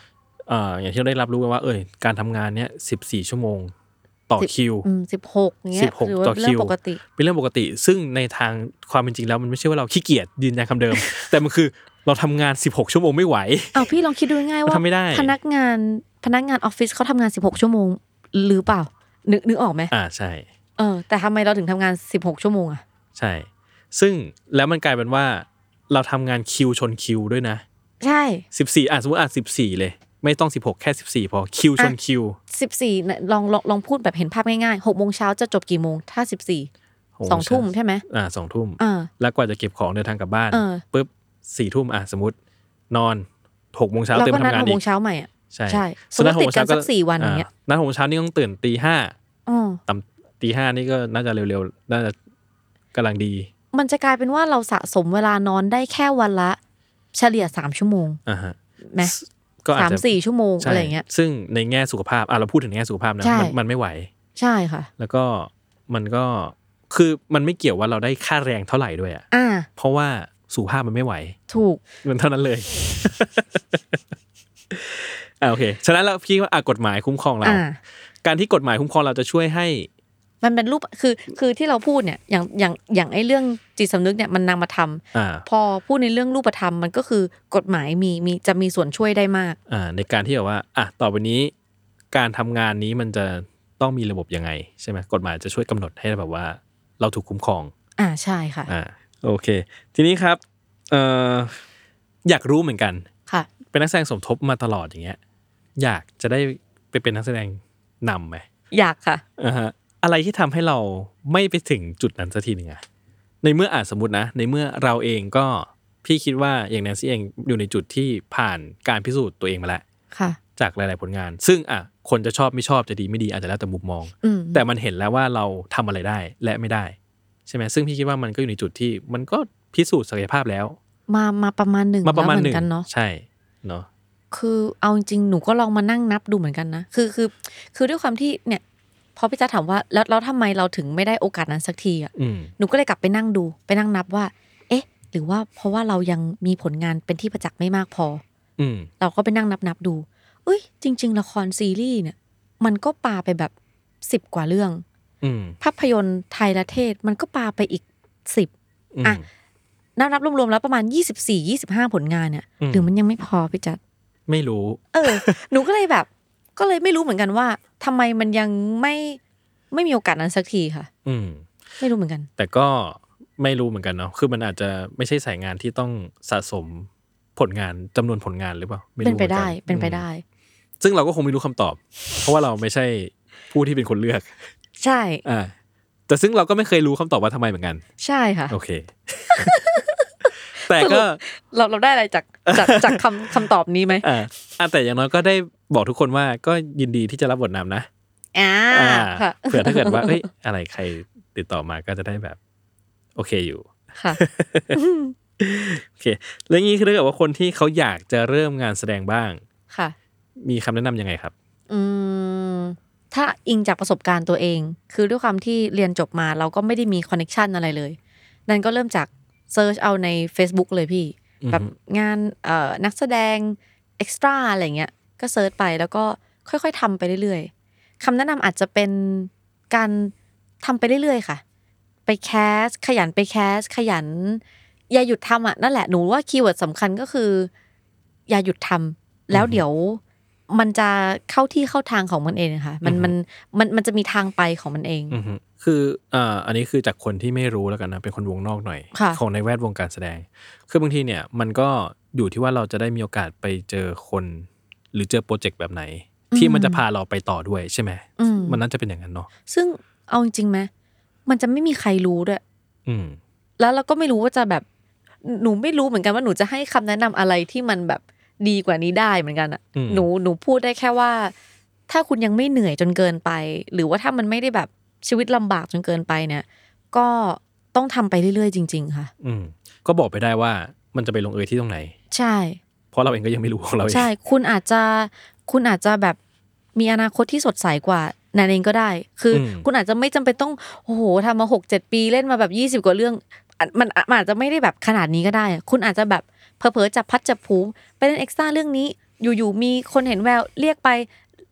[SPEAKER 2] เอ่ออย่างที่เราได้รับรู้กันว่า เอยการทำงานเนี้ยสิบสี่ชั่วโมงต่อ
[SPEAKER 3] สิบ
[SPEAKER 2] คิว
[SPEAKER 3] อืมสิบหกเงี้ย
[SPEAKER 2] 16
[SPEAKER 3] หรือว่า
[SPEAKER 2] ต่อ
[SPEAKER 3] เรื่อ
[SPEAKER 2] คิว
[SPEAKER 3] งปกติ
[SPEAKER 2] เป็นเรื่องปกติ ซึ่งในทางความเป็นจริงแล้วมันไม่ใช่ว่าเราขี้เกียจยืนยัน คำเดิม แต่มันคือเราทำงาน 16 ชั่วโมงไม่ไหว
[SPEAKER 3] เอาพี่ลองคิดดูง่ายๆว่า
[SPEAKER 2] ทำไม่ได้
[SPEAKER 3] พนักงานพนักงานออฟฟิศเขาทำงาน 16 ชั่วโมง หรือเปล่า นึกนึกออกไหม
[SPEAKER 2] อ่าใช่
[SPEAKER 3] เออแต่ทำไมเราถึงทำงาน 16 ชั่วโมงอะ
[SPEAKER 2] ใช่ ซึ่งแล้วมันกลายเป็นว่า เราทำงานคิวชนคิวด้วยนะ
[SPEAKER 3] ใช่
[SPEAKER 2] 14อ่ะสมมติอ่ะ14 เลย ไม่ต้อง 16 แค่ 14 พอคิวชนคิว
[SPEAKER 3] 14น่ะลองลองลองพูดแบบเห็นภาพง่ายๆ6โมงเช้าจะจบกี่โมง ถ้า 14
[SPEAKER 2] โอ้โห
[SPEAKER 3] 2 ทุ่มใช่ไหม
[SPEAKER 2] อ่าสองทุ่ม
[SPEAKER 3] เอ่า
[SPEAKER 2] แล้วกว่าจะเก็บของเดินทางกลับบ้าน
[SPEAKER 3] เออ
[SPEAKER 2] ปุ๊บสี่ทุ่มอ่ะสมมติ นอนหกโมงเช้า
[SPEAKER 3] เรา
[SPEAKER 2] เต็ม
[SPEAKER 3] ก็นัด
[SPEAKER 2] ทำงาน
[SPEAKER 3] 6
[SPEAKER 2] อี
[SPEAKER 3] โมง
[SPEAKER 2] ก
[SPEAKER 3] เช้าใหม่อ่ะ
[SPEAKER 2] ใช่
[SPEAKER 3] ใช่สมมุติติดกันสักสี่วันอย่างเงี้ย
[SPEAKER 2] นัดหกโมงเช้านี่ต้องตื่นตีห้า
[SPEAKER 3] อ๋อ
[SPEAKER 2] ต่ำตีห้านี่ก็น่าจะเร็วๆ น่าจะกำลังดี
[SPEAKER 3] มันจะกลายเป็นว่าเราสะสมเวลานอนได้แค่วันละ เฉลี่ย 3 ชั่วโมง
[SPEAKER 2] อ่าฮะ
[SPEAKER 3] ไหม
[SPEAKER 2] ก็อาจ
[SPEAKER 3] สาม
[SPEAKER 2] จะ
[SPEAKER 3] สี่ชั่วโมง
[SPEAKER 2] ใช่
[SPEAKER 3] อะไรอย่างเงี้ย
[SPEAKER 2] ซึ่งในแง่สุขภาพอ่ะเราพูดถึงในแง่สุขภาพนะ
[SPEAKER 3] ใช่
[SPEAKER 2] มันมันไม่ไหว
[SPEAKER 3] ใช่ค่ะ
[SPEAKER 2] แล้วก็มันก็คือมันไม่เกี่ยวว่าเราได้ค่าแรงเท่าไหร่ด้วยอ่ะ
[SPEAKER 3] อ่า
[SPEAKER 2] เพราะว่าสุขภาพมันไม่ไหว
[SPEAKER 3] ถูก
[SPEAKER 2] มันเท่านั้นเลย อ่าโอเค ฉะนั้นแล้วพี่ว่าอ่ะกฎหมายคุ้มครองเรา
[SPEAKER 3] อ่า
[SPEAKER 2] การที่กฎหมายคุ้มครองเราจะช่วยให้
[SPEAKER 3] มันเป็นรูปคือคือที่เราพูดเนี่ยอย่างอย่างอย่างไอ้เรื่องจิตสำนึกเนี่ยมันนำมาทำ
[SPEAKER 2] อ่า
[SPEAKER 3] พอพูดในเรื่องรูปธรรมมันก็คือกฎหมายมีมีจะมีส่วนช่วยได้มาก
[SPEAKER 2] อ่า ในการที่แบบว่า อ่ะ ต่อไปนี้ การทำงานนี้มันจะต้องมีระบบยังไง ใช่ไหมกฎหมายจะช่วยกำหนดให้แบบว่า เราถูกคุ้มครอง
[SPEAKER 3] อ่าใช่ค่ะ
[SPEAKER 2] อ่า โอเค ทีนี้ครับ เอ่อ อยากรู้เหมือนกัน
[SPEAKER 3] ค่ะ
[SPEAKER 2] เป็นนักแสดงสมทบมาตลอดอย่างเงี้ย อยากจะได้ไปเป็นนักแสดงนำไหม
[SPEAKER 3] อยากค่ะ
[SPEAKER 2] อ่าฮะอะไรที่ทำให้เราไม่ไปถึงจุดนั้นสักทีหนึ่งอะในเมื่ออาจสมมตินะ ในเมื่อเราเองก็พี่คิดว่าอย่างแนนซี่เองอยู่ในจุดที่ผ่านการพิสูจน์ตัวเองมาแล้ว
[SPEAKER 3] ค่ะ
[SPEAKER 2] จากหลาย ๆ ผลงาน ซึ่งอ่ะคนจะชอบไม่ชอบจะดีไม่ดีอาจจะแล้วแต่มุมมอง
[SPEAKER 3] อืม
[SPEAKER 2] แต่มันเห็นแล้วว่าเราทำอะไรได้และไม่ได้ ใช่ไหมซึ่งพี่คิดว่ามันก็อยู่ในจุดที่มันก็พิสูจน์ศักยภาพแล้ว
[SPEAKER 3] มามาประมาณหนึ่ง
[SPEAKER 2] มาประมาณ
[SPEAKER 3] แล้
[SPEAKER 2] ห
[SPEAKER 3] วเห
[SPEAKER 2] นึ่ง
[SPEAKER 3] มือนกันเนาะ
[SPEAKER 2] ใช่เนาะ
[SPEAKER 3] คือเอาจริงๆหนูก็ลองมานั่งนับดูเหมือนกันนะคือคือ คือด้วยความที่เนี่ย พอพี่จ้าถามว่าแล้วแล้วทำไมเราถึงไม่ได้โอกาสนั้นสักทีอ่ะ
[SPEAKER 2] อืม
[SPEAKER 3] หนูก็เลยกลับไปนั่งดูไปนั่งนับว่า เอ๊ะ หรือว่าเพราะว่าเรายังมีผลงานเป็นที่ประจักษ์ไม่มากพอ
[SPEAKER 2] อืม
[SPEAKER 3] เราก็ไปนั่งนับนับๆดู เอ้ย จริง ๆ ละครซีรีส์เนี่ย มันก็ปาไปแบบสิบ10 กว่าเรื่อง
[SPEAKER 2] อืม
[SPEAKER 3] ภาพยนตร์ไทยและเทศ มันก็ปาไปอีกสิบ
[SPEAKER 2] อืม
[SPEAKER 3] อ่ะ นับนับๆรวมๆแล้วประมาณ 24 25 ผลงานเนี่ย
[SPEAKER 2] อืม
[SPEAKER 3] หรือมันยังไม่พอพี่จัด
[SPEAKER 2] ไม่รู้
[SPEAKER 3] เออ หนูก็เลยแบบ ก็เลยไม่รู้เหมือนกันว่าทำไมมันยังไม่ไม่มีโอกาสนั้นสักทีค่ะ
[SPEAKER 2] อืม
[SPEAKER 3] ไม่รู้เหมือนกัน
[SPEAKER 2] แต่ก็ไม่รู้เหมือนกันเนาะ คือมันอาจจะไม่ใช่สายงานที่ต้องสะสมผลงานจำนวนผลงานหรือเปล่าม่
[SPEAKER 3] เป็น
[SPEAKER 2] รู้ห
[SPEAKER 3] ไป
[SPEAKER 2] มือกั
[SPEAKER 3] ได้เป็นไปได้
[SPEAKER 2] อืมซึ่งเราก็คงไม่รู้คำตอบ เพราะว่าเราไม่ใช่ผู้ที่เป็นคนเลือก
[SPEAKER 3] ใช่
[SPEAKER 2] อ่า แต่ซึ่งเราก็ไม่เคยรู้คำตอบว่าทำไมเหมือนกัน
[SPEAKER 3] ใช่ค่ะ
[SPEAKER 2] โอเค แต่
[SPEAKER 3] สรุ
[SPEAKER 2] ก็
[SPEAKER 3] ป เราเราได้อะไรจากจากจากคำคำตอบนี้ไหม
[SPEAKER 2] อ่าอ่ะแต่อย่างน้อยก็ได้บอกทุกคนว่าก็ยินดีที่จะรับบทนำนะ
[SPEAKER 3] อ่า
[SPEAKER 2] อ่า
[SPEAKER 3] ค่ะ
[SPEAKER 2] เผื่อถ้าเกิดว่าเอ้ยอะไรใครติดต่อมาก็จะได้แบบ โอเคอยู่
[SPEAKER 3] ค่ะ
[SPEAKER 2] โอเคแล้วงี้คือถ้าเกิดว่าคนที่เขาอยากจะเริ่มงานแสดงบ้าง
[SPEAKER 3] ค่ะ
[SPEAKER 2] มีคำแนะนำยังไงครับ
[SPEAKER 3] อืมถ้าอิงจากประสบการณ์ตัวเอง คือด้วยความที่เรียนจบมาเราก็ไม่ได้มีคอนเน็ชันอะไรเลย นั่นก็เริ่มจากเซิร์ชเอาใน Facebook เลยพี่
[SPEAKER 2] อือฮึ
[SPEAKER 3] แบบงานเอ่อนักแสดงเอ็กซ์ตร้าอะไรเงี้ย ก็เซิร์ชไปแล้วก็ค่อยๆทำไปเรื่อยๆคำแนะนำอาจจะเป็นการทำไปเรื่อยๆค่ะ ไปแคส ขยันไปแคส ขยัน อย่าหยุดทำอ่ะนั่นแหละหนูว่าคีย์เวิร์ดสำคัญก็คือ อย่าหยุดทำแล้วเดี๋ยว มันจะเข้าที่เข้าทางของมันเองนะคะมัน
[SPEAKER 2] อือฮึ
[SPEAKER 3] มันมันมันจะมีทางไปของมันเอง
[SPEAKER 2] อือฮึคืออ่าอันนี้คือจากคนที่ไม่รู้แล้วกันนะ เป็นคนวงนอกหน่อย
[SPEAKER 3] ค่ะ
[SPEAKER 2] ของในแวดวงการแสดง คือบางทีเนี่ย มันก็อยู่ที่ว่าเราจะได้มีโอกาสไปเจอคน หรือเจอโปรเจกต์แบบไหน ที่มันจะพาเราไปต่อด้วยใช่ไหม
[SPEAKER 3] อืม
[SPEAKER 2] มันน่าจะเป็นอย่างนั้นเนาะ
[SPEAKER 3] ซึ่งเอาจริงๆไหมมันจะไม่มีใครรู้ด้วย
[SPEAKER 2] อืม
[SPEAKER 3] แล้วเราก็ไม่รู้ว่าจะแบบ หนูไม่รู้เหมือนกันว่าหนูจะให้คำแนะนำอะไรที่มันแบบดีกว่านี้ได้เหมือนกันอะ
[SPEAKER 2] อืม
[SPEAKER 3] หนูหนูพูดได้แค่ว่า ถ้าคุณยังไม่เหนื่อยจนเกินไป หรือว่าถ้ามันไม่ได้แบบชีวิตลำบากจนเกินไปเนี่ย ก็ต้องทำไปเรื่อยๆจริง ๆ ค่ะ
[SPEAKER 2] อืมก็บอกไปได้ว่ามันจะไปลงเอยที่ตรงไหน
[SPEAKER 3] ใช่
[SPEAKER 2] เพราะเราเองก็ยังไม่รู้ของเราเอง
[SPEAKER 3] ใช่ คุณอาจจะ คุณอาจจะแบบมีอนาคตที่สดใสกว่านันเองก็ได้ คืออคุณอาจจะไม่จำเป็นต้อง โอ้โหทำมาหกเจ็ดปีเล่นมาแบบยี่สิบกว่าเรื่องอ่ะมันอ่ะมันอาจจะไม่ได้แบบขนาดนี้ก็ได้อะคุณอาจจะแบบเผลอๆจับพัดจับผูไปเล่นเอ็กซ์ตร้าเรื่องนี้ อยู่ๆมีคนเห็นแววเรียกไป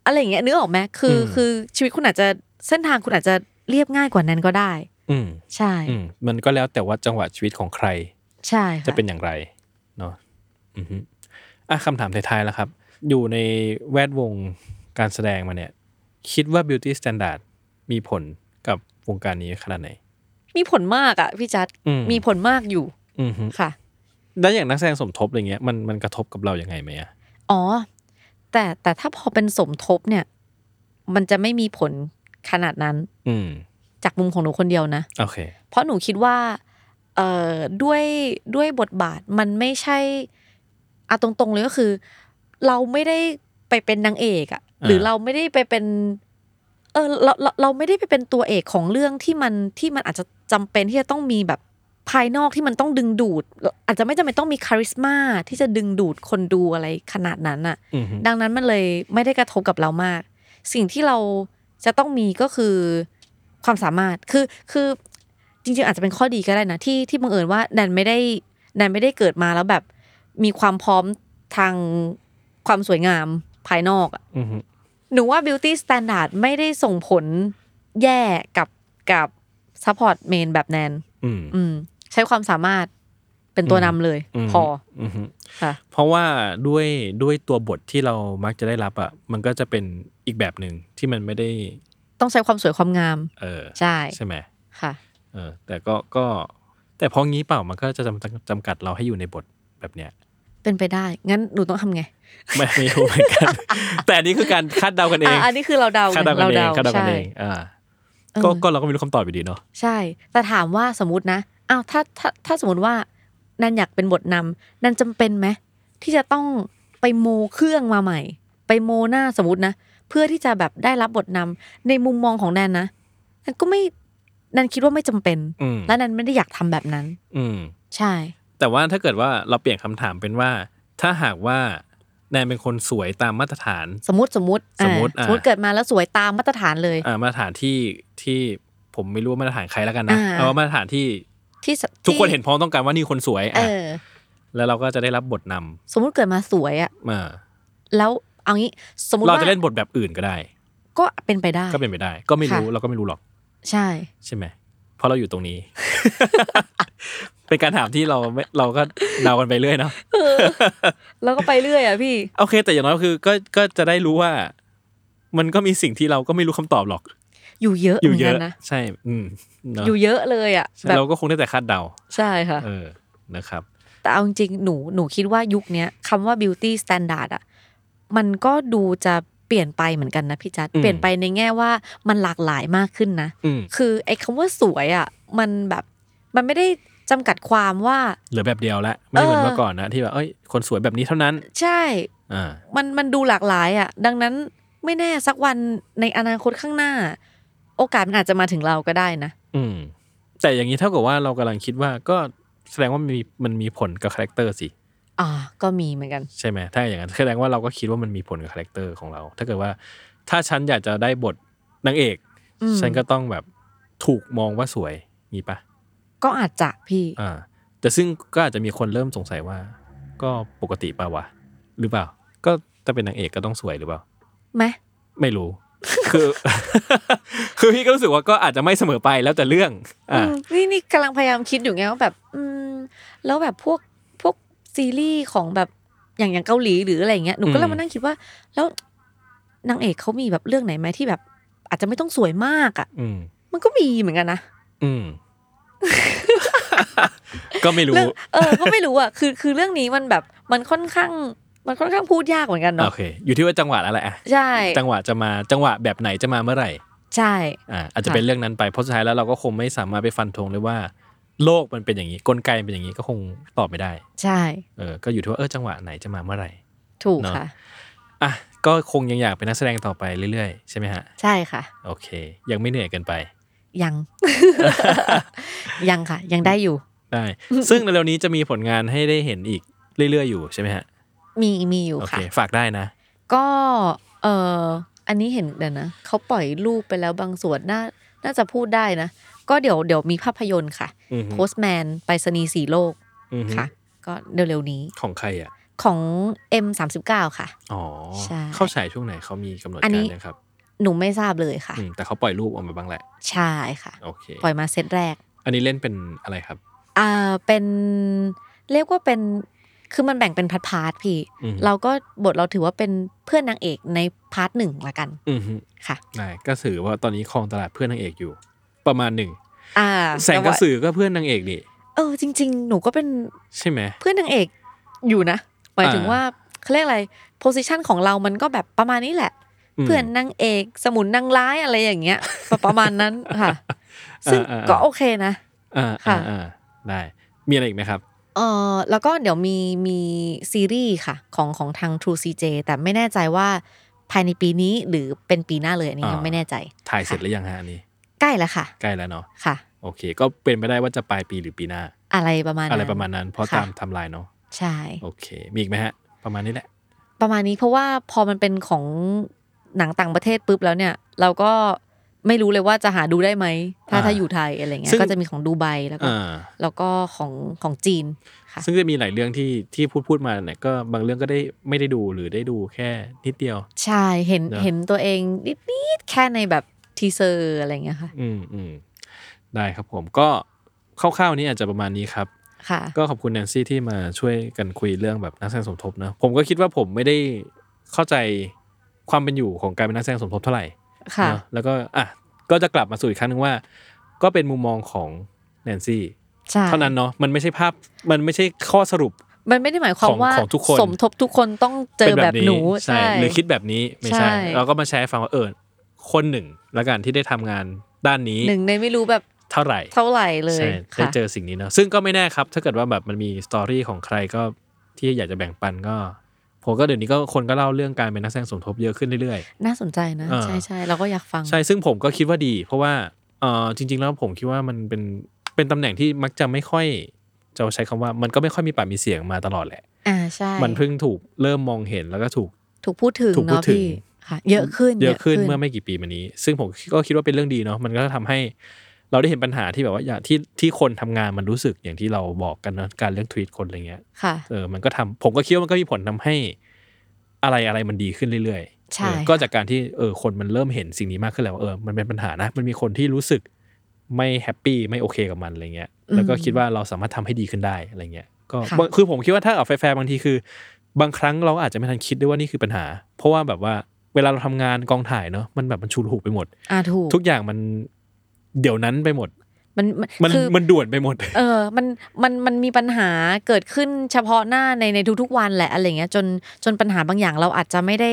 [SPEAKER 3] อะไรอย่างเงี้ยนึกออกไหมคืออคือชีวิตคุณอาจจะเส้นทางคุณอาจจะเรียบง่ายกว่านั้นก็ได้
[SPEAKER 2] อืม
[SPEAKER 3] ใช่
[SPEAKER 2] อืมมันก็แล้วแต่ว่าจังหวะชีวิตของใคร
[SPEAKER 3] ใช่ค่
[SPEAKER 2] จะเป็นอย่างไรเนาะอือฮึอ่ะคำถามท้ายๆแล้วครับ อยู่ในแวดวงการแสดงมาเนี่ย คิดว่า beauty standard มีผลกับวงการนี้ขนาดไหน
[SPEAKER 3] มีผลมากอ่ะพี่จัด
[SPEAKER 2] อืม
[SPEAKER 3] มีผลมากอยู่
[SPEAKER 2] อือฮึ
[SPEAKER 3] ค่ะ
[SPEAKER 2] แล้วอย่างนักแสดงสมทบอะไรเงี้ยมันมันกระทบกับเราอย่างไงไหมอะ
[SPEAKER 3] อ๋อ แต่แต่ถ้าพอเป็นสมทบเนี่ย มันจะไม่มีผลขนาดนั้น
[SPEAKER 2] อืม
[SPEAKER 3] จากมุมของหนูคนเดียวนะ
[SPEAKER 2] โอเค
[SPEAKER 3] เพราะหนูคิดว่า เอ่อด้วยด้วยบทบาทมันไม่ใช่อะตรงๆเลยก็คือ เราไม่ได้ไปเป็นนางเอกอะ
[SPEAKER 2] อ่า
[SPEAKER 3] หรือเราไม่ได้ไปเป็น เออเราเราเราไม่ได้ไปเป็นตัวเอกของเรื่องที่มันที่มันอาจจะจำเป็นที่จะต้องมีแบบภายนอกที่มันต้องดึงดูด อาจจะไม่จำเป็นต้องมีคาริสมาที่จะดึงดูดคนดูอะไรขนาดนั้นอะ
[SPEAKER 2] อือฮึ
[SPEAKER 3] ดังนั้นมันเลยไม่ได้กระทบกับเรามาก สิ่งที่เราจะต้องมีก็คือความสามารถคือคือจริงๆอาจจะเป็นข้อดีก็ได้นะที่ที่บังเอิญว่าแดนไม่ได้แดนไม่ได้เกิดมาแล้วแบบ มีความพร้อมทางความสวยงามภายนอกอะ
[SPEAKER 2] อือฮึ
[SPEAKER 3] หนูว่า beauty standard ไม่ได้ส่งผลแย่กับกับ support main แบบแนน
[SPEAKER 2] อืม
[SPEAKER 3] อืม ใช้ความสามารถเป็นตัวนำเลย
[SPEAKER 2] อืม
[SPEAKER 3] พอ
[SPEAKER 2] อือฮึ
[SPEAKER 3] ค่ะ
[SPEAKER 2] เพราะว่าด้วยด้วยตัวบทที่เรามักจะได้รับอ่ะมันก็จะเป็นอีกแบบหนึ่งที่มันไม่ได้
[SPEAKER 3] ต้องใช้ความสวยความงาม
[SPEAKER 2] เออ
[SPEAKER 3] ใช่
[SPEAKER 2] ใช่ไหม
[SPEAKER 3] ค่ะ
[SPEAKER 2] เออ แต่ก็ก็ แต่พองี้เปล่ามันก็จะจำจำกัดเราให้อยู่ในบทแบบเนี้ย
[SPEAKER 3] เป็นไปได้ งั้นหนูต้องทำไง
[SPEAKER 2] ไม่ไม่รู้เหมือนกัน แต่อันนี้คือการคาดเดากันเอ
[SPEAKER 3] อ่ะ
[SPEAKER 2] ง
[SPEAKER 3] อันนี้คือเราเดา
[SPEAKER 2] คาดเดากันเองคาดเดากัน
[SPEAKER 3] ใช่
[SPEAKER 2] เองอ่า
[SPEAKER 3] เออ
[SPEAKER 2] ก็ก็เราก็ไม่รู้คำตอบอยู่ดีเนาะ
[SPEAKER 3] ใช่ แต่ถามว่าสมมตินะ อ้าว ถ้า ถ้า ถ้าสมมติว่า นันอยากเป็นบทนำนันจำเป็นไหมที่จะต้องไปโมเครื่องมาใหม่ ไปโมหน้าสมมตินะ เพื่อที่จะแบบได้รับบทนำในมุมมองของแนนนะนันก็ไม่ นันคิดว่าไม่จำเป็น
[SPEAKER 2] อืม
[SPEAKER 3] และนันไม่ได้อยากทำแบบนั้น
[SPEAKER 2] อืม
[SPEAKER 3] ใช่
[SPEAKER 2] แต่ว่าถ้าเกิดว่าเราเปลี่ยนคำถามเป็นว่า ถ้าหากว่าแนนเป็นคนสวยตามมาตรฐาน
[SPEAKER 3] สมมติ สมมติอ่า
[SPEAKER 2] สมมุติอ่า
[SPEAKER 3] สมมติเกิดมาแล้วสวยตามมาตรฐานเลย
[SPEAKER 2] อ่ามาตรฐานที่ที่ผมไม่รู้ว่ามาตรฐานใครแล้วกันนะ
[SPEAKER 3] อ่า
[SPEAKER 2] เอาว่ามาตรฐานที่
[SPEAKER 3] ที่ส
[SPEAKER 2] ทุกคนเห็นพ้องต้องการว่านี่คนสวย
[SPEAKER 3] เอ
[SPEAKER 2] อ่ะ
[SPEAKER 3] อ
[SPEAKER 2] แล้วเราก็จะได้รับบทนำ
[SPEAKER 3] สมมติเกิดมาสวยอะ
[SPEAKER 2] มา
[SPEAKER 3] แล้วเอางี้สมมติ
[SPEAKER 2] เรา
[SPEAKER 3] ว่า
[SPEAKER 2] จะเล่นบทแบบอื่นก็ได้
[SPEAKER 3] ก็เป็นไปได้
[SPEAKER 2] ก็เป็นไปได้ ก็ไม่รู้
[SPEAKER 3] ค่ะ
[SPEAKER 2] เราก็ไม่รู้หรอก
[SPEAKER 3] ใช่
[SPEAKER 2] ใช่ไหมเพราะเราอยู่ตรงนี้ เป็นการถามที่เราไม่เราก็เดากันไปเรื่อยเนาะ
[SPEAKER 3] แล้วก็ไปเรื่อยอ่ะพี่
[SPEAKER 2] โอเค แต่อย่างน้อยคือก็ก็จะได้รู้ว่า มันก็มีสิ่งที่เราก็ไม่รู้คำตอบหรอก
[SPEAKER 3] อยู่เยอะ
[SPEAKER 2] อยู่
[SPEAKER 3] หมื
[SPEAKER 2] เย
[SPEAKER 3] น
[SPEAKER 2] อะ
[SPEAKER 3] กันนะ
[SPEAKER 2] ใช่ อืมเนาะ
[SPEAKER 3] อยู่เยอะเลยอ่ะ
[SPEAKER 2] ใช่
[SPEAKER 3] แบบ
[SPEAKER 2] เราก็คงได้แต่คาดเดา
[SPEAKER 3] ใช่ค่ะ
[SPEAKER 2] เออนะครับ
[SPEAKER 3] แต่เอาจริงๆหนูหนูคิดว่ายุคเนี้ยคำว่า beauty standard อ่ะมันก็ดูจะเปลี่ยนไปเหมือนกันนะพี่จัด
[SPEAKER 2] อืม
[SPEAKER 3] เปลี่ยนไปในแง่ว่ามันหลากหลายมากขึ้นนะ
[SPEAKER 2] อืม
[SPEAKER 3] คือไอ้คำว่าสวยอ่ะมันแบบมันไม่ได้จำกัดความว่า
[SPEAKER 2] เหลือแบบเดียวละไม่เหมือน
[SPEAKER 3] เออ
[SPEAKER 2] เมื่อก่อนนะที่แบบเอ้ยคนสวยแบบนี้เท่านั้น
[SPEAKER 3] ใช่
[SPEAKER 2] อ่า
[SPEAKER 3] มันมันดูหลากหลายอ่ะ ดังนั้นไม่แน่สักวันในอนาคตข้างหน้า โอกาสมันอาจจะมาถึงเราก็ได้นะ
[SPEAKER 2] อืมแต่อย่างนี้เท่ากับว่าเรากำลังคิดว่าก็แสดงว่ามันมีมันมีผลกับคาแรคเตอร์สิ
[SPEAKER 3] อ่า ก็มีเหมือนกัน
[SPEAKER 2] ใช่ไหมถ้าอย่างนั้นแสดงว่าเราก็คิดว่ามันมีผลกับคาแรคเตอร์ของเรา ถ้าเกิดว่า ถ้าฉันอยากจะได้บทนางเอก
[SPEAKER 3] อืม
[SPEAKER 2] ฉันก็ต้องแบบถูกมองว่าสวยงี้ปะ
[SPEAKER 3] ก็อาจจะพี่
[SPEAKER 2] อ่า แต่ซึ่งก็อาจจะมีคนเริ่มสงสัยว่า ก็ปกติป่าวะหรือเปล่า ก็ถ้าเป็นนางเอกก็ต้องสวยหรือเปล่า
[SPEAKER 3] ไหม
[SPEAKER 2] ไม่รู้ คือ คือพี่ก็รู้สึกว่าก็อาจจะไม่เสมอไปแล้วแต่เรื่อง อ่า
[SPEAKER 3] อืมนี่นี่กำลังพยายามคิดอยู่ไงว่าแบบ อืม แล้วแบบพวกพวกซีรีส์ของแบบอย่างอย่างเกาหลีหรืออะไรอย่างเงี้ยหนูก็
[SPEAKER 2] อืม
[SPEAKER 3] เริ่มมานั่งคิดว่า แล้วนางเอกเขามีแบบเรื่องไหนไหมที่แบบ อาจจะไม่ต้องสวยมากอ่ะ
[SPEAKER 2] อืม
[SPEAKER 3] มันก็มีเหมือนกันนะ
[SPEAKER 2] อืม ก็ไม่รู้
[SPEAKER 3] เรื่องเออ ก็ไม่รู้อ่ะคือคือเรื่องนี้มันแบบมันค่อนข้าง มันค่อนข้างพูดยากเหมือนกัน
[SPEAKER 2] โอ
[SPEAKER 3] เนาะ
[SPEAKER 2] เค อยู่ที่ว่าจังหวะอะไรอะ
[SPEAKER 3] ใช่
[SPEAKER 2] จังหวะจะมาจังหวะแบบไหนจะมาเมื่อไหร่
[SPEAKER 3] ใช่
[SPEAKER 2] อ่าอาจจะ
[SPEAKER 3] ค่ะ
[SPEAKER 2] เป็นเรื่องนั้นไปเพราะสุดท้ายแล้วเราก็คงไม่สามารถไปฟันธงเลยว่า โลกมันเป็นอย่างนี้กลไกมันเป็นอย่างนี้ก็คงตอบไม่ได้
[SPEAKER 3] ใช่
[SPEAKER 2] เออก็อยู่ที่ว่าเออจังหวะไหนจะมาเมื่อไหร่
[SPEAKER 3] ถูก
[SPEAKER 2] เนอะ
[SPEAKER 3] ค่ะ
[SPEAKER 2] อ่ะก็คงยังอยากเป็นนักแสดงต่อไปเรื่อยๆ ใช่ไหมฮะ
[SPEAKER 3] ใช่ค่ะ
[SPEAKER 2] โอเค ยังไม่เหนื่อยเกินไป
[SPEAKER 3] ยัง ยังค่ะ ยังได้อยู่
[SPEAKER 2] ได้ ซึ่งในเร็วๆนี้จะมีผลงานให้ได้เห็นอีกเรื่อยๆอยู่ใช่ไหมฮะ
[SPEAKER 3] มีมีอยู่
[SPEAKER 2] โอเค
[SPEAKER 3] ค่ะ
[SPEAKER 2] ฝากได้นะ
[SPEAKER 3] ก็เอออันนี้เห็นเดี๋ยวนะเขาปล่อยรูปไปแล้วบางส่วนน่าน่าจะพูดได้นะ ก็เดี๋ยวเดี๋ยวมีภาพยนตร์ค่ะ
[SPEAKER 2] อือฮึ
[SPEAKER 3] Postman ไปรษณีย์สีโลก
[SPEAKER 2] อือฮึ
[SPEAKER 3] ค่ะ ก็เร็วๆนี้
[SPEAKER 2] ของใครอ่ะ
[SPEAKER 3] ของ M39 ค่ะ
[SPEAKER 2] อ๋อ
[SPEAKER 3] ใช่
[SPEAKER 2] เข้าฉายช่วงไหนเขามีกำหนด
[SPEAKER 3] อันนี้
[SPEAKER 2] การยังครับ
[SPEAKER 3] หนูไม่ทราบเลยค่ะ
[SPEAKER 2] อืมแต่เขาปล่อยรูปออกมาบ้างแหละ
[SPEAKER 3] ใช่ค่ะ
[SPEAKER 2] โอเค
[SPEAKER 3] ปล่อยมาเซตแรก
[SPEAKER 2] อันนี้เล่นเป็นอะไรครับ
[SPEAKER 3] อ่าเป็นเรียกว่าเป็นคือมันแบ่งเป็นพาร์ทพาร์ทพี่
[SPEAKER 2] อืม
[SPEAKER 3] เราก็บทเราถือว่าเป็นเพื่อนนางเอกในพาร์ทหนึ่งละกัน
[SPEAKER 2] อือฮึ
[SPEAKER 3] ค่ะ
[SPEAKER 2] ได้ก็ถือว่าตอนนี้ครองตลาดเพื่อนนางเอกอยู่ ประมาณหนึ่ง
[SPEAKER 3] อ่า
[SPEAKER 2] แสงกระสือก็เพื่อนนางเอกนี่
[SPEAKER 3] เออจริง ๆ หนูก็เป็น
[SPEAKER 2] ใช่ไหม
[SPEAKER 3] เพื่อนนางเอกอยู่นะ หมายถึง
[SPEAKER 2] อ่า
[SPEAKER 3] ว่าเขาเรียกอะไรโพสิชันของเรามันก็แบบประมาณนี้แหละ
[SPEAKER 2] ม
[SPEAKER 3] เพื่อนนางเอกสมุนนางร้ายอะไรอย่างเงี้ย ประมาณนั้นค่ะ ซึ่ง
[SPEAKER 2] อ่าอ่า
[SPEAKER 3] ก็โอเคนะ
[SPEAKER 2] อ่า
[SPEAKER 3] ค่ะ
[SPEAKER 2] อ่าอ่าได้ มีอะไรอีกไหมครับ
[SPEAKER 3] เออแล้วก็เดี๋ยวมีมีซีรีส์ค่ะ ของของทาง True CJ แต่ไม่แน่ใจว่าภายในปีนี้หรือเป็นปีหน้าเลยอันนี้
[SPEAKER 2] อ่ายั
[SPEAKER 3] ยังไม่แน่ใจ
[SPEAKER 2] ถ่ายเสร็จหรือยังฮะอันนี้
[SPEAKER 3] ใกล้แล้วค่ะ
[SPEAKER 2] ใกล้แล้วเนาะ
[SPEAKER 3] ค่ะ
[SPEAKER 2] โอเค ก็เป็นไปได้ว่าจะปลายปีหรือปีหน้า
[SPEAKER 3] อะไรประมาณ
[SPEAKER 2] อะไรประมาณนั้น เพราะ
[SPEAKER 3] ค่
[SPEAKER 2] ตามไทำลายเนาะ
[SPEAKER 3] ใช่
[SPEAKER 2] โอเค มีอีกไหมฮะ ประมาณนี้แหละ
[SPEAKER 3] ประมาณนี้เพราะว่าพอมันเป็นของหนังต่างประเทศปุ๊บแล้วเนี่ย เราก็ไม่รู้เลยว่าจะหาดูได้ไหมถ้า
[SPEAKER 2] อ่า
[SPEAKER 3] ถ้าอยู่ไทยอะไรเงี้
[SPEAKER 2] ซึ่
[SPEAKER 3] ย
[SPEAKER 2] ง
[SPEAKER 3] ก็จะมีของดูไบแล้วก็
[SPEAKER 2] อ่า
[SPEAKER 3] แล้วก็ของของจีนค่ะ
[SPEAKER 2] ซึ่งจะมีหลายเรื่องที่ที่พูดพูดมาเนี่ยก็บางเรื่องก็ได้ไม่ได้ดูหรือได้ดูแค่นิดเดียว
[SPEAKER 3] ใช่เห็น
[SPEAKER 2] เนอะ
[SPEAKER 3] เห็นตัวเองนิดๆแค่ในแบบทีเซอร์อะไรเงี้ยค่ะ
[SPEAKER 2] อืมอืมได้ครับผมก็คร่าวๆนี้อาจจะประมาณนี้ครับ
[SPEAKER 3] ค่ะ
[SPEAKER 2] ก็ขอบคุณแนนซี่ที่มาช่วยกันคุยเรื่องแบบนักแสดงสมทบนะผมก็คิดว่าผมไม่ได้เข้าใจความเป็นอยู่ของการเป็นนักแสดงสมทบเท่าไหร่
[SPEAKER 3] ค่ะ
[SPEAKER 2] เนอะแล้วก็อ่ะก็จะกลับมาสู่อีกครั้งหนึ่งว่า ก็เป็นมุมมองของแนนซี่
[SPEAKER 3] ใช่
[SPEAKER 2] เท่านั้นเนาะมันไม่ใช่ภาพมันไม่ใช่ข้อสรุป
[SPEAKER 3] มันไม่ได้หมายความ
[SPEAKER 2] ของ
[SPEAKER 3] ว่า
[SPEAKER 2] ของทุกคน
[SPEAKER 3] สมทบทุกคนต้องเจอแบบหนู
[SPEAKER 2] ใช่หรือคิดแบบนี้ไม่ใช่
[SPEAKER 3] ใช่
[SPEAKER 2] เราก็มาแชร์ให้ฟังว่าเออคนหนึ่งละกันที่ได้ทำงานด้านนี้
[SPEAKER 3] หนึ่งในไม่รู้แบบ
[SPEAKER 2] เท่าไหร่
[SPEAKER 3] เท่าไหร่เลย
[SPEAKER 2] ใช่ได้
[SPEAKER 3] ค่ะ
[SPEAKER 2] เจอสิ่งนี้เนอะซึ่งก็ไม่แน่ครับ ถ้าเกิดว่าแบบมันมีสตอรี่ของใครก็ที่อยากจะแบ่งปันก็ผมก็เดี๋ยวนี้ก็คนก็เล่าเรื่องการเป็นนักแสดงสมทบเยอะขึ้นเรื่อย
[SPEAKER 3] น่าสนใจนะ
[SPEAKER 2] เออ
[SPEAKER 3] ใช่ใช่เราก็อยากฟัง
[SPEAKER 2] ๆ ใช่ซึ่งผมก็คิดว่าดี เพราะว่าเออจริง ๆ แล้วผมคิดว่ามันเป็นเป็นตำแหน่งที่มักจะไม่ค่อยจะใช้คำว่ามันก็ไม่ค่อยมีปากมีเสียงมาตลอดแหละ
[SPEAKER 3] อ่าใช่
[SPEAKER 2] มันเพิ่งถูกเริ่มมองเห็นแล้วก็ถูก
[SPEAKER 3] ถูกพูดถึง
[SPEAKER 2] ถูกพู
[SPEAKER 3] เนาะ
[SPEAKER 2] ดถึง
[SPEAKER 3] พี่ค่ะเยอะขึ้น
[SPEAKER 2] เยอะขึ้นเมื่อไม่กี่ปีมานี้ ซึ่งผมก็คิดว่าเป็นเรื่องดีเนาะมันก็ทำให้เราได้เห็นปัญหาที่แบบว่าอย่างที่ที่คนทำงานมันรู้สึกอย่างที่เราบอกกันเนอะการเรื่องทวีตคนอะไรเงี้ย
[SPEAKER 3] ค่ะ
[SPEAKER 2] เออ มันก็ทำผมก็คิดว่ามันก็มีผลทำให้อะไรอะไรมันดีขึ้นเรื่อยๆเอ
[SPEAKER 3] ใช่
[SPEAKER 2] อ
[SPEAKER 3] ค่ะ
[SPEAKER 2] ก็จากการที่เออคนมันเริ่มเห็นสิ่งนี้มากขึ้นแล้วว่าเออ มันเป็นปัญหานะ มันมีคนที่รู้สึกไม่แฮปปี้ไม่โอเคกับมันอะไรเงี้ย แล้วก็คิดว่าเราสามารถทำให้ดีขึ้นได้อะไรเงี้ย ก็
[SPEAKER 3] ค่ะ
[SPEAKER 2] บางคือผมคิดว่าถ้าเอาแฟร์ๆบางทีคือ บางครั้งเราอาจจะไม่ทันคิดด้วยว่านี่คือปัญหา เพราะว่าแบบว่าเวลาเราทำงานกองถ่ายเนอะมันแบบมันชูถูกไปหมด
[SPEAKER 3] อ่าถูก
[SPEAKER 2] ทุกอย่างมันเดี๋ยวนั้นไปหมด
[SPEAKER 3] มัน
[SPEAKER 2] มัน
[SPEAKER 3] คือ
[SPEAKER 2] มันด่วนไปหมด
[SPEAKER 3] เออมันมันมันมีปัญหาเกิดขึ้นเฉพาะหน้าในในทุกๆวันแหละอะไรเงี้ยจนจนปัญหาบางอย่างเราอาจจะไม่ได้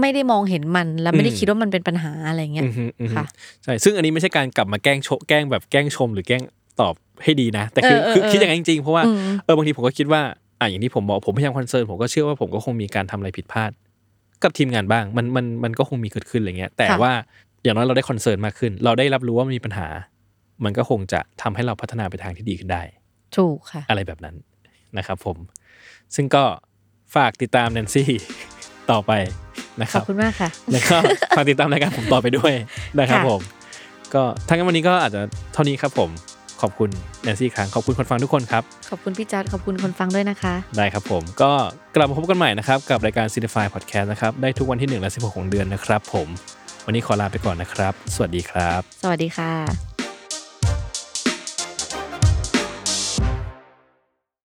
[SPEAKER 3] ไม่ได้มองเห็นมันและไม่ได้
[SPEAKER 2] อืม
[SPEAKER 3] คิดว่ามันเป็นปัญหาอะไรเงี้ย
[SPEAKER 2] อือฮึอือฮึ
[SPEAKER 3] ค่ะ
[SPEAKER 2] ใช่ซึ่งอันนี้ไม่ใช่การกลับมาแกล้งโชแกล้งแบบแกล้งชมหรือแกล้งตอบให้ดีนะ แต่คือ
[SPEAKER 3] เออเออ
[SPEAKER 2] คือ
[SPEAKER 3] เออ
[SPEAKER 2] คิดอย่างนั้นจริงๆเพราะว่า
[SPEAKER 3] อืม
[SPEAKER 2] เออบางทีผมก็คิดว่าอ่ะอย่างที่ผมบอกผมพยายามคอนเซิร์นผมก็เชื่อว่าผมก็คงมีการทำอะไรผิดพลาด กับทีมงานบ้างมันมันมันก็คงมีเกิดขึ้นอะไรเงี้ยแต่
[SPEAKER 3] ค่ะ
[SPEAKER 2] ว่าอย่างน้อยเราได้คอนเซิร์นมากขึ้น เราได้รับรู้ว่ามันมีปัญหา มันก็คงจะทำให้เราพัฒนาไปทางที่ดีขึ้นได้
[SPEAKER 3] ถูกค่ะ
[SPEAKER 2] อะไรแบบนั้นนะครับผม ซึ่งก็ฝากติดตามแนนซี่ ต่อไปนะค
[SPEAKER 3] ขอ
[SPEAKER 2] รั
[SPEAKER 3] บบ คุณมากค่ะ
[SPEAKER 2] แล้วก็ ฝากติดตามรายการผมต่อไปด้วยนะครับ
[SPEAKER 3] ค่ะ
[SPEAKER 2] ผม ก็ทั้งนั้นวันนี้ก็อาจจะเท่านี้ครับผม ขอบคุณแนนซี่อีกครั้งขอบคุณคนฟังทุกคนครับ
[SPEAKER 3] ขอบคุณพี่จัดขอบคุณคนฟังด้วยนะคะ
[SPEAKER 2] ได้ครับผม ก็กลับมาพบกันใหม่นะครับ กับรายการ c i n e f y Podcast นะครับ ได้ทุกวันที่ 1 และ 16 ของเดือนนะครับผม วันนี้ขอลาไปก่อนนะครับ สวัสดีครับ
[SPEAKER 3] สวัสดีค่ะ